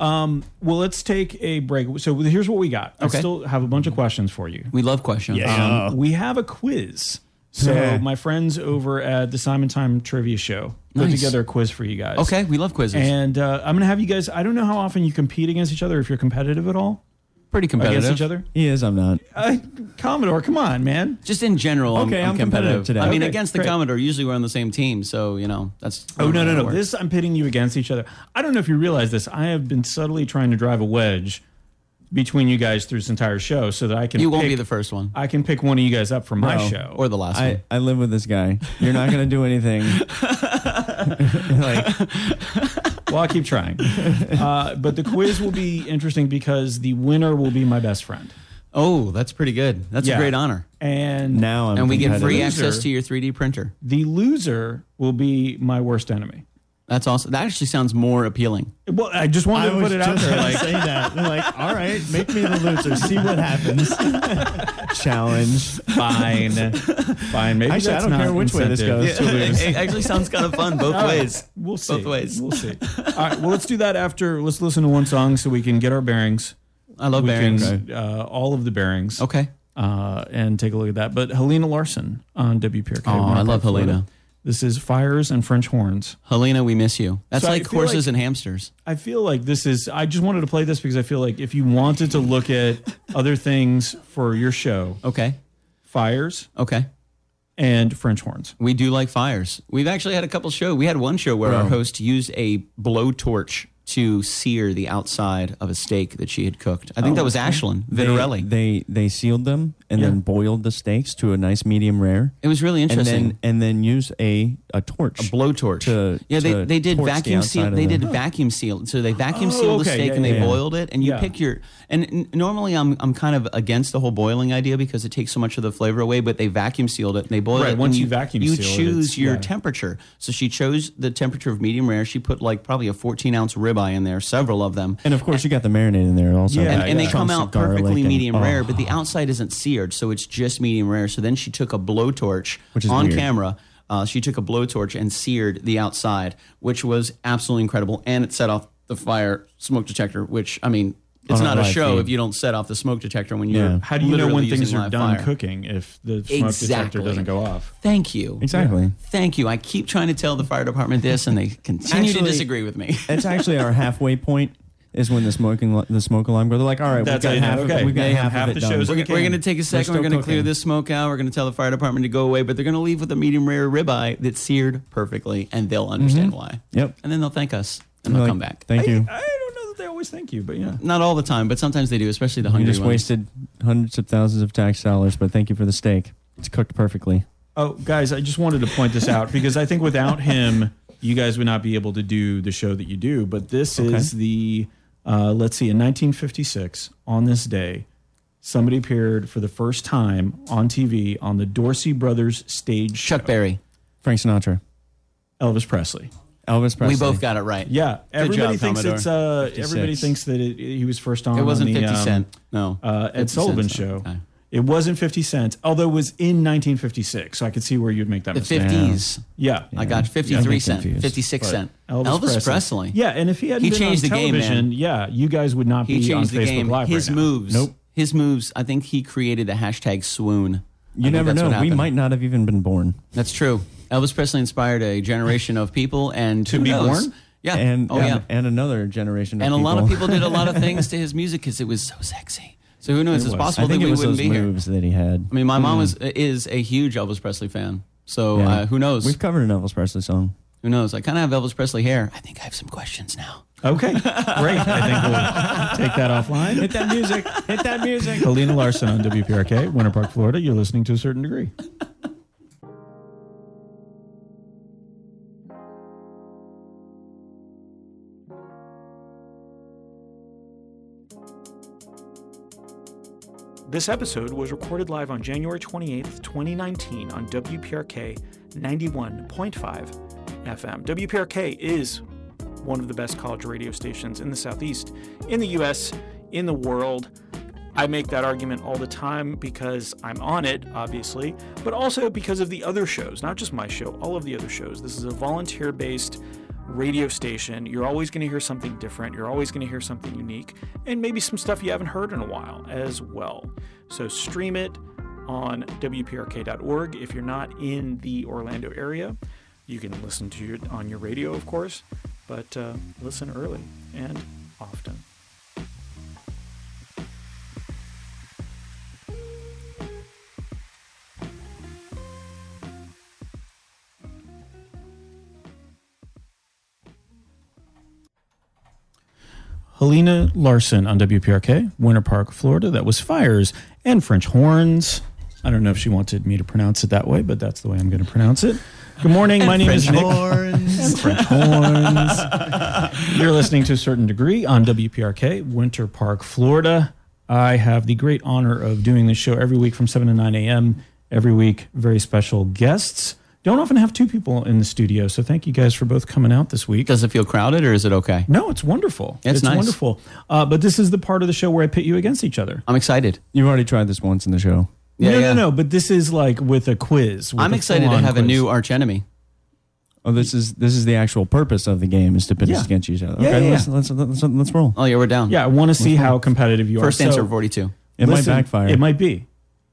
Speaker 2: Um, well, let's take a break. So here's what we got. I
Speaker 4: Okay.
Speaker 2: still have a bunch of questions for you.
Speaker 4: We love questions. Uh-huh.
Speaker 2: Um, we have a quiz. So
Speaker 3: Yeah.
Speaker 2: my friends over at the Simon Time Trivia Show put
Speaker 4: Nice.
Speaker 2: together a quiz for you guys.
Speaker 4: Okay, we love quizzes.
Speaker 2: And uh, I'm gonna have you guys. I don't know how often you compete against each other. If you're competitive at all
Speaker 4: Pretty competitive.
Speaker 2: against each other.
Speaker 3: He is. I'm not.
Speaker 2: Uh, Commodore, come on, man.
Speaker 4: Just in general, I'm-
Speaker 3: Okay,
Speaker 4: I'm,
Speaker 3: I'm competitive today.
Speaker 4: I mean,
Speaker 2: Okay,
Speaker 4: against the
Speaker 2: great.
Speaker 4: Commodore, usually we're on the same team, so you know that's.
Speaker 2: Oh no no
Speaker 4: how it
Speaker 2: no!
Speaker 4: works.
Speaker 2: This I'm pitting you against each other. I don't know if you realize this. I have been subtly trying to drive a wedge between you guys through this entire show, so that I can
Speaker 4: you won't
Speaker 2: pick-
Speaker 4: be the first one
Speaker 2: I can pick one of you guys up for my
Speaker 3: Bro.
Speaker 2: show.
Speaker 4: or the last
Speaker 3: I,
Speaker 4: one.
Speaker 3: I live with this guy. You're not gonna do anything. like
Speaker 2: well, I'll keep trying. Uh, but the quiz will be interesting because the winner will be my best friend.
Speaker 4: Oh, that's pretty good. That's
Speaker 2: Yeah.
Speaker 4: a great honor.
Speaker 2: And
Speaker 3: Now I'm
Speaker 4: And we get free
Speaker 3: competitive.
Speaker 2: Loser.
Speaker 4: access to your 3D printer.
Speaker 2: the loser will be my worst enemy.
Speaker 4: That's awesome. That actually sounds more appealing.
Speaker 2: Well, I just wanted
Speaker 3: I
Speaker 2: to
Speaker 3: was
Speaker 2: put it out
Speaker 3: just
Speaker 2: there.
Speaker 3: gonna
Speaker 2: Like,
Speaker 3: say that. They're like, all right, make me the loser. See what happens. Challenge.
Speaker 2: fine, fine. Maybe
Speaker 3: Actually, I
Speaker 2: that's
Speaker 3: don't
Speaker 2: not
Speaker 3: care which way this
Speaker 2: incentive.
Speaker 3: goes. to lose.
Speaker 4: it actually sounds kind of fun both ways.
Speaker 2: We'll see.
Speaker 4: Both ways.
Speaker 2: We'll see. All right. Well, let's do that after. Let's listen to one song so we can get our bearings.
Speaker 4: I love
Speaker 2: we
Speaker 4: bearings.
Speaker 2: Can, uh, all of the bearings.
Speaker 4: Okay.
Speaker 2: Uh, and take a look at that. But Helena Larson on WPRK.
Speaker 4: Oh, I love
Speaker 2: Monarch, Florida.
Speaker 4: Helena.
Speaker 2: This is Fires and French Horns.
Speaker 4: Helena, we miss you. That's
Speaker 2: So I
Speaker 4: like
Speaker 2: feel
Speaker 4: horses
Speaker 2: like-
Speaker 4: and hamsters.
Speaker 2: I feel like this is. I just wanted to play this because I feel like if you wanted to look at other things for your show,
Speaker 4: Okay.
Speaker 2: fires
Speaker 4: Okay.
Speaker 2: and French horns.
Speaker 4: We do like fires. We've actually had a couple show. We had one show where our
Speaker 3: Bro.
Speaker 4: host used a blowtorch to sear the outside of a steak that she had cooked. I think that was Ashlyn Vitarelli.
Speaker 3: Oh, They, they they sealed them and
Speaker 2: Yeah.
Speaker 3: then boiled the steaks to a nice medium rare,
Speaker 4: it was really
Speaker 3: and
Speaker 4: interesting.
Speaker 3: then and then used a a torch,
Speaker 4: a blowtorch.
Speaker 3: to-
Speaker 4: yeah, they,
Speaker 3: to
Speaker 4: they did
Speaker 3: torch the
Speaker 4: vacuum
Speaker 3: outside
Speaker 4: seal.
Speaker 3: of
Speaker 4: They
Speaker 3: the-
Speaker 4: did vacuum seal. So they vacuum
Speaker 2: Oh,
Speaker 4: sealed the
Speaker 2: okay,
Speaker 4: steak
Speaker 2: yeah,
Speaker 4: and they
Speaker 2: yeah,
Speaker 3: yeah.
Speaker 4: boiled it. And you
Speaker 2: Yeah.
Speaker 4: pick your. And n- normally I'm I'm kind of against the whole boiling idea because it takes so much of the flavor away. But they vacuum sealed it. and They boiled
Speaker 2: Right,
Speaker 4: it.
Speaker 2: once
Speaker 4: and
Speaker 2: you vacuum
Speaker 4: you
Speaker 2: seal it,
Speaker 4: choose
Speaker 2: it's-
Speaker 4: your
Speaker 2: yeah.
Speaker 4: temperature. So she chose the temperature of medium rare. She put like probably a 14 ounce ribeye in there, several of them.
Speaker 3: and of course you got the marinade in there also.
Speaker 2: Yeah,
Speaker 4: And, and they
Speaker 2: yeah.
Speaker 4: come
Speaker 3: Chunks of
Speaker 4: out
Speaker 3: garlic
Speaker 4: perfectly
Speaker 3: and-
Speaker 4: medium
Speaker 3: oh.
Speaker 4: rare, but the outside isn't seared, so it's just medium rare. So then she took a blowtorch
Speaker 3: Which is
Speaker 4: on
Speaker 3: weird.
Speaker 4: camera. Uh, she took a blowtorch and seared the outside, which was absolutely incredible, and it set off the fire smoke detector. Which I mean, it's
Speaker 3: On a
Speaker 4: not a
Speaker 3: live
Speaker 4: show
Speaker 3: feed.
Speaker 4: if you don't set off the smoke detector when you're.
Speaker 3: Yeah.
Speaker 2: How do you know when
Speaker 4: literally
Speaker 2: things
Speaker 4: using
Speaker 2: are
Speaker 4: live
Speaker 2: done
Speaker 4: fire?
Speaker 2: cooking if the smoke detector
Speaker 4: Exactly.
Speaker 2: doesn't go off?
Speaker 4: Thank you.
Speaker 3: Exactly.
Speaker 4: Thank you. I keep trying to tell the fire department this, and they continue to
Speaker 3: Actually-
Speaker 4: disagree with me.
Speaker 3: That's actually our halfway point. Is when the smoking the smoke alarm goes. They're like, all right,
Speaker 2: That's
Speaker 3: we've
Speaker 2: how
Speaker 3: got
Speaker 2: you
Speaker 3: half
Speaker 2: know.
Speaker 3: of
Speaker 2: Okay.
Speaker 3: it. We've got
Speaker 2: They have
Speaker 3: half,
Speaker 2: half
Speaker 3: of
Speaker 2: the
Speaker 3: it done.
Speaker 2: shows
Speaker 4: We're,
Speaker 2: Okay.
Speaker 4: we're going to take a second. We're
Speaker 3: still
Speaker 4: going to clear
Speaker 3: cooking.
Speaker 4: this smoke out. We're going to tell the fire department to go away, but they're going to leave with a medium rare ribeye that's seared perfectly, and they'll understand why.
Speaker 3: Yep.
Speaker 4: And then they'll thank us, and
Speaker 3: They're
Speaker 4: they'll
Speaker 3: like,
Speaker 4: come back. uh,
Speaker 3: Thank you.
Speaker 2: I don't know that they always thank you, but yeah.
Speaker 4: Not all the time, but sometimes they do, especially the
Speaker 3: You
Speaker 4: hungry
Speaker 3: just
Speaker 4: ones.
Speaker 3: wasted hundreds of thousands of tax dollars, but thank you for the steak. It's cooked perfectly.
Speaker 2: Oh, guys, I just wanted to point this out because I think without him, you guys would not be able to do the show that you do. But this is the, uh, let's see, in 1956, on this day, somebody appeared for the first time on TV on the Dorsey Brothers stage
Speaker 4: Chuck
Speaker 2: show.
Speaker 4: Berry.
Speaker 3: Frank Sinatra,
Speaker 2: Elvis Presley.
Speaker 3: Elvis Presley.
Speaker 4: We both got it right.
Speaker 2: Yeah, everybody
Speaker 4: job,
Speaker 2: thinks
Speaker 4: Commodore.
Speaker 2: it's uh,
Speaker 3: 56.
Speaker 2: everybody thinks that it, he was first on.
Speaker 4: It wasn't
Speaker 2: on the,
Speaker 4: Fifty
Speaker 2: um,
Speaker 4: Cent. No.
Speaker 2: uh,
Speaker 4: 50
Speaker 2: Ed Sullivan
Speaker 4: Cent's
Speaker 2: show.
Speaker 4: not- okay.
Speaker 2: It wasn't 50 Cent, although it was in 1956. So I could see where you'd make that
Speaker 4: The
Speaker 2: mistake.
Speaker 4: fifties.
Speaker 2: Yeah.
Speaker 4: I got fifty-three
Speaker 3: I'm
Speaker 4: cent,
Speaker 3: confused.
Speaker 4: fifty-six
Speaker 2: But
Speaker 4: cent. Elvis, Presley.
Speaker 2: Yeah, and if he hadn't
Speaker 4: He
Speaker 2: been
Speaker 4: changed
Speaker 2: on
Speaker 4: the game, man.
Speaker 2: television, yeah, you guys would not
Speaker 4: He
Speaker 2: be on
Speaker 4: changed the
Speaker 2: Facebook
Speaker 4: game.
Speaker 2: Live
Speaker 4: His
Speaker 2: right now.
Speaker 4: moves.
Speaker 3: Nope.
Speaker 4: His moves. I think he created the hashtag swoon. I
Speaker 3: You
Speaker 4: think
Speaker 3: never
Speaker 4: that's what
Speaker 3: know. We
Speaker 4: happened.
Speaker 3: might not have even been born.
Speaker 4: That's true. Elvis Presley inspired a generation of people, and to
Speaker 2: be born?
Speaker 4: Yeah.
Speaker 3: And
Speaker 4: oh
Speaker 3: and,
Speaker 4: yeah.
Speaker 3: and another generation. Of
Speaker 4: And a lot of people did a lot of things to his music because it was so sexy. So who knows? It's possible
Speaker 3: I
Speaker 4: that
Speaker 3: think
Speaker 4: we
Speaker 3: it was
Speaker 4: wouldn't
Speaker 3: those
Speaker 4: be here.
Speaker 3: moves that he had.
Speaker 4: I mean, my
Speaker 2: Hmm.
Speaker 4: mom was is a huge Elvis Presley fan. So
Speaker 3: Yeah.
Speaker 4: uh, who knows?
Speaker 3: We've covered an Elvis Presley song.
Speaker 4: who knows? I kind of have Elvis Presley hair. I think I have some questions now.
Speaker 2: Okay, great. I think we'll take that offline. Hit that music. Hit that music. Helena Larson on WPRK, Winter Park, Florida. You're listening to a certain degree.
Speaker 5: This episode was recorded live on January 28th, 2019 on WPRK 91.5 FM. WPRK is one of the best college radio stations in the Southeast, in the US, in the world. I make that argument all the time because I'm on it, obviously, but also because of the other shows, not just my show, all of the other shows. This is a volunteer based radio station. You're always going to hear something different, you're always going to hear something unique, and maybe some stuff you haven't heard in a while as well. So stream it on WPRK.org if you're not in the Orlando area. You can listen to it on your radio, of course, but uh, listen early and often.
Speaker 2: Helena Larson on WPRK, Winter Park, Florida. That was Fires and French Horns. I don't know if she wanted me to pronounce it that way, but that's the way I'm going to pronounce it. Good morning. My name is Nick. And French horns. You're listening to a certain degree on WPRK, Winter Park, Florida. I have the great honor of doing this show every week from 7 to 9 a.m. Every week, very special guests. Don't often have two people in the studio, so thank you guys for both coming out this week.
Speaker 4: Does it feel crowded or is it okay?
Speaker 2: No, it's wonderful.
Speaker 4: It's nice.
Speaker 2: wonderful. Uh, but this is the part of the show where I pit you against each other.
Speaker 4: I'm excited.
Speaker 3: You've already tried this once in the show.
Speaker 4: Yeah,
Speaker 2: no,
Speaker 4: yeah.
Speaker 2: no, no. But this is like with a quiz. with
Speaker 4: I'm
Speaker 2: a
Speaker 4: excited to
Speaker 2: full-on
Speaker 4: have a
Speaker 2: quiz.
Speaker 4: new arch enemy.
Speaker 3: Oh, this is this is the actual purpose of the game is to pit
Speaker 2: Yeah.
Speaker 3: us against each other.
Speaker 2: Yeah,
Speaker 3: okay,
Speaker 2: yeah,
Speaker 3: let's,
Speaker 2: yeah.
Speaker 3: let's, let's let's roll.
Speaker 4: Oh yeah, we're down.
Speaker 2: Yeah, I want to see how competitive you are.
Speaker 4: First
Speaker 2: So,
Speaker 4: answer 42.
Speaker 3: It
Speaker 2: listen,
Speaker 3: might backfire.
Speaker 2: It might be.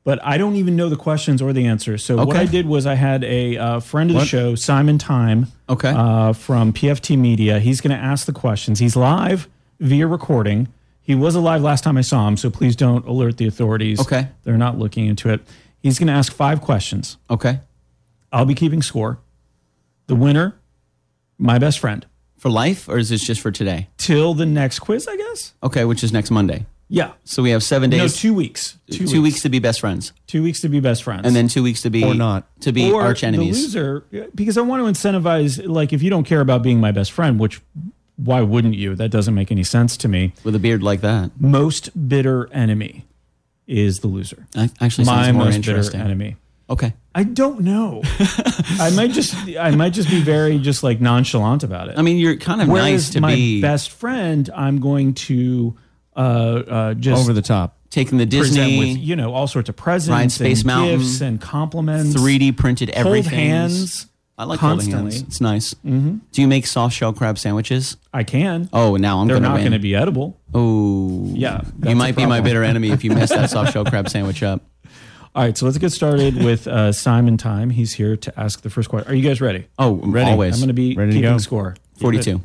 Speaker 2: But I don't even know the questions or the answers. So what
Speaker 4: Okay.
Speaker 2: I did was I had a uh, friend of the
Speaker 3: What?
Speaker 2: show, Simon Time,
Speaker 4: Okay.
Speaker 2: uh, from PFT Media. He's going to ask the questions. He's live via recording. He was alive last time I saw him, so please don't alert the authorities.
Speaker 4: Okay.
Speaker 2: they're not looking into it. He's going to ask five questions.
Speaker 4: Okay.
Speaker 2: I'll be keeping score. The winner, my best friend,
Speaker 4: For life or is this just for today?
Speaker 2: till the next quiz, I guess.
Speaker 4: Okay, which is next Monday.
Speaker 2: Yeah.
Speaker 4: So we have seven days.
Speaker 2: No, two weeks. Two,
Speaker 4: two weeks to be best friends,
Speaker 2: Two weeks to be best friends.
Speaker 4: and then two weeks to be
Speaker 3: Or not.
Speaker 4: to be
Speaker 2: or
Speaker 4: arch
Speaker 2: The
Speaker 4: enemies.
Speaker 2: loser, because I want to incentivize, like, if you don't care about being my best friend, which why wouldn't you? That doesn't make any sense to me.
Speaker 4: With a beard like that,
Speaker 2: Most bitter enemy is the loser.
Speaker 4: I- actually
Speaker 2: My
Speaker 4: sounds Uh, more
Speaker 2: most bitter
Speaker 4: interesting.
Speaker 2: enemy.
Speaker 4: Okay,
Speaker 2: I don't know. I might just, I might just be very just like nonchalant about it.
Speaker 4: I mean you're kind of nice
Speaker 2: Whereas
Speaker 4: to
Speaker 2: my
Speaker 4: be
Speaker 2: best friend, I'm going to uh, uh, just
Speaker 3: over the top.
Speaker 4: taking the
Speaker 2: present with
Speaker 4: Disney
Speaker 2: you know all sorts of presents,
Speaker 4: Ride Space
Speaker 2: and
Speaker 4: Mountain,
Speaker 2: gifts, and compliments.
Speaker 4: 3D printed everything.
Speaker 2: hold hands.
Speaker 4: I like holding
Speaker 2: constantly.
Speaker 4: hands. It's nice. Mm-hmm. Do you make soft shell crab sandwiches?
Speaker 2: I can.
Speaker 4: Oh, now I'm
Speaker 2: They're
Speaker 4: gonna
Speaker 2: not
Speaker 4: win.
Speaker 2: going to be edible.
Speaker 4: Oh,
Speaker 2: Yeah, that's
Speaker 4: You
Speaker 2: a
Speaker 4: might be my
Speaker 2: problem.
Speaker 4: bitter enemy if you mess that soft shell crab sandwich up.
Speaker 2: All right, so let's get started with uh, Simon Time. He's here to ask the first question. Are you guys ready?
Speaker 4: Oh, always.
Speaker 2: I'm going to be
Speaker 3: Ready to
Speaker 2: keeping
Speaker 3: go.
Speaker 2: score.
Speaker 4: 42.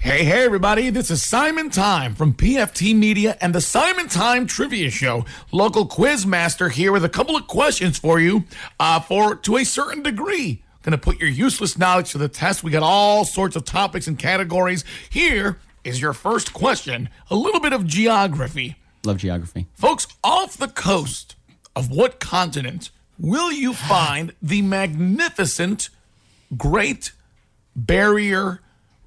Speaker 7: Hey, hey, everybody. This is Simon Time from PFT Media and the Simon Time Trivia Show. Local quiz master here with a couple of questions for you uh, for to a certain degree. Gonna put your useless knowledge to the test. We got all sorts of topics and categories. Here is your first question a little bit of geography.
Speaker 4: Love geography.
Speaker 7: Folks, off the coast of what continent will you find the magnificent Great Barrier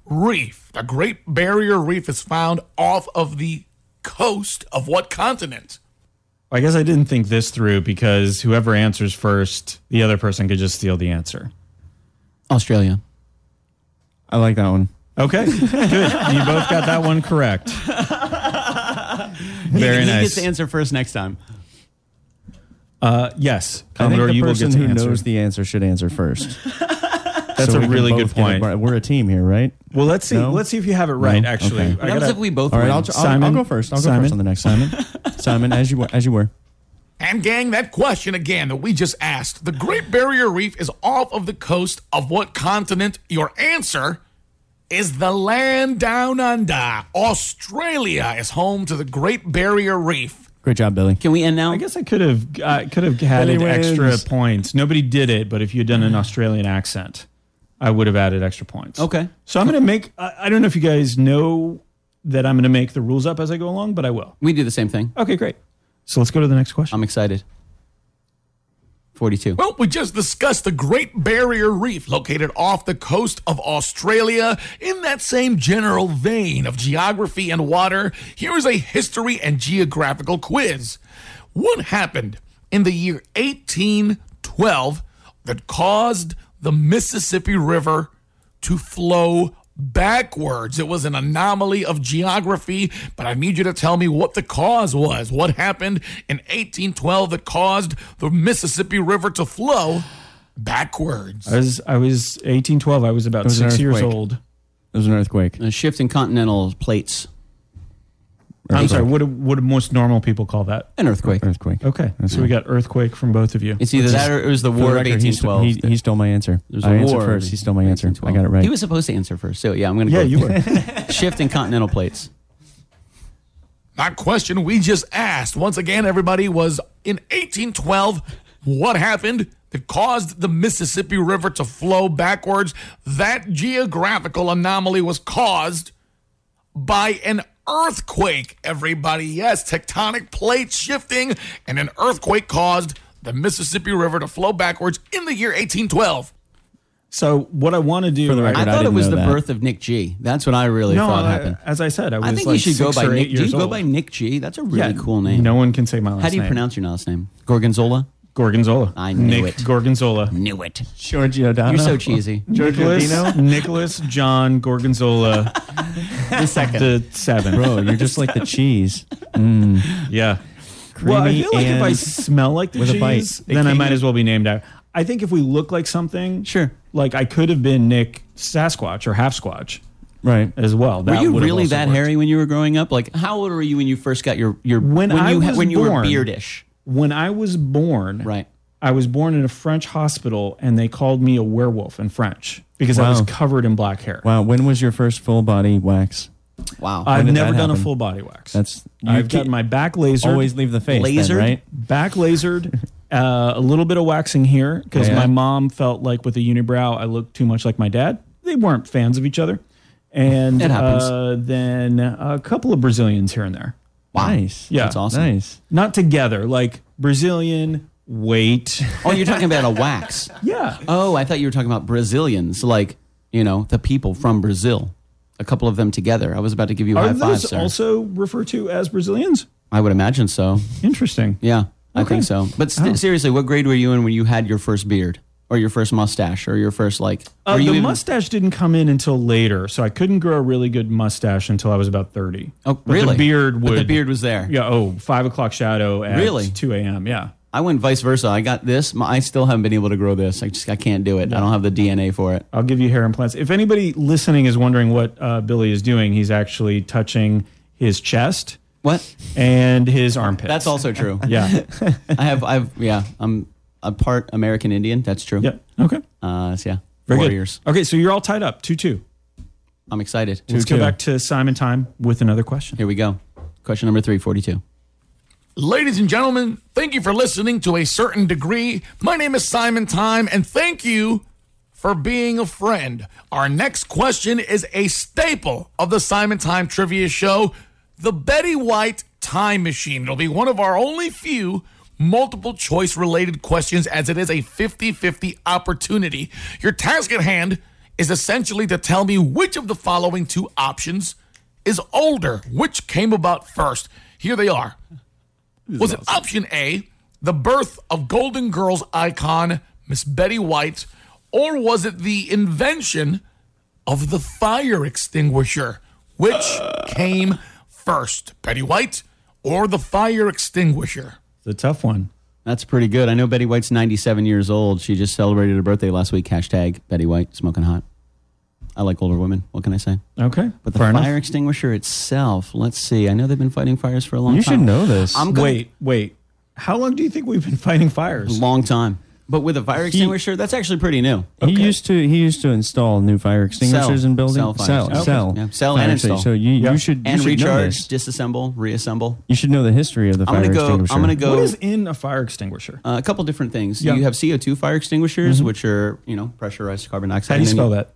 Speaker 7: Reef? The Great Barrier Reef is found off of the coast of what continent?
Speaker 2: I guess I didn't think this through because whoever answers first, the other person could just steal the answer.
Speaker 4: Australia.
Speaker 3: I like that one.
Speaker 2: Okay, good. You both got that one correct. Very
Speaker 4: he
Speaker 2: nice.
Speaker 4: gets to answer first next time.
Speaker 2: Uh, yes,
Speaker 3: I think
Speaker 2: Commodore,
Speaker 3: the
Speaker 2: you will
Speaker 3: person
Speaker 2: get to
Speaker 3: who
Speaker 2: answer.
Speaker 3: knows the answer should answer first.
Speaker 2: That's a
Speaker 3: So we can
Speaker 2: really
Speaker 3: both
Speaker 2: good
Speaker 3: get it
Speaker 2: point.
Speaker 3: right. We're a team here, right?
Speaker 2: Well, let's see.
Speaker 3: No?
Speaker 2: Let's see if you have it right.
Speaker 3: No?
Speaker 2: Actually,
Speaker 3: Okay.
Speaker 2: I
Speaker 4: That was
Speaker 2: gotta-
Speaker 4: if we both
Speaker 3: All right,
Speaker 4: win.
Speaker 3: I'll, tr- I'll,
Speaker 2: Simon-
Speaker 3: I'll go first. I'll
Speaker 2: Simon?
Speaker 3: go first on the next Simon. Simon, as you were, as you were.
Speaker 7: And, gang, that question again that we just asked the Great Barrier Reef is off of the coast of what continent? Your answer is the land down under. Australia is home to the Great Barrier Reef.
Speaker 3: Great job, Billy.
Speaker 4: Can we end now?
Speaker 2: I guess I could have I could have had
Speaker 3: Billy
Speaker 2: extra
Speaker 3: wins.
Speaker 2: points. Nobody did it, but if you'd done an Australian accent, I would have added extra points.
Speaker 4: Okay.
Speaker 2: So I'm going to make I, I don't know if you guys know that I'm going to make the rules up as I go along, but I will.
Speaker 4: We do the same thing.
Speaker 2: Okay, great. So let's go to the next question.
Speaker 4: I'm excited. 42.
Speaker 7: Well, we just discussed the Great Barrier Reef located off the coast of Australia. In that same general vein of geography and water, here is a history and geographical quiz. What happened in the year 1812 that caused the Mississippi River to flow backwards. It was an anomaly of geography, but I need you to tell me what the cause was. What happened in 1812 that caused the Mississippi River to flow backwards?
Speaker 2: I was I was 1812. I was about
Speaker 3: Um, was an
Speaker 2: 6 years
Speaker 3: earthquake.
Speaker 2: old.
Speaker 3: It was an earthquake.
Speaker 4: A shift in continental plates.
Speaker 2: I'm sorry. What do, what do most normal people call that?
Speaker 4: An earthquake.
Speaker 3: Earthquake.
Speaker 2: Okay. So we got earthquake from both of you.
Speaker 4: It's either that or it was the
Speaker 3: For the
Speaker 4: War of
Speaker 3: record, he st-
Speaker 4: 1812.
Speaker 3: He, he stole my answer.
Speaker 4: There's
Speaker 3: I
Speaker 4: a
Speaker 3: answered
Speaker 4: war
Speaker 3: first.
Speaker 4: of
Speaker 3: He stole my answer. I
Speaker 4: 1812.
Speaker 3: got it right.
Speaker 4: He was supposed to answer first. So, yeah, I'm going to
Speaker 2: yeah,
Speaker 4: go.
Speaker 2: you were.
Speaker 4: Shift in continental plates.
Speaker 7: That question we just asked, once again, everybody, was in 1812, what happened that caused the Mississippi River to flow backwards? That geographical anomaly was caused by an earthquake, everybody. Yes, tectonic plates shifting, and an earthquake caused the Mississippi River to flow backwards in the year 1812.
Speaker 2: So what I want to do
Speaker 3: For the record,
Speaker 4: I
Speaker 3: I
Speaker 4: thought it
Speaker 3: didn't
Speaker 4: was
Speaker 3: know
Speaker 4: the
Speaker 3: that.
Speaker 4: birth of Nick G. That's what I really
Speaker 2: no,
Speaker 4: thought
Speaker 2: I-
Speaker 4: happened.
Speaker 2: as I said, I was
Speaker 4: I think
Speaker 2: like
Speaker 4: you should go
Speaker 2: six
Speaker 4: by
Speaker 2: or eight
Speaker 4: Nick G.
Speaker 2: years
Speaker 4: Go
Speaker 2: old.
Speaker 4: by Nick G. That's a really cool name.
Speaker 2: No one can say my last name.
Speaker 4: How do you pronounce your last name? Gorgonzola.
Speaker 2: Gorgonzola?
Speaker 4: I knew
Speaker 2: Nick
Speaker 4: it.
Speaker 2: Gorgonzola.
Speaker 4: Knew it.
Speaker 3: Giorgio Donna.
Speaker 4: You're so cheesy.
Speaker 2: Nicholas, Nicholas John Gorgonzola
Speaker 4: The second.
Speaker 2: the seven.
Speaker 3: Bro, you're just like the cheese.
Speaker 2: Yeah.
Speaker 3: Creamy
Speaker 2: well, I feel like if I
Speaker 3: and
Speaker 2: smell like the
Speaker 3: with a bite.
Speaker 2: cheese,
Speaker 3: They
Speaker 2: then I
Speaker 3: came
Speaker 2: might
Speaker 3: in-
Speaker 2: as well be named out. I think if we look like something,
Speaker 4: Sure.
Speaker 2: Like I could have been Nick Sasquatch or Half Squatch
Speaker 3: Right.
Speaker 2: as well.
Speaker 4: were
Speaker 2: That
Speaker 4: you
Speaker 2: would have
Speaker 4: really
Speaker 2: also
Speaker 4: that
Speaker 2: worked.
Speaker 4: hairy when you were growing up? Like, how old were you when you first got your your
Speaker 2: When I
Speaker 4: you ha-
Speaker 2: was
Speaker 4: when you
Speaker 2: born-
Speaker 4: were beardish?
Speaker 2: When I was born,
Speaker 4: Right.
Speaker 2: I was born in a French hospital, and they called me a werewolf in French because I was
Speaker 3: Wow.
Speaker 2: covered in black hair.
Speaker 3: Wow. When was your first full body wax?
Speaker 4: Wow.
Speaker 2: I've
Speaker 3: did
Speaker 2: never
Speaker 3: that
Speaker 2: done a
Speaker 3: happen?
Speaker 2: full body wax.
Speaker 3: That's you
Speaker 2: I've
Speaker 3: can't
Speaker 2: got my back laser.
Speaker 3: always leave the face, then,
Speaker 4: Lasered?
Speaker 3: right?
Speaker 2: back lasered, uh, a little bit of waxing here because
Speaker 3: Yeah.
Speaker 2: my mom felt like with a unibrow I looked too much like my dad. They weren't fans of each other, and
Speaker 4: It happens.
Speaker 2: Uh, then a couple of Brazilians here and there,
Speaker 3: Nice.
Speaker 2: Yeah.
Speaker 4: That's awesome.
Speaker 3: Nice.
Speaker 2: not together, like Brazilian. Wait,
Speaker 4: Oh, you're talking about a wax.
Speaker 2: yeah,
Speaker 4: Oh, I thought you were talking about Brazilians, like you know the people from Brazil. A couple of them together. I was about to give you a
Speaker 2: are
Speaker 4: high five,
Speaker 2: those
Speaker 4: sir.
Speaker 2: also referred to as Brazilians?
Speaker 4: I would imagine so.
Speaker 2: Interesting.
Speaker 4: Yeah,
Speaker 2: Okay.
Speaker 4: I
Speaker 2: Oh.
Speaker 4: think so. But st- seriously, what grade were you in when you had your first beard or your first mustache or your first like?
Speaker 2: Uh,
Speaker 4: were
Speaker 2: the
Speaker 4: you even-
Speaker 2: mustache didn't come in until later, so I couldn't grow a really good mustache until I was about thirty.
Speaker 4: Oh,
Speaker 2: But
Speaker 4: really?
Speaker 2: The beard would.
Speaker 4: But the beard was there.
Speaker 2: Yeah. Oh, five o'clock shadow at
Speaker 4: Really?
Speaker 2: two a.m. Yeah.
Speaker 4: I went vice versa. I got this. My, I still haven't been able to grow this. I just I can't do it. I don't have the DNA for it.
Speaker 2: I'll give you hair implants. If anybody listening is wondering what uh, Billy is doing, he's actually touching his chest
Speaker 4: What?
Speaker 2: and his armpits.
Speaker 4: That's also true.
Speaker 2: Yeah.
Speaker 4: I have. I've. Yeah. I'm a part American Indian. That's true.
Speaker 2: yeah. Okay.
Speaker 4: Uh, so yeah.
Speaker 2: Very
Speaker 4: Warriors.
Speaker 2: good. Okay, so you're all tied up. Two two.
Speaker 4: I'm excited.
Speaker 2: Let's go back to Simon time with another question.
Speaker 4: Here we go. Question number three forty-two.
Speaker 7: Ladies and gentlemen, thank you for listening to a certain degree. My name is Simon Time, and thank you for being a friend. Our next question is a staple of the Simon Time Trivia Show the Betty White Time Machine. It'll be one of our only few multiple choice related questions, as it is a 50 50 opportunity. Your task at hand is essentially to tell me which of the following two options is older, which came about first. Here they are was it option A, the birth of Golden Girls icon Miss Betty White, or was it the invention of the fire extinguisher? Which came first, Betty White or the fire extinguisher?
Speaker 2: It's a tough one.
Speaker 4: That's pretty good. I know Betty White's 97 years old. She just celebrated her birthday last week. Hashtag Betty White smoking hot. I like older women. What can I say?
Speaker 2: Okay.
Speaker 4: But the
Speaker 2: Fair enough.
Speaker 4: fire extinguisher itself, let's see. I know they've been fighting fires for a long
Speaker 3: You
Speaker 4: time.
Speaker 3: should know this.
Speaker 4: I'm going
Speaker 2: Wait, wait. How long do you think we've been fighting fires?
Speaker 4: long time. But with a fire extinguisher, that's actually pretty new.
Speaker 3: He used to he used to install new fire extinguishers
Speaker 4: Sell.
Speaker 3: in buildings.
Speaker 4: Sell fire
Speaker 3: sell,
Speaker 4: extinguishers.
Speaker 3: sell,
Speaker 4: Yeah, sell and
Speaker 3: fire extinguishers.
Speaker 4: install.
Speaker 3: So you,
Speaker 2: Yeah.
Speaker 3: you should you
Speaker 4: And
Speaker 3: should Know
Speaker 4: recharge,
Speaker 3: this.
Speaker 4: disassemble, reassemble.
Speaker 3: You should know the history of the
Speaker 4: I'm
Speaker 3: fire
Speaker 4: gonna go.
Speaker 3: extinguisher.
Speaker 4: I'm gonna go.
Speaker 2: What is in a fire extinguisher?
Speaker 4: uh, a couple different things.
Speaker 2: Yeah.
Speaker 4: You have CO2 fire extinguishers,
Speaker 3: Mm-hmm.
Speaker 4: which are you know pressurized carbon dioxide.
Speaker 2: How do you
Speaker 4: and then
Speaker 2: spell that?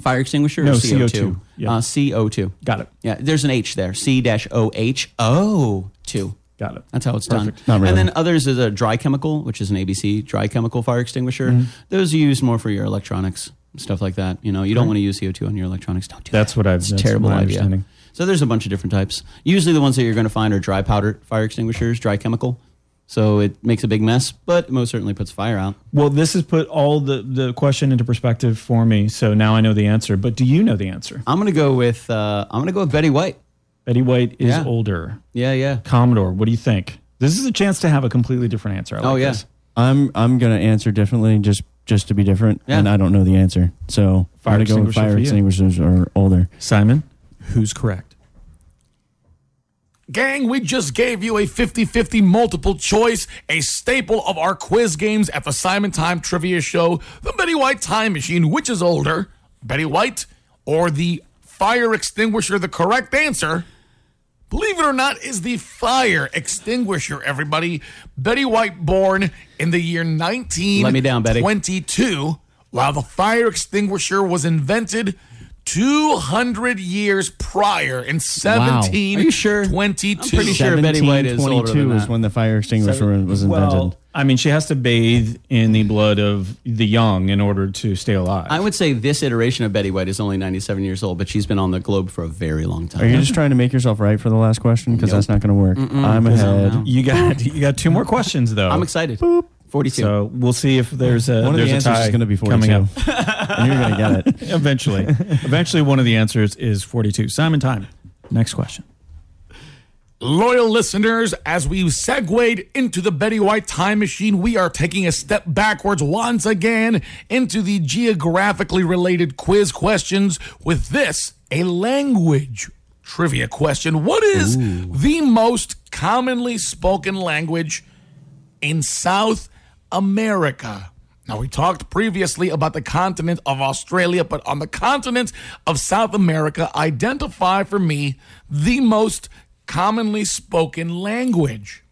Speaker 4: Fire extinguisher.
Speaker 2: No,
Speaker 4: or CO2.
Speaker 2: CO2. Yeah.
Speaker 4: Uh, CO2.
Speaker 2: Got it.
Speaker 4: Yeah, there's an H there. C O H O two.
Speaker 2: Got it.
Speaker 4: That's how it's
Speaker 2: Perfect.
Speaker 4: done.
Speaker 3: Not really.
Speaker 4: And then others is a dry chemical, which is an ABC dry chemical fire extinguisher.
Speaker 2: Mm-hmm.
Speaker 4: Those are used more for your electronics stuff like that. You know, you don't want to use CO two on your electronics. Don't do
Speaker 2: That's
Speaker 4: that.
Speaker 2: what I've-
Speaker 4: It's a
Speaker 2: that's
Speaker 4: terrible
Speaker 2: my
Speaker 4: idea.
Speaker 2: understanding.
Speaker 4: So there's a bunch of different types. Usually the ones that you're going to find are dry powder fire extinguishers, dry chemical. So it makes a big mess, but most certainly puts fire out.
Speaker 2: Well, this has put all the, the question into perspective for me, so now I know the answer. But do you know the answer?
Speaker 4: I'm gonna go with uh, I'm gonna go with Betty White.
Speaker 2: Betty White is
Speaker 4: Yeah.
Speaker 2: older.
Speaker 4: Yeah, yeah.
Speaker 2: Commodore, what do you think? This is a chance to have a completely different answer. I like
Speaker 4: Oh yeah.
Speaker 2: this.
Speaker 3: I'm I'm gonna answer differently just just to be different,
Speaker 4: Yeah.
Speaker 3: and I don't know the answer. So
Speaker 2: Fire
Speaker 3: I'm gonna go with
Speaker 2: extinguisher
Speaker 3: fire
Speaker 2: for you.
Speaker 3: extinguishers or older.
Speaker 2: Simon, who's correct?
Speaker 7: Gang, we just gave you a 50 50 multiple choice, a staple of our quiz games at the Simon Time Trivia Show, the Betty White Time Machine. Which is older, Betty White or the fire extinguisher? The correct answer, believe it or not, is the fire extinguisher, everybody. Betty White born in the year 1922,
Speaker 4: Let me down, Betty.
Speaker 7: while the fire extinguisher was invented 200 years prior in 1722.
Speaker 4: Are you sure? I'm pretty sure Betty White is older
Speaker 3: 1722
Speaker 4: than
Speaker 3: was
Speaker 4: that.
Speaker 3: when the fire extinguisher was invented.
Speaker 2: Well, I mean, she has to bathe in the blood of the young in order to stay alive.
Speaker 4: I would say this iteration of Betty White is only 97 years old, but she's been on the globe for a very long time.
Speaker 3: Are you just trying to make yourself right for the last question? Because that's not going to work. I'm ahead.
Speaker 4: now.
Speaker 2: you got you got two more questions though.
Speaker 4: I'm excited. 42.
Speaker 2: So we'll see if there's a
Speaker 3: One of
Speaker 2: there's
Speaker 3: the
Speaker 2: a
Speaker 3: answers
Speaker 2: tie
Speaker 3: is going to be 42.
Speaker 2: coming up.
Speaker 3: and you're going to get it.
Speaker 2: Eventually, eventually, one of the answers is 42. Simon, time. Next question.
Speaker 7: Loyal listeners, as we've segued into the Betty White time machine, we are taking a step backwards once again into the geographically related quiz questions with this a language trivia question. What is the most commonly spoken language in South America. Now, we talked previously about the continent of Australia, but on the continent of South America, identify for me the most commonly spoken language.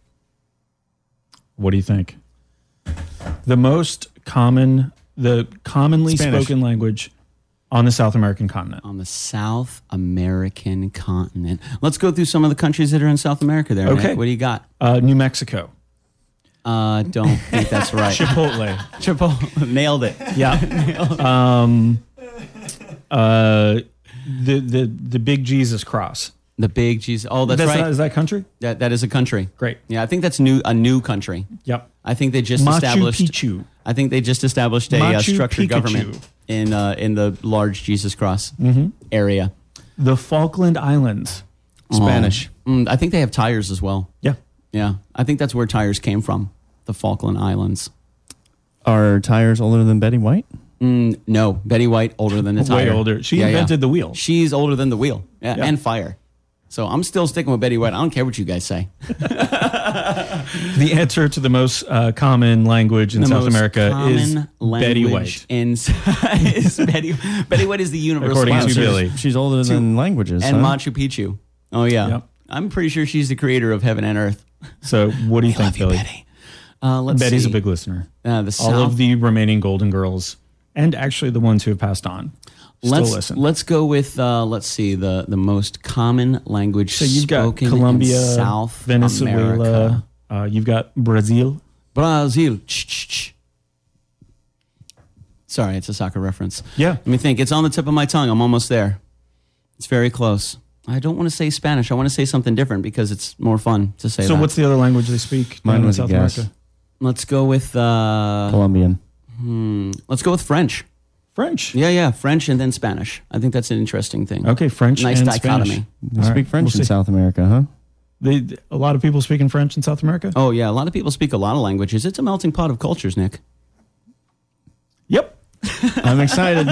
Speaker 2: What do you think? The most common, the commonly
Speaker 3: Spanish.
Speaker 2: spoken language on the South American continent.
Speaker 4: on the South American continent. Let's go through some of the countries that are in South America there. Nick.
Speaker 2: Okay.
Speaker 4: What do you got?
Speaker 2: Uh, New Mexico,
Speaker 4: Uh, don't think that's right.
Speaker 2: Chipotle.
Speaker 4: Triple. Nailed it.
Speaker 2: yeah. Um, uh, the the the big Jesus cross.
Speaker 4: The big Jesus. Oh, that's,
Speaker 2: That's
Speaker 4: right.
Speaker 2: not- is that country?
Speaker 4: that, that is a country.
Speaker 2: Great.
Speaker 4: Yeah, I think that's new a new country.
Speaker 2: Yep.
Speaker 4: I think they just
Speaker 2: Machu
Speaker 4: established.
Speaker 2: Picchu.
Speaker 4: I think they just established a uh,
Speaker 2: Machu
Speaker 4: structured
Speaker 2: Picchu.
Speaker 4: government in uh, in the large Jesus Cross
Speaker 2: Mm-hmm.
Speaker 4: area.
Speaker 2: The Falkland Islands.
Speaker 3: Spanish.
Speaker 4: Mm, I think they have tires as well.
Speaker 2: Yeah.
Speaker 4: Yeah, I think that's where tires came from, the Falkland Islands.
Speaker 3: Are tires older than Betty White?
Speaker 4: Mm, no, Betty White older than the
Speaker 2: Way
Speaker 4: tire.
Speaker 2: older. She invented the wheel.
Speaker 4: She's older than the wheel yeah,
Speaker 2: Yeah.
Speaker 4: and fire. So I'm still sticking with Betty White. I don't care what you guys say.
Speaker 2: The answer to the most uh, common language in
Speaker 4: The
Speaker 2: South
Speaker 4: most
Speaker 2: America is
Speaker 4: common
Speaker 2: Betty
Speaker 4: language
Speaker 2: White.
Speaker 4: In, is Betty, Betty White is the universal
Speaker 2: According to
Speaker 4: answer.
Speaker 2: Billy.
Speaker 3: She's older than languages.
Speaker 4: And
Speaker 3: huh?
Speaker 4: Machu Picchu. Oh, yeah.
Speaker 2: Yep.
Speaker 4: I'm pretty sure she's the creator of heaven and earth.
Speaker 2: So what do you think,
Speaker 4: Love you,
Speaker 2: Billy?
Speaker 4: Betty. Uh, let's
Speaker 2: Betty's
Speaker 4: see.
Speaker 2: a big listener.
Speaker 4: Uh, the
Speaker 2: All
Speaker 4: South-
Speaker 2: of the remaining Golden Girls, and actually the ones who have passed on, still
Speaker 4: let's,
Speaker 2: listen.
Speaker 4: Let's go with uh, let's see the the most common language
Speaker 2: so you've got
Speaker 4: spoken
Speaker 2: Colombia,
Speaker 4: in South America.
Speaker 2: Venezuela. Uh, you've got Brazil.
Speaker 4: Brazil. Ch-ch-ch. Sorry, it's a soccer reference.
Speaker 2: Yeah.
Speaker 4: Let me think. It's on the tip of my tongue. I'm almost there. It's very close. I don't want to say Spanish. I want to say something different because it's more fun to say
Speaker 2: So
Speaker 4: that.
Speaker 2: what's the other language they speak?
Speaker 3: Mine
Speaker 2: down in
Speaker 3: was a
Speaker 2: South
Speaker 3: guess.
Speaker 2: America.
Speaker 4: let's go with uh,
Speaker 3: Colombian.
Speaker 4: let's go with French.
Speaker 2: French.
Speaker 4: Yeah, yeah, French and then Spanish. I think that's an interesting thing.
Speaker 2: Okay, French.
Speaker 4: Nice
Speaker 2: and
Speaker 4: dichotomy.
Speaker 2: Spanish.
Speaker 3: They
Speaker 2: All
Speaker 3: speak
Speaker 2: right,
Speaker 3: French
Speaker 2: we'll
Speaker 3: in
Speaker 2: see.
Speaker 3: South America, huh?
Speaker 2: They, a lot of people speak in French in South America.
Speaker 4: Oh yeah, a lot of people speak a lot of languages. It's a melting pot of cultures, Nick.
Speaker 2: Yep.
Speaker 3: I'm excited.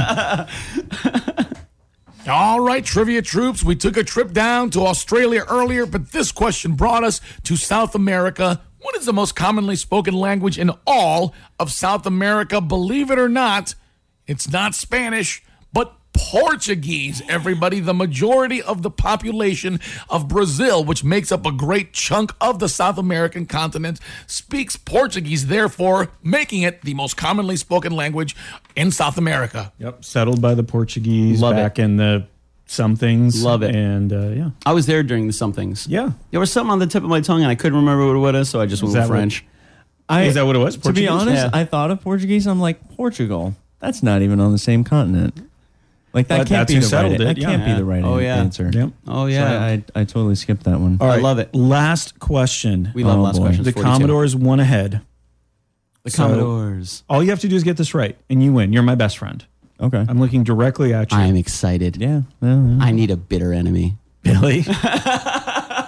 Speaker 7: All right, trivia troops, we took a trip down to Australia earlier, but this question brought us to South America. What is the most commonly spoken language in all of South America? Believe it or not, it's not Spanish, but Portuguese, everybody. The majority of the population of Brazil, which makes up a great chunk of the South American continent, speaks Portuguese, therefore making it the most commonly spoken language in South America.
Speaker 2: Yep. Settled by the Portuguese
Speaker 4: Love
Speaker 2: back in the somethings.
Speaker 4: Love it.
Speaker 2: And uh, yeah.
Speaker 4: I was there during the somethings.
Speaker 2: Yeah.
Speaker 4: There was something on the tip of my tongue and I couldn't remember what it was, so I just went
Speaker 2: that
Speaker 4: with
Speaker 2: what-
Speaker 4: French.
Speaker 3: I,
Speaker 2: Is that what it was?
Speaker 3: To be
Speaker 2: Portuguese?
Speaker 3: honest,
Speaker 4: Yeah.
Speaker 3: I thought of Portuguese. I'm like Portugal. That's not even on the same continent. Like that
Speaker 2: But
Speaker 3: can't
Speaker 2: that's
Speaker 3: be
Speaker 2: who
Speaker 3: the right.
Speaker 2: settled
Speaker 3: That
Speaker 2: it, yeah.
Speaker 3: can't be the right
Speaker 4: Oh, yeah.
Speaker 3: answer.
Speaker 2: Yep.
Speaker 4: Oh
Speaker 3: So
Speaker 4: yeah.
Speaker 3: I, I I totally skipped that one.
Speaker 2: All
Speaker 4: I
Speaker 2: right,
Speaker 4: love it.
Speaker 2: Last question.
Speaker 4: we love
Speaker 3: Oh,
Speaker 4: last
Speaker 3: boy.
Speaker 4: questions.
Speaker 2: the
Speaker 4: 42.
Speaker 2: Commodores one ahead.
Speaker 4: The
Speaker 2: So-
Speaker 4: Commodores.
Speaker 2: All you have to do is get this right, and you win. You're my best friend.
Speaker 3: Okay.
Speaker 2: I'm looking directly at you,
Speaker 4: I am excited.
Speaker 3: yeah. Well, yeah.
Speaker 4: I need a bitter enemy.
Speaker 2: Billy.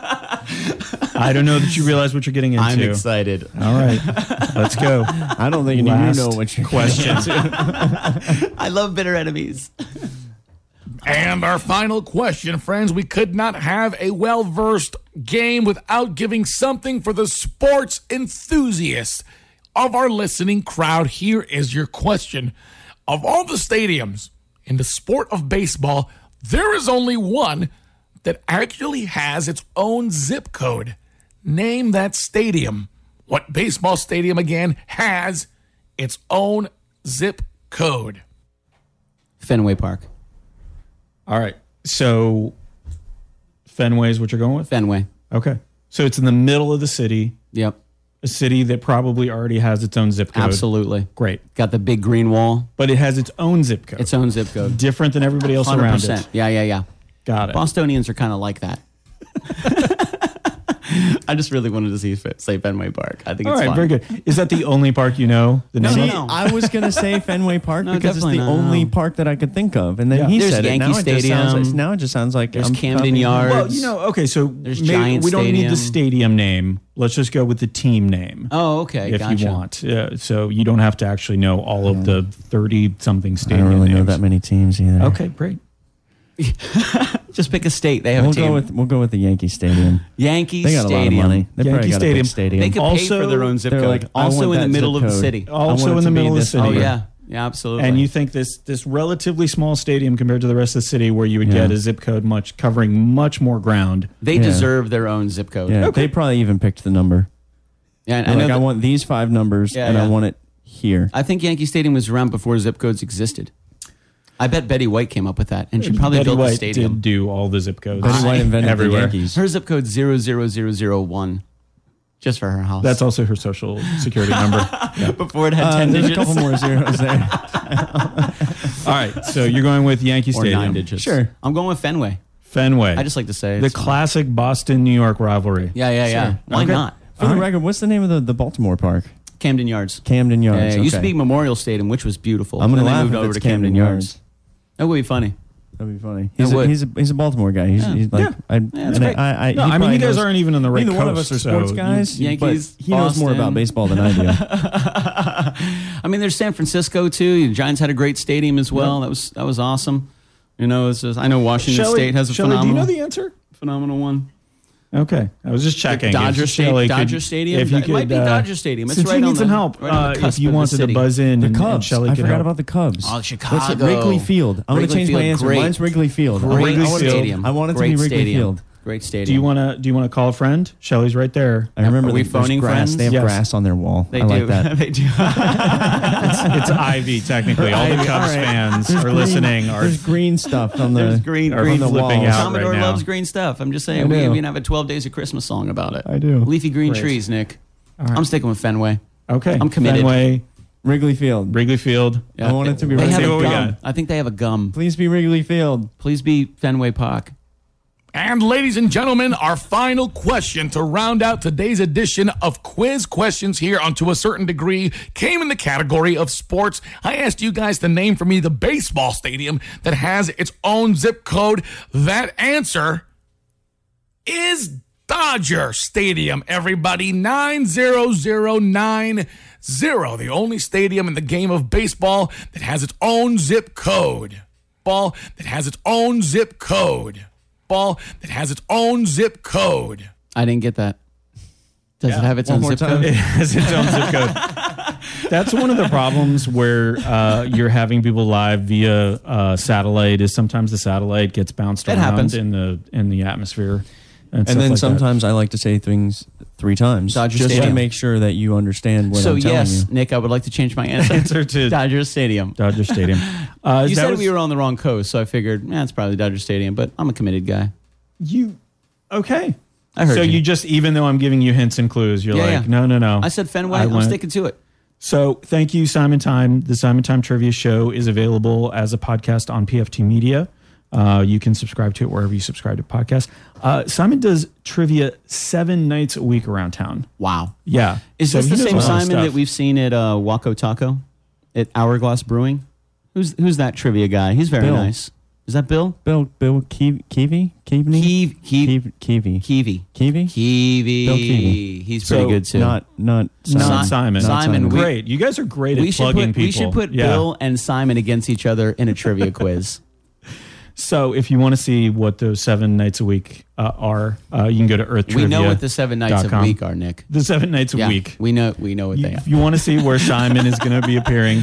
Speaker 2: I don't know that you realize what you're getting into.
Speaker 4: excited.
Speaker 2: All right, let's go.
Speaker 3: I don't think any of
Speaker 2: Last
Speaker 3: you know what you're
Speaker 2: question.
Speaker 4: I love bitter enemies.
Speaker 7: And our final question, friends. We could not have a well versed game without giving something for the sports enthusiasts of our listening crowd. Here is your question Of all the stadiums in the sport of baseball, there is only one that actually has its own zip code. Name that stadium. What baseball stadium again has its own zip code?
Speaker 4: Fenway Park.
Speaker 2: All right. So Fenway is what you're going with?
Speaker 4: Fenway.
Speaker 2: Okay. So it's in the middle of the city,
Speaker 4: Yep.
Speaker 2: a city that probably already has its own zip code.
Speaker 4: Absolutely.
Speaker 2: Great.
Speaker 4: Got the big green wall,
Speaker 2: But it has its own zip code.
Speaker 4: its own zip code.
Speaker 2: different than everybody else around
Speaker 4: 100%.
Speaker 2: it.
Speaker 4: Yeah, yeah, yeah.
Speaker 2: Got it.
Speaker 4: Bostonians are kind of like that. I just really wanted to see Fe- say Fenway Park. I think
Speaker 2: All
Speaker 4: it's
Speaker 2: right,
Speaker 4: fun.
Speaker 2: very good. Is that the only park you know? The name
Speaker 3: See,
Speaker 2: of?
Speaker 4: no.
Speaker 3: I was gonna say Fenway Park
Speaker 4: No,
Speaker 3: because it's the
Speaker 4: definitely not,
Speaker 3: only
Speaker 4: no.
Speaker 3: park that I could think of, and then
Speaker 2: Yeah.
Speaker 3: he
Speaker 4: There's
Speaker 3: said it.
Speaker 4: Yankee
Speaker 3: now It just sounds like,
Speaker 4: Stadium.
Speaker 3: now it just sounds like
Speaker 4: There's
Speaker 3: I'm
Speaker 4: Camden
Speaker 3: copying-
Speaker 4: Yards.
Speaker 2: Well, you know, okay, so
Speaker 4: There's
Speaker 2: maybe
Speaker 4: Giant
Speaker 2: we don't need the
Speaker 4: Stadium.
Speaker 2: stadium name. Let's just go with the team name.
Speaker 4: Oh, okay.
Speaker 2: if
Speaker 4: gotcha.
Speaker 2: you want. Yeah, so you don't have to actually know all of the 30 something
Speaker 3: I
Speaker 2: stadium
Speaker 3: don't really know
Speaker 2: names.
Speaker 3: that many teams either.
Speaker 2: Okay, great.
Speaker 4: Just pick a state. They have
Speaker 3: We'll
Speaker 4: a team.
Speaker 3: go with we'll go with the Yankee Stadium.
Speaker 4: Yankee
Speaker 3: They got a lot of
Speaker 4: Stadium.
Speaker 3: money. They
Speaker 2: Yankee
Speaker 3: probably got a
Speaker 2: Stadium.
Speaker 3: big
Speaker 4: They
Speaker 3: stadium.
Speaker 4: could pay
Speaker 2: Also,
Speaker 4: for their own zip
Speaker 3: they're
Speaker 4: code.
Speaker 3: like, I
Speaker 4: also
Speaker 3: want
Speaker 4: in the
Speaker 3: that
Speaker 4: middle
Speaker 3: zip
Speaker 4: of the
Speaker 3: code.
Speaker 4: city.
Speaker 3: I want
Speaker 2: Also
Speaker 3: it
Speaker 2: in
Speaker 3: to
Speaker 2: the
Speaker 3: be
Speaker 2: middle of the
Speaker 3: this
Speaker 2: city.
Speaker 4: Oh
Speaker 3: big.
Speaker 4: yeah, yeah, absolutely.
Speaker 2: And you think this this relatively small stadium compared to the rest of the city where you would
Speaker 3: Yeah.
Speaker 2: get a zip code much covering much more ground.
Speaker 4: they
Speaker 3: Yeah.
Speaker 4: deserve their own zip code.
Speaker 3: Yeah, they probably even picked the number.
Speaker 4: Yeah, and I
Speaker 3: I
Speaker 4: know.
Speaker 3: like, I
Speaker 4: that-
Speaker 3: want these five numbers,
Speaker 4: Yeah,
Speaker 3: and I
Speaker 4: yeah.
Speaker 3: want it here.
Speaker 4: I think Yankee Stadium was around before zip codes existed. I bet Betty White came up with that, and she probably
Speaker 2: Betty
Speaker 4: built
Speaker 2: White
Speaker 4: the stadium.
Speaker 2: did do all the zip codes.
Speaker 3: Betty White invented
Speaker 2: everywhere.
Speaker 3: the Yankees.
Speaker 4: Her zip code 00001, just for her house.
Speaker 2: That's also her social security number.
Speaker 4: before it had
Speaker 3: Uh,
Speaker 4: ten
Speaker 3: there's a
Speaker 4: digits
Speaker 3: couple more zeros there.
Speaker 2: All right, so you're going with Yankee
Speaker 4: or
Speaker 2: Stadium,
Speaker 4: nine digits.
Speaker 3: Sure.
Speaker 4: I'm going with Fenway.
Speaker 2: Fenway.
Speaker 4: I just like to say
Speaker 2: the
Speaker 4: it's fun.
Speaker 2: classic Boston New York rivalry.
Speaker 4: Yeah, yeah, yeah. Why
Speaker 2: Okay.
Speaker 4: not?
Speaker 3: For the record, what's the name of the, the Baltimore park?
Speaker 4: Camden Yards.
Speaker 3: Camden
Speaker 4: Yeah,
Speaker 3: Yards.
Speaker 4: yeah, It used to
Speaker 3: okay.
Speaker 4: be Memorial Stadium, which was beautiful.
Speaker 3: I'm gonna
Speaker 4: Then they
Speaker 3: laugh
Speaker 4: moved
Speaker 3: if
Speaker 4: over
Speaker 3: it's
Speaker 4: to Camden,
Speaker 3: Camden
Speaker 4: Yards.
Speaker 3: Yards.
Speaker 4: That would be funny.
Speaker 3: That'd be funny. He's a,
Speaker 4: would.
Speaker 3: he's a he's a Baltimore guy. He's, he's like
Speaker 2: Yeah.
Speaker 3: I,
Speaker 4: that's
Speaker 3: and
Speaker 4: great.
Speaker 3: I, I,
Speaker 2: No,
Speaker 3: he
Speaker 2: I mean
Speaker 3: probably
Speaker 2: you guys
Speaker 3: knows-
Speaker 2: aren't even on the right
Speaker 3: Neither
Speaker 2: coast.
Speaker 3: one of us are sports
Speaker 2: so you-
Speaker 3: guys.
Speaker 4: Yankees,
Speaker 3: but he knows more
Speaker 4: Boston.
Speaker 3: about baseball than I do.
Speaker 4: I mean, there's San Francisco too. The Giants had a great stadium as well. That was that was awesome. You know, it's just I know Washington
Speaker 2: Shelley-
Speaker 4: State has a
Speaker 2: Shelley,
Speaker 4: phenomenal,
Speaker 2: Do you know the answer?
Speaker 4: phenomenal one.
Speaker 2: Okay, I was just checking.
Speaker 4: Dodger
Speaker 2: If
Speaker 4: Sta-
Speaker 2: Shelley
Speaker 4: Dodger Stadium?
Speaker 2: If you
Speaker 4: It
Speaker 2: could,
Speaker 4: might be
Speaker 2: uh,
Speaker 4: Dodger Stadium. It's
Speaker 2: since
Speaker 4: right
Speaker 2: you
Speaker 4: on
Speaker 2: need some
Speaker 4: the-
Speaker 2: help,
Speaker 4: right on the
Speaker 2: uh, if
Speaker 4: cusp
Speaker 2: you
Speaker 4: of the
Speaker 2: wanted to
Speaker 4: city.
Speaker 2: buzz in,
Speaker 3: The
Speaker 2: and, and
Speaker 3: Cubs.
Speaker 2: Shelley
Speaker 3: I
Speaker 2: could
Speaker 3: forgot
Speaker 2: help.
Speaker 3: about the Cubs.
Speaker 4: Oh,
Speaker 3: That's it,
Speaker 4: Chicago.
Speaker 3: Wrigley Field. I'm going to
Speaker 4: Wrigley
Speaker 3: change my
Speaker 4: Field,
Speaker 3: answer.
Speaker 4: great.
Speaker 3: Mine's Wrigley Field. I
Speaker 4: Great
Speaker 3: wanna- I wanna-
Speaker 4: stadium.
Speaker 3: I want it to
Speaker 4: Great
Speaker 3: be Wrigley
Speaker 4: stadium.
Speaker 3: Field.
Speaker 4: Great stadium.
Speaker 2: Do you want to? Do you want to call a friend? Shelley's right there.
Speaker 3: I remember
Speaker 4: Are we
Speaker 3: that there's
Speaker 4: phoning
Speaker 3: grass.
Speaker 4: friends?
Speaker 3: They have
Speaker 2: Yes.
Speaker 3: grass on their wall.
Speaker 4: They
Speaker 3: I like
Speaker 4: do.
Speaker 3: that.
Speaker 4: they do.
Speaker 2: It's Ivy technically. All the
Speaker 4: Ivy,
Speaker 2: Cubs
Speaker 4: all right.
Speaker 2: fans are listening. Are
Speaker 3: There's green stuff on the
Speaker 4: There's green-
Speaker 3: on
Speaker 4: green
Speaker 3: the
Speaker 2: flipping
Speaker 3: walls.
Speaker 2: out.
Speaker 4: Commodore
Speaker 2: right now.
Speaker 4: loves green stuff. I'm just saying we
Speaker 3: do.
Speaker 4: even have a 12 Days of Christmas song about it. I
Speaker 3: do.
Speaker 4: Leafy green trees, Nick. I'm sticking with Fenway.
Speaker 2: okay?
Speaker 4: I'm committed.
Speaker 2: Fenway,
Speaker 3: Wrigley Field.
Speaker 2: Wrigley Field.
Speaker 3: I want it to be
Speaker 4: They
Speaker 3: Wrigley
Speaker 4: have
Speaker 2: See
Speaker 4: a
Speaker 2: what we
Speaker 4: gum.
Speaker 2: got.
Speaker 4: I think they have a gum.
Speaker 3: Please be Wrigley Field.
Speaker 4: Please be Fenway Park.
Speaker 7: And ladies and gentlemen, our final question to round out today's edition of quiz questions here on To a Certain Degree came in the category of sports. I asked you guys to name for me the baseball stadium that has its own zip code. That answer is Dodger Stadium, everybody. 90090. The only stadium in the game of baseball that has its own zip code. Ball that has its own zip code. Ball that has its own zip code.
Speaker 4: I didn't get that. Does it have its own
Speaker 3: more
Speaker 4: zip
Speaker 3: time.
Speaker 4: code?
Speaker 2: It has its own zip code. That's one of the problems where uh, you're having people live via uh, satellite. Is sometimes the satellite gets bounced around
Speaker 4: happens.
Speaker 2: in the in the atmosphere, and, stuff
Speaker 3: And then
Speaker 2: like that.
Speaker 3: sometimes I like to say things three times
Speaker 4: Dodger
Speaker 3: just to
Speaker 4: Stadium.
Speaker 3: make sure that you understand what
Speaker 4: So
Speaker 3: I'm telling
Speaker 4: yes,
Speaker 3: you.
Speaker 4: Nick, I would like to change my answer.
Speaker 2: Answer to-
Speaker 4: Dodger Stadium.
Speaker 2: Dodger Stadium. Uh,
Speaker 4: You
Speaker 2: that
Speaker 4: said
Speaker 2: was-
Speaker 4: we were on the wrong coast, so I figured, man, it's probably Dodger Stadium. But I'm a committed guy.
Speaker 2: you okay.
Speaker 4: I heard
Speaker 2: so
Speaker 4: you.
Speaker 2: you. just even though I'm giving you hints and clues, you're
Speaker 4: Yeah,
Speaker 2: like,
Speaker 4: yeah.
Speaker 2: no, no, no.
Speaker 4: I said Fenway. I'm
Speaker 2: went-
Speaker 4: sticking to it.
Speaker 2: So thank you, Simon Time. The Simon Time Trivia Show is available as a podcast on PFT Media. Uh, you can subscribe to it wherever you subscribe to podcasts. Uh, Simon does trivia seven nights a week around town.
Speaker 4: Wow.
Speaker 2: Yeah.
Speaker 4: Is
Speaker 2: So
Speaker 4: this
Speaker 2: he
Speaker 4: the
Speaker 2: knows
Speaker 4: same
Speaker 2: a lot of
Speaker 4: Simon that
Speaker 2: stuff.
Speaker 4: we've seen at uh, Waco Taco, at Hourglass Brewing? Who's who's that trivia guy? He's very
Speaker 3: Bill.
Speaker 4: nice. Is that Bill?
Speaker 3: Bill Bill Kiwi Kiwi Kiwi
Speaker 4: Keeve, Keeve,
Speaker 3: Kiwi
Speaker 4: Keevy.
Speaker 3: Kiwi
Speaker 4: Keevy.
Speaker 3: Bill Keevy.
Speaker 4: He's pretty
Speaker 2: So,
Speaker 4: good too.
Speaker 3: Not not
Speaker 2: Not Simon.
Speaker 4: Simon,
Speaker 3: Simon.
Speaker 4: we-
Speaker 2: great. You guys are great
Speaker 4: we
Speaker 2: at
Speaker 4: should
Speaker 2: plugging
Speaker 4: put,
Speaker 2: people.
Speaker 4: we should put
Speaker 2: Yeah.
Speaker 4: Bill and Simon against each other in a trivia quiz.
Speaker 2: So if you want to see what those seven nights a week uh, are, uh, you can go to Earth
Speaker 4: we know what the seven nights
Speaker 2: dot com.
Speaker 4: a week are, Nick.
Speaker 2: The seven nights a
Speaker 4: Yeah,
Speaker 2: week.
Speaker 4: we know we know what
Speaker 2: You-
Speaker 4: they are.
Speaker 2: if you want to see where Simon is going to be appearing,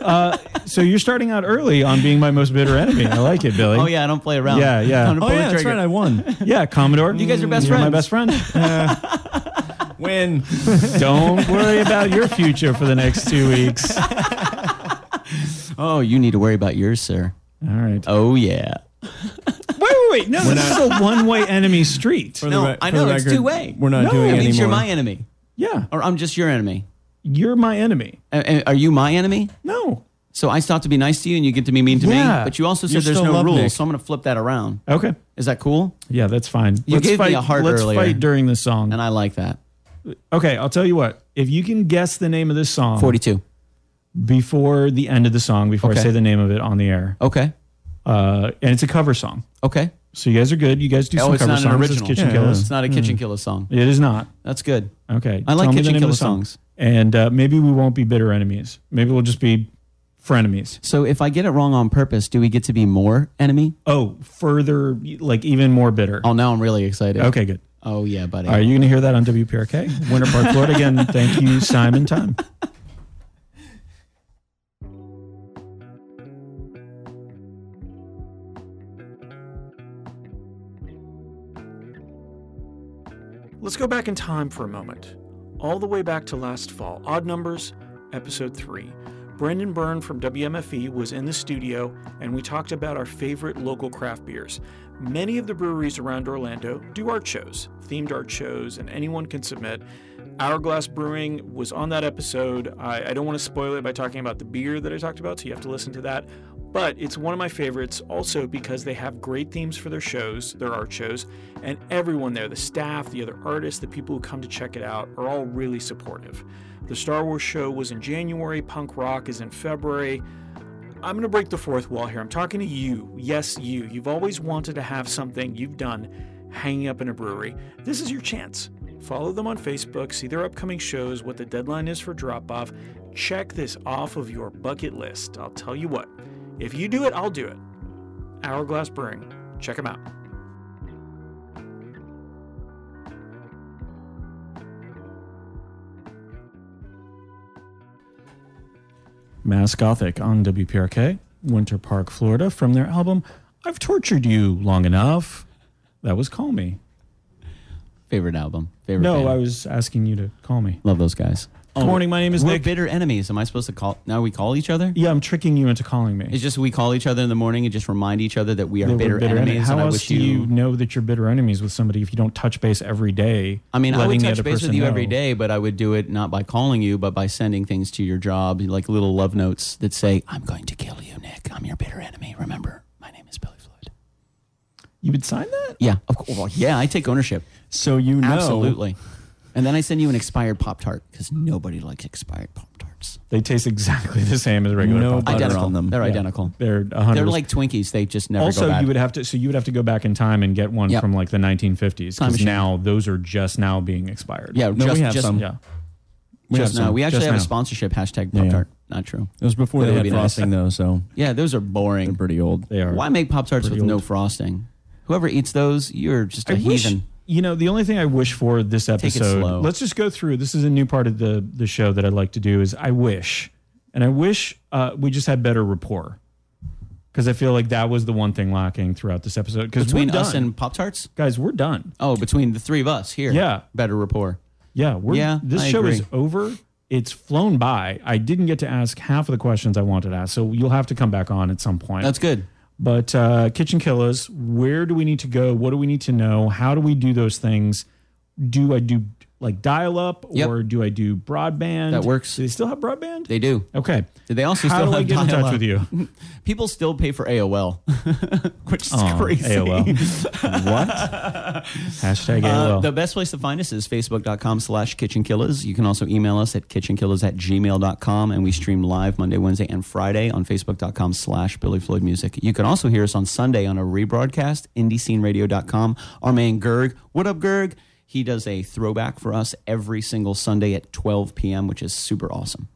Speaker 2: uh, so you're starting out early on being my most bitter enemy. I like it, Billy.
Speaker 4: Oh yeah, I don't play around.
Speaker 2: Yeah, yeah.
Speaker 4: Don't
Speaker 3: Oh
Speaker 4: pull the
Speaker 3: yeah, that's
Speaker 4: trigger.
Speaker 3: right. I won.
Speaker 2: yeah, Commodore. You
Speaker 4: guys are best
Speaker 2: You're My best
Speaker 4: friends.
Speaker 2: friend.
Speaker 3: Win.
Speaker 2: Don't worry about your future for the next two weeks. All
Speaker 4: Oh, you need to worry about yours, sir.
Speaker 2: right.
Speaker 4: Oh yeah.
Speaker 2: wait. No, this is a one-way enemy street.
Speaker 3: For the
Speaker 4: No,
Speaker 3: re-
Speaker 4: I
Speaker 3: for the
Speaker 4: know it's
Speaker 3: record,
Speaker 4: two way.
Speaker 3: We're not
Speaker 2: No,
Speaker 3: doing
Speaker 2: it
Speaker 3: it
Speaker 4: That
Speaker 3: anymore.
Speaker 4: means you're my enemy,
Speaker 2: Yeah,
Speaker 4: or I'm just your enemy.
Speaker 2: you're my enemy.
Speaker 4: Uh, uh, Are you my enemy?
Speaker 2: No.
Speaker 4: So I still have to be nice to you, and you get to be mean to
Speaker 2: Yeah.
Speaker 4: me. But you also said
Speaker 3: You
Speaker 4: there's
Speaker 3: still
Speaker 4: no
Speaker 3: love
Speaker 4: rules,
Speaker 3: Nick.
Speaker 4: so I'm going to flip that around.
Speaker 2: Okay.
Speaker 4: Is that cool?
Speaker 2: Yeah, that's fine.
Speaker 4: You gave me
Speaker 2: fight,
Speaker 4: a heart
Speaker 2: Let's
Speaker 4: earlier.
Speaker 2: fight during the song.
Speaker 4: And I like that.
Speaker 2: okay, I'll tell you what. If you can guess the name of this song
Speaker 4: 42.
Speaker 2: before the end of the song, before I
Speaker 4: Okay.
Speaker 2: say the name of it on the air,
Speaker 4: Okay.
Speaker 2: uh, and it's a cover song.
Speaker 4: Okay.
Speaker 2: So you guys are good. You guys do
Speaker 4: Oh,
Speaker 2: some
Speaker 4: it's
Speaker 2: cover
Speaker 4: not an
Speaker 2: songs. It's
Speaker 4: original.
Speaker 2: Kitchen
Speaker 3: Yeah,
Speaker 2: Killers. Hmm.
Speaker 4: It's not a kitchen killer song.
Speaker 2: It is not.
Speaker 4: That's good.
Speaker 2: Okay.
Speaker 4: I like
Speaker 2: Tell me the
Speaker 4: Kitchen
Speaker 2: name of
Speaker 4: Killer
Speaker 2: the song.
Speaker 4: songs.
Speaker 2: And uh, maybe we won't be bitter enemies. Maybe we'll just be frenemies.
Speaker 4: So if I get it wrong on purpose, do we get to be more enemy?
Speaker 2: Oh, further, like even more bitter.
Speaker 4: Oh, now I'm really excited.
Speaker 2: Okay, good.
Speaker 4: Oh yeah, buddy.
Speaker 2: All right, you're going to hear that on WPRK, Winter Park, Florida. Again, thank you, Simon Time.
Speaker 5: Let's go back in time for a moment. All the way back to last fall, Odd Numbers, Episode 3. Brendan Byrne from WMFE E was in the studio and we talked about our favorite local craft beers. Many of the breweries around Orlando do art shows, themed art shows, and anyone can submit. Hourglass Brewing was on that episode. I, I don't want to spoil it by talking about the beer that I talked about, so you have to listen to that. But it's one of my favorites also because they have great themes for their shows, their art shows, and everyone there the staff, the other artists, the people who come to check it out are all really supportive. The Star Wars show was in January, punk rock is in February. I'm going to break the fourth wall here. I'm talking to you. Yes, you. You've always wanted to have something you've done hanging up in a brewery. This is your chance. Follow them on Facebook, see their upcoming shows, what the deadline is for drop off. Check this off of your bucket list. I'll tell you what. If you do it, I'll do it. Hourglass Brewing. Check them out.
Speaker 2: Mass Gothic on WPRK, Winter Park, Florida, from their album I've Tortured You Long Enough. That was Call Me.
Speaker 4: Favorite album. Favorite.
Speaker 2: No,
Speaker 4: band.
Speaker 2: I was asking you to call me.
Speaker 4: love those guys.
Speaker 2: Good morning, my name is
Speaker 4: We're
Speaker 2: Nick.
Speaker 4: bitter enemies. Am I supposed to call? Now we call each other.
Speaker 2: Yeah, I'm tricking you into calling me.
Speaker 4: It's just we call each other in the morning and just remind each other that we are
Speaker 2: They were
Speaker 4: bitter,
Speaker 2: enem-
Speaker 4: enemies.
Speaker 2: How
Speaker 4: and I
Speaker 2: else
Speaker 4: wish
Speaker 2: do you know that you're bitter enemies with somebody if you don't touch base every day?
Speaker 4: I mean, I would
Speaker 2: letting the
Speaker 4: touch
Speaker 2: other
Speaker 4: base with
Speaker 2: person
Speaker 4: you
Speaker 2: know?
Speaker 4: every day, but I would do it not by calling you, but by sending things to your job, like little love notes that say, "I'm going to kill you, Nick. I'm your bitter enemy. Remember, my name is Billy Floyd."
Speaker 2: You would sign that?
Speaker 4: Yeah, of course. Well, yeah, I take ownership.
Speaker 3: So you know.
Speaker 4: Absolutely. And then I send you an expired Pop Tart because nobody likes expired Pop Tarts.
Speaker 2: They taste exactly the same as regular.
Speaker 3: No
Speaker 2: Pop Tarts.
Speaker 3: butter
Speaker 4: Identical.
Speaker 3: on them.
Speaker 4: They're
Speaker 2: Yeah.
Speaker 4: identical.
Speaker 2: They're 100.
Speaker 4: They're like Twinkies. They just never go
Speaker 2: also
Speaker 4: bad.
Speaker 2: you would have to so you would have to go back in time and get one
Speaker 4: Yep.
Speaker 2: from like the 1950s
Speaker 4: Time
Speaker 2: because
Speaker 4: machine.
Speaker 2: now those are just now being expired.
Speaker 4: yeah,
Speaker 3: No,
Speaker 4: just,
Speaker 3: we have
Speaker 4: just,
Speaker 3: some.
Speaker 2: yeah.
Speaker 3: We
Speaker 4: just
Speaker 3: have some.
Speaker 4: now. We actually
Speaker 2: Just
Speaker 4: have a
Speaker 2: now.
Speaker 4: sponsorship hashtag
Speaker 3: Yeah.
Speaker 4: Pop Tart. Not true.
Speaker 3: It was before
Speaker 4: That
Speaker 3: they
Speaker 4: would
Speaker 3: had
Speaker 4: be nice.
Speaker 3: frosting though, so
Speaker 4: Yeah, those are
Speaker 3: they're
Speaker 4: boring.
Speaker 3: pretty old.
Speaker 2: They are.
Speaker 4: Why make Pop Tarts with
Speaker 2: Pretty
Speaker 4: no
Speaker 2: old.
Speaker 4: frosting? Whoever eats those, you're just
Speaker 2: I
Speaker 4: a
Speaker 2: wish,
Speaker 4: heathen.
Speaker 2: you know, the only thing I wish for this
Speaker 4: it slow.
Speaker 2: episode, let's just go through. This is a new part of the the show that I'd like to do is I wish, and I wish uh, we just had better rapport because I feel like that was the one thing lacking throughout this episode. Because
Speaker 4: Between
Speaker 2: we're done.
Speaker 4: us and Pop Tarts?
Speaker 2: guys, we're done.
Speaker 4: Oh, between the three of us here.
Speaker 2: Yeah.
Speaker 4: Better rapport.
Speaker 2: Yeah, we're
Speaker 4: Yeah,
Speaker 2: this
Speaker 4: I
Speaker 2: show is
Speaker 4: agree.
Speaker 2: over. It's flown by. I didn't get to ask half of the questions I wanted to ask, so you'll have to come back on at some point.
Speaker 4: That's good.
Speaker 2: But uh, Kitchen Killers, where do we need to go? What do we need to know? How do we do those things? Do I do like dial up
Speaker 4: Yep.
Speaker 2: or do I do broadband?
Speaker 4: That works.
Speaker 2: Do they still have broadband?
Speaker 4: They do.
Speaker 2: okay.
Speaker 4: Do they also
Speaker 2: How
Speaker 4: still
Speaker 2: do I
Speaker 4: have
Speaker 2: get in touch
Speaker 4: dial-up?
Speaker 2: with you?
Speaker 4: People still pay for AOL, which is
Speaker 2: Oh,
Speaker 4: crazy.
Speaker 2: AOL. what? Hashtag
Speaker 4: Uh,
Speaker 2: AOL.
Speaker 4: the best place to find us is facebook.com slash kitchen killers. You can also email us at kitchenkillers at gmail.com. And we stream live Monday, Wednesday, and Friday on facebook.com slash Billy Floyd Music. You can also hear us on Sunday on a rebroadcast, indiesceneradio.com. Our man Gerg, what up, Gerg? He does a throwback for us every single Sunday at 12 p.m., which is super awesome.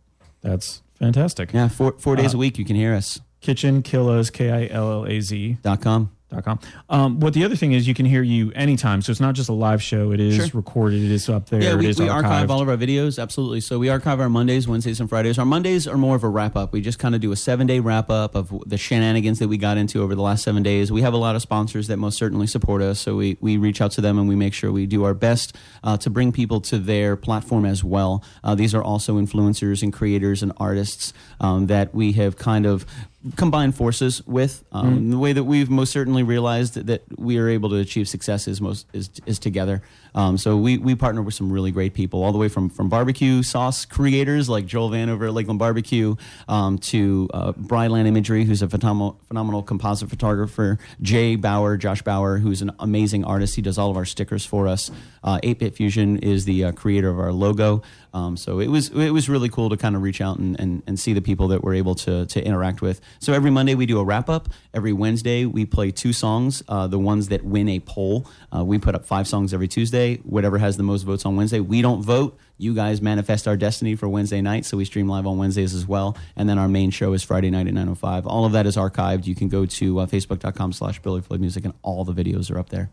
Speaker 4: Uh,
Speaker 2: That's fantastic.
Speaker 4: Yeah, four, four days a week you can hear us.
Speaker 2: Kitchen Killers, K I L L A Z.
Speaker 4: Dot com.
Speaker 2: dot com. Um, what the other thing is, you can hear you anytime. So it's not just a live show. It is
Speaker 4: Sure.
Speaker 2: recorded. It is up there.
Speaker 4: Yeah, we,
Speaker 2: it is
Speaker 4: we
Speaker 2: archived.
Speaker 4: archive all of our videos. Absolutely. So we archive our Mondays, Wednesdays, and Fridays. Our Mondays are more of a wrap up. We just kind of do a seven day wrap up of w- the shenanigans that we got into over the last seven days. We have a lot of sponsors that most certainly support us. So we, we reach out to them and we make sure we do our best uh, to bring people to their platform as well. Uh, these are also influencers and creators and artists um, that we have kind of combine forces with. Um,
Speaker 2: Mm-hmm.
Speaker 4: The way that we've most certainly realized that, that we are able to achieve success is most is, is together. Um, so we we partner with some really great people, all the way from from barbecue sauce creators like Joel Van over at Lakeland Barbecue um, to uh, Bryland Imagery, who's a phenomenal phenomenal composite photographer. Jay Bauer, Josh Bauer, who's an amazing artist. He does all of our stickers for us. Uh, 8-Bit Fusion is the uh, creator of our logo. Um, so it was it was really cool to kind of reach out and, and, and see the people that we're able to to interact with. So every Monday we do a wrap up. Every Wednesday we play two songs. Uh, the ones that win a poll, uh, we put up five songs every Tuesday. Whatever has the most votes on Wednesday, we don't vote. You guys manifest our destiny for Wednesday night, so we stream live on Wednesdays as well. And then our main show is Friday night at 9.05. All of that is archived. You can go to uh, facebook.com slash Billy Floyd Music, and all the videos are up there.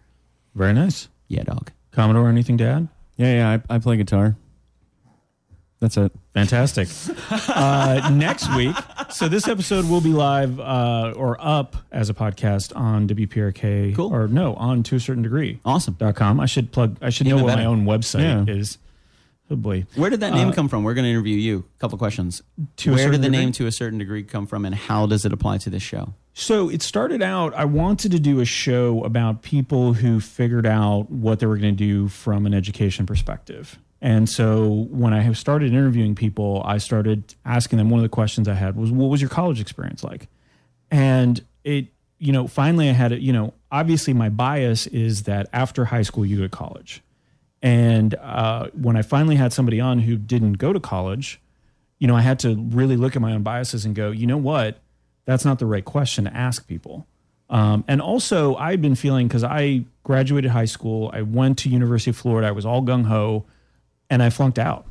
Speaker 2: Very nice.
Speaker 4: Yeah, dog.
Speaker 2: Commodore, anything to add?
Speaker 3: Yeah, yeah. I, I play guitar. That's it.
Speaker 2: Fantastic. uh, next week, so this episode will be live uh, or up as a podcast on WPRK.
Speaker 4: Cool.
Speaker 2: Or no, on to a certain degree.
Speaker 4: Awesome.
Speaker 2: Dot com. I should plug. I should
Speaker 4: Even
Speaker 2: know what my
Speaker 4: better.
Speaker 2: own website
Speaker 3: Yeah.
Speaker 2: is. Oh boy.
Speaker 4: Where did that name come from? We're going to interview you. A couple questions.
Speaker 2: To a
Speaker 4: Where
Speaker 2: certain
Speaker 4: did the
Speaker 2: degree?
Speaker 4: name to a certain degree come from, and how does it apply to this show?
Speaker 2: So it started out, I wanted to do a show about people who figured out what they were going to do from an education perspective. And so when I have started interviewing people, I started asking them one of the questions I had was, What was your college experience like? And it, you know, finally I had it, you know, obviously my bias is that after high school, you go to college. And uh, when I finally had somebody on who didn't go to college, you know, I had to really look at my own biases and go, you know what? That's not the right question to ask people. Um, and also, I'd been feeling because I graduated high school, I went to University of Florida, I was all gung ho, and I flunked out.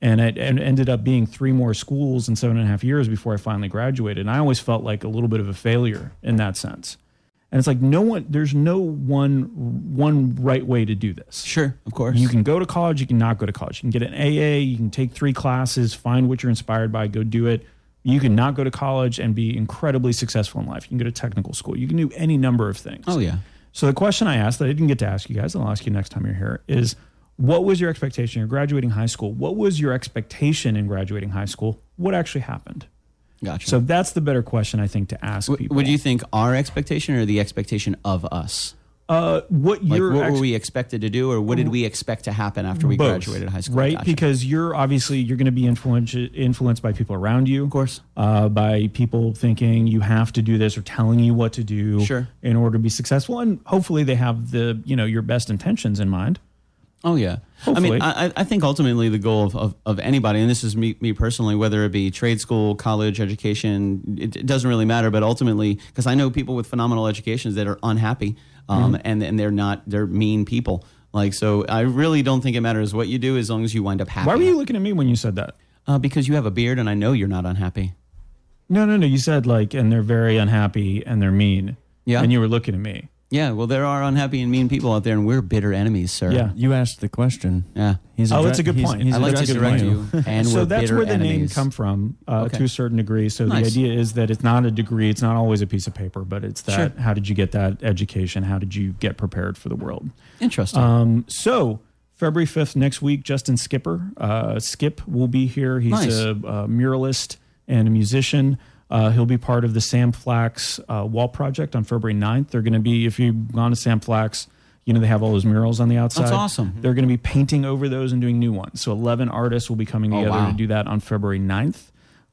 Speaker 2: And it and it ended up being three more schools in seven and a half years before I finally graduated. And I always felt like a little bit of a failure in that sense. And it's like no one, there's no one one right way to do this.
Speaker 4: Sure, of course.
Speaker 2: You can go to college, you can not go to college. You can get an AA, you can take three classes, find what you're inspired by, go do it. You can not go to college and be incredibly successful in life. You can go to technical school. You can do any number of things.
Speaker 4: oh yeah.
Speaker 2: So the question I asked that I didn't get to ask you guys, and I'll ask you next time you're here, is what was your expectation? You're graduating high school. What was your expectation in graduating high school? What actually happened?
Speaker 4: Gotcha.
Speaker 2: So that's the better question I think to ask
Speaker 4: W-
Speaker 2: people.
Speaker 4: would you think our expectation or the expectation of us?
Speaker 2: uh, what
Speaker 4: Like,
Speaker 2: your
Speaker 4: what
Speaker 2: ex- Oh.
Speaker 4: were we expected to do, or what did we expect to happen after we
Speaker 2: Both,
Speaker 4: graduated high school?
Speaker 2: right?
Speaker 4: Gotcha.
Speaker 2: Because you're obviously you're going to be influenced influenced by people around you, of
Speaker 4: course.
Speaker 2: uh, by people thinking you have to do this or telling you what to do,
Speaker 4: Sure.
Speaker 2: in order to be successful, and hopefully they have the you know your best intentions in mind.
Speaker 4: Oh yeah. I
Speaker 2: Hopefully.
Speaker 4: mean, I, I- I think ultimately the goal of, of, of anybody, and this is me, me personally, whether it be trade school, college, education, it, it doesn't really matter. But ultimately, because I know people with phenomenal educations that are unhappy, um,
Speaker 2: Mm-hmm.
Speaker 4: and and they're not they're mean people. Like so, I really don't think it matters what you do as long as you wind up happy.
Speaker 2: Why were you looking at me when you said that?
Speaker 4: Uh, because you have a beard, and I know you're not unhappy.
Speaker 2: No, no, no. You said like, and they're very unhappy and they're mean.
Speaker 4: Yeah.
Speaker 2: and you were looking at me.
Speaker 4: Yeah. Well, there are unhappy and mean people out there, and we're bitter enemies, sir.
Speaker 2: Yeah.
Speaker 3: You asked the question.
Speaker 4: Yeah.
Speaker 3: He's
Speaker 2: Oh, that's a good
Speaker 3: he's-
Speaker 2: point.
Speaker 3: he's
Speaker 4: I like to
Speaker 3: addressing
Speaker 4: direct you, and
Speaker 2: so
Speaker 4: we're
Speaker 2: that's
Speaker 4: bitter
Speaker 2: where the name
Speaker 4: enemies.
Speaker 2: come from uh,
Speaker 4: Okay.
Speaker 2: to a certain degree. So the
Speaker 4: Nice.
Speaker 2: idea is that it's not a degree, it's not always a piece of paper, but it's that
Speaker 4: Sure.
Speaker 2: how did you get that education? How did you get prepared for the world?
Speaker 4: Interesting.
Speaker 2: Um, so February 5th next week, Justin Skipper, uh, Skip will be here. He's
Speaker 4: Nice.
Speaker 2: a, a muralist and a musician. Uh, he'll be part of the Sam Flax uh, wall project on February 9th. They're going to be, if you've gone to Sam Flax, you know, they have all those murals on the outside.
Speaker 4: awesome.
Speaker 2: They're going to be painting over those and doing new ones. So 11 artists will be coming together
Speaker 4: Oh, wow.
Speaker 2: to do that on February 9th.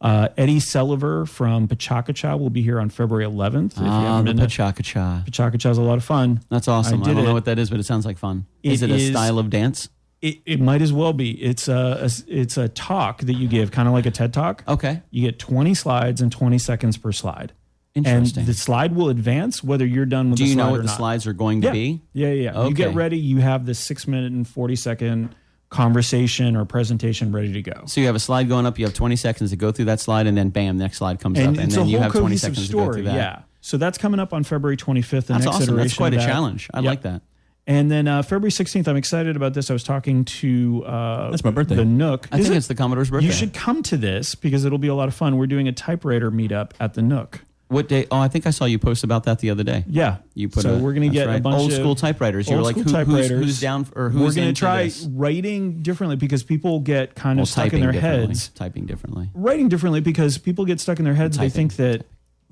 Speaker 2: Uh, Eddie Selliver from Pachacacha will be here on February 11th. If you
Speaker 4: Ah,
Speaker 2: haven't
Speaker 4: the
Speaker 2: been to
Speaker 4: pachacacha.
Speaker 2: Pachacacha is a lot of fun.
Speaker 4: That's awesome.
Speaker 2: I
Speaker 4: I,
Speaker 2: did
Speaker 4: don't
Speaker 2: it.
Speaker 4: know what that is, but it sounds like fun.
Speaker 2: It
Speaker 4: Is it a
Speaker 2: is-
Speaker 4: style of dance?
Speaker 2: It, it might as well be. It's a, a- it's a talk that you give, kind of like a TED talk.
Speaker 4: Okay.
Speaker 2: You get 20 slides and 20 seconds per slide.
Speaker 4: Interesting.
Speaker 2: And the slide will advance whether you're done with
Speaker 4: Do
Speaker 2: the
Speaker 4: you
Speaker 2: slide
Speaker 4: know
Speaker 2: or
Speaker 4: what the
Speaker 2: not.
Speaker 4: slides are going to
Speaker 2: yeah.
Speaker 4: be?
Speaker 2: Yeah, yeah. yeah. You get
Speaker 4: Okay.
Speaker 2: ready. You have this six minute and 40 second conversation or presentation ready to go.
Speaker 4: So you have a slide going up. You have 20 seconds to go through that slide, and then bam, next slide comes
Speaker 2: And
Speaker 4: up, and
Speaker 2: it's
Speaker 4: then
Speaker 2: a
Speaker 4: you
Speaker 2: whole
Speaker 4: have 20
Speaker 2: cohesive
Speaker 4: seconds to go
Speaker 2: story.
Speaker 4: through that.
Speaker 2: Yeah. So that's coming up on February 25th. The
Speaker 4: That's
Speaker 2: next
Speaker 4: awesome.
Speaker 2: iteration
Speaker 4: That's
Speaker 2: of
Speaker 4: quite a
Speaker 2: that.
Speaker 4: challenge. I
Speaker 2: Yeah.
Speaker 4: like that.
Speaker 2: And then uh, February 16th, I'm excited about this. I was talking to uh,
Speaker 3: That's my birthday.
Speaker 2: the Nook.
Speaker 4: I
Speaker 2: Is
Speaker 4: think
Speaker 2: it?
Speaker 4: it's the Commodore's birthday.
Speaker 2: You should come to this because it'll be a lot of fun. We're doing a typewriter meetup at the Nook.
Speaker 4: What day? Oh, I think I saw you post about that the other day.
Speaker 2: Yeah.
Speaker 4: You put
Speaker 2: so
Speaker 4: a,
Speaker 2: we're going to get
Speaker 4: that's
Speaker 2: a
Speaker 4: right.
Speaker 2: bunch
Speaker 4: old
Speaker 2: of
Speaker 4: school typewriters. You're
Speaker 2: old
Speaker 4: like,
Speaker 2: school
Speaker 4: who, who's,
Speaker 2: typewriters.
Speaker 4: who's down or who's
Speaker 2: We're gonna
Speaker 4: into
Speaker 2: try
Speaker 4: this?
Speaker 2: writing differently because people get kind
Speaker 4: Well,
Speaker 2: of stuck in
Speaker 4: typing
Speaker 2: their
Speaker 4: differently.
Speaker 2: heads.
Speaker 4: Typing differently.
Speaker 2: Writing differently because people get stuck in their heads. They
Speaker 4: Typing.
Speaker 2: think that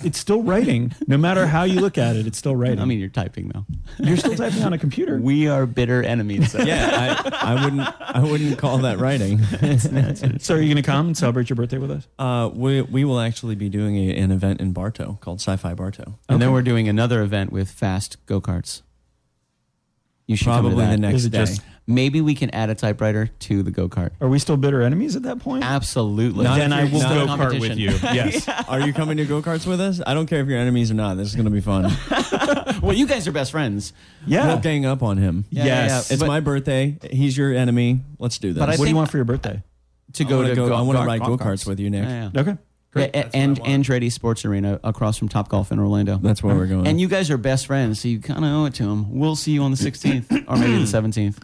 Speaker 2: it's still writing. No matter how you look at it, it's still writing.
Speaker 4: I mean, you're typing though.
Speaker 2: you're still typing on a computer.
Speaker 4: We are bitter enemies.
Speaker 3: Yeah, I, I wouldn't. I wouldn't call that writing.
Speaker 2: so are you going to come and celebrate your birthday with us?
Speaker 3: Uh, we we will actually be doing a, an event in Bartow called Sci-Fi Bartow.
Speaker 4: And then we're doing another event with fast go karts. You should come to
Speaker 3: Probably the
Speaker 4: that.
Speaker 3: next
Speaker 2: Is it
Speaker 3: day.
Speaker 2: just-
Speaker 4: Maybe we can add a typewriter to the go kart.
Speaker 2: Are we still bitter enemies at that point?
Speaker 4: Absolutely.
Speaker 3: Not if you're not-
Speaker 4: a competition.
Speaker 2: Yes.
Speaker 3: Are you coming to go karts with us? I don't care if you're enemies or not. This is going to be fun.
Speaker 4: Well, you guys are best friends.
Speaker 2: Yeah.
Speaker 3: We'll gang up on him.
Speaker 2: Yeah, yeah, yeah.
Speaker 3: It's
Speaker 4: But-
Speaker 3: my birthday. He's your enemy. Let's do this.
Speaker 4: But I
Speaker 2: what do you
Speaker 4: think-
Speaker 2: want for your birthday?
Speaker 4: To
Speaker 3: I
Speaker 4: go
Speaker 3: wanna
Speaker 4: to
Speaker 3: go-
Speaker 4: go,
Speaker 3: I wanna
Speaker 4: go-
Speaker 3: ride
Speaker 4: golf
Speaker 3: go-karts with you, Nick.
Speaker 4: Yeah, yeah.
Speaker 2: Okay.
Speaker 4: Yeah, and Andretti Sports Arena across from Top Golf in Orlando.
Speaker 3: That's where we're going.
Speaker 4: and you guys are best friends, so you kind of owe it to him. We'll see you on the 16th or maybe the 17th.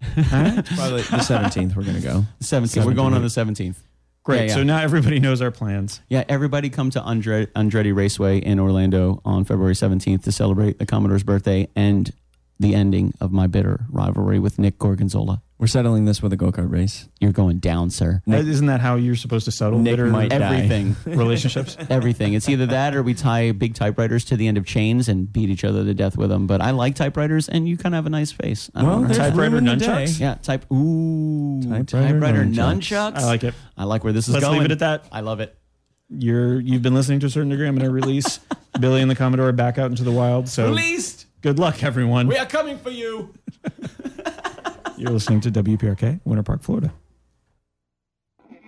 Speaker 3: probably the 17th we're going to go.
Speaker 4: 17th. We're going on the 17th.
Speaker 2: Great.
Speaker 4: Yeah, yeah.
Speaker 2: So now everybody knows our plans.
Speaker 4: Yeah, everybody come to Andre- Andretti Raceway in Orlando on February 17th to celebrate the Commodore's birthday and the ending of my bitter rivalry with Nick Gorgonzola.
Speaker 3: We're settling this with a go kart race.
Speaker 4: You're going down, sir.
Speaker 3: Nick-
Speaker 2: Uh, Isn't that how you're supposed to settle
Speaker 3: Nick
Speaker 2: bitter
Speaker 3: might die.
Speaker 4: Everything.
Speaker 2: relationships?
Speaker 4: Everything. It's either that or we tie big typewriters to the end of chains and beat each other to death with them. But I like typewriters, and you kind of have a nice face. I don't
Speaker 3: Well,
Speaker 4: know.
Speaker 3: there's
Speaker 2: Typewriter
Speaker 3: room in the
Speaker 2: nunchucks?
Speaker 3: day.
Speaker 4: yeah, type. Ooh,
Speaker 3: Typewriter
Speaker 4: typewriter,
Speaker 3: nunchucks.
Speaker 4: nunchucks.
Speaker 2: I like it.
Speaker 4: I like where this is
Speaker 2: Let's
Speaker 4: going.
Speaker 2: leave it at that.
Speaker 4: I love it.
Speaker 2: You're you've been listening to a certain degree. I'm going to release Billy and the Commodore back out into the wild. So
Speaker 4: Released.
Speaker 2: good luck, everyone.
Speaker 4: are coming for you.
Speaker 2: You're listening to WPRK, Winter Park, Florida.
Speaker 1: No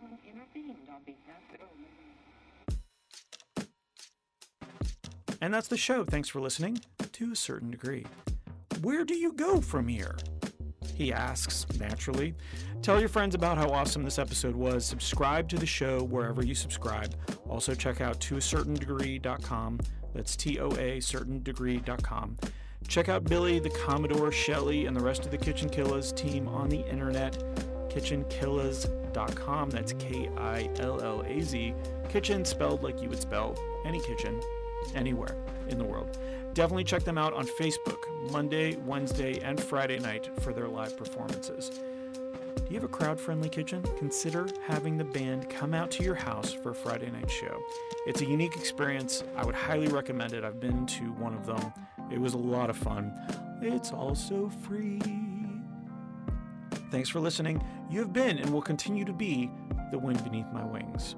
Speaker 1: one intervened on behalf of Roman.
Speaker 5: And that's the show. Thanks for listening to a certain degree. Where do you go from here? He asks, naturally. Tell your friends about how awesome this episode was. Subscribe to the show wherever you subscribe. Also, check out toacertaindegree.com. That's T O A, certaindegree.com. Check out Billy, the Commodore, Shelley, and the rest of the Kitchen Killers team on the internet kitchenkillas.com. That's K I L L A Z. Kitchen spelled like you would spell any kitchen, anywhere in the world. Definitely check them out on Facebook Monday, Wednesday, and Friday night for their live performances. Do you have a crowd friendly kitchen? Consider having the band come out to your house for a Friday night show. It's a unique experience. I would highly recommend it. I've been to one of them, it was a lot of fun. It's also free. Thanks for listening. You have been and will continue to be the wind beneath my wings.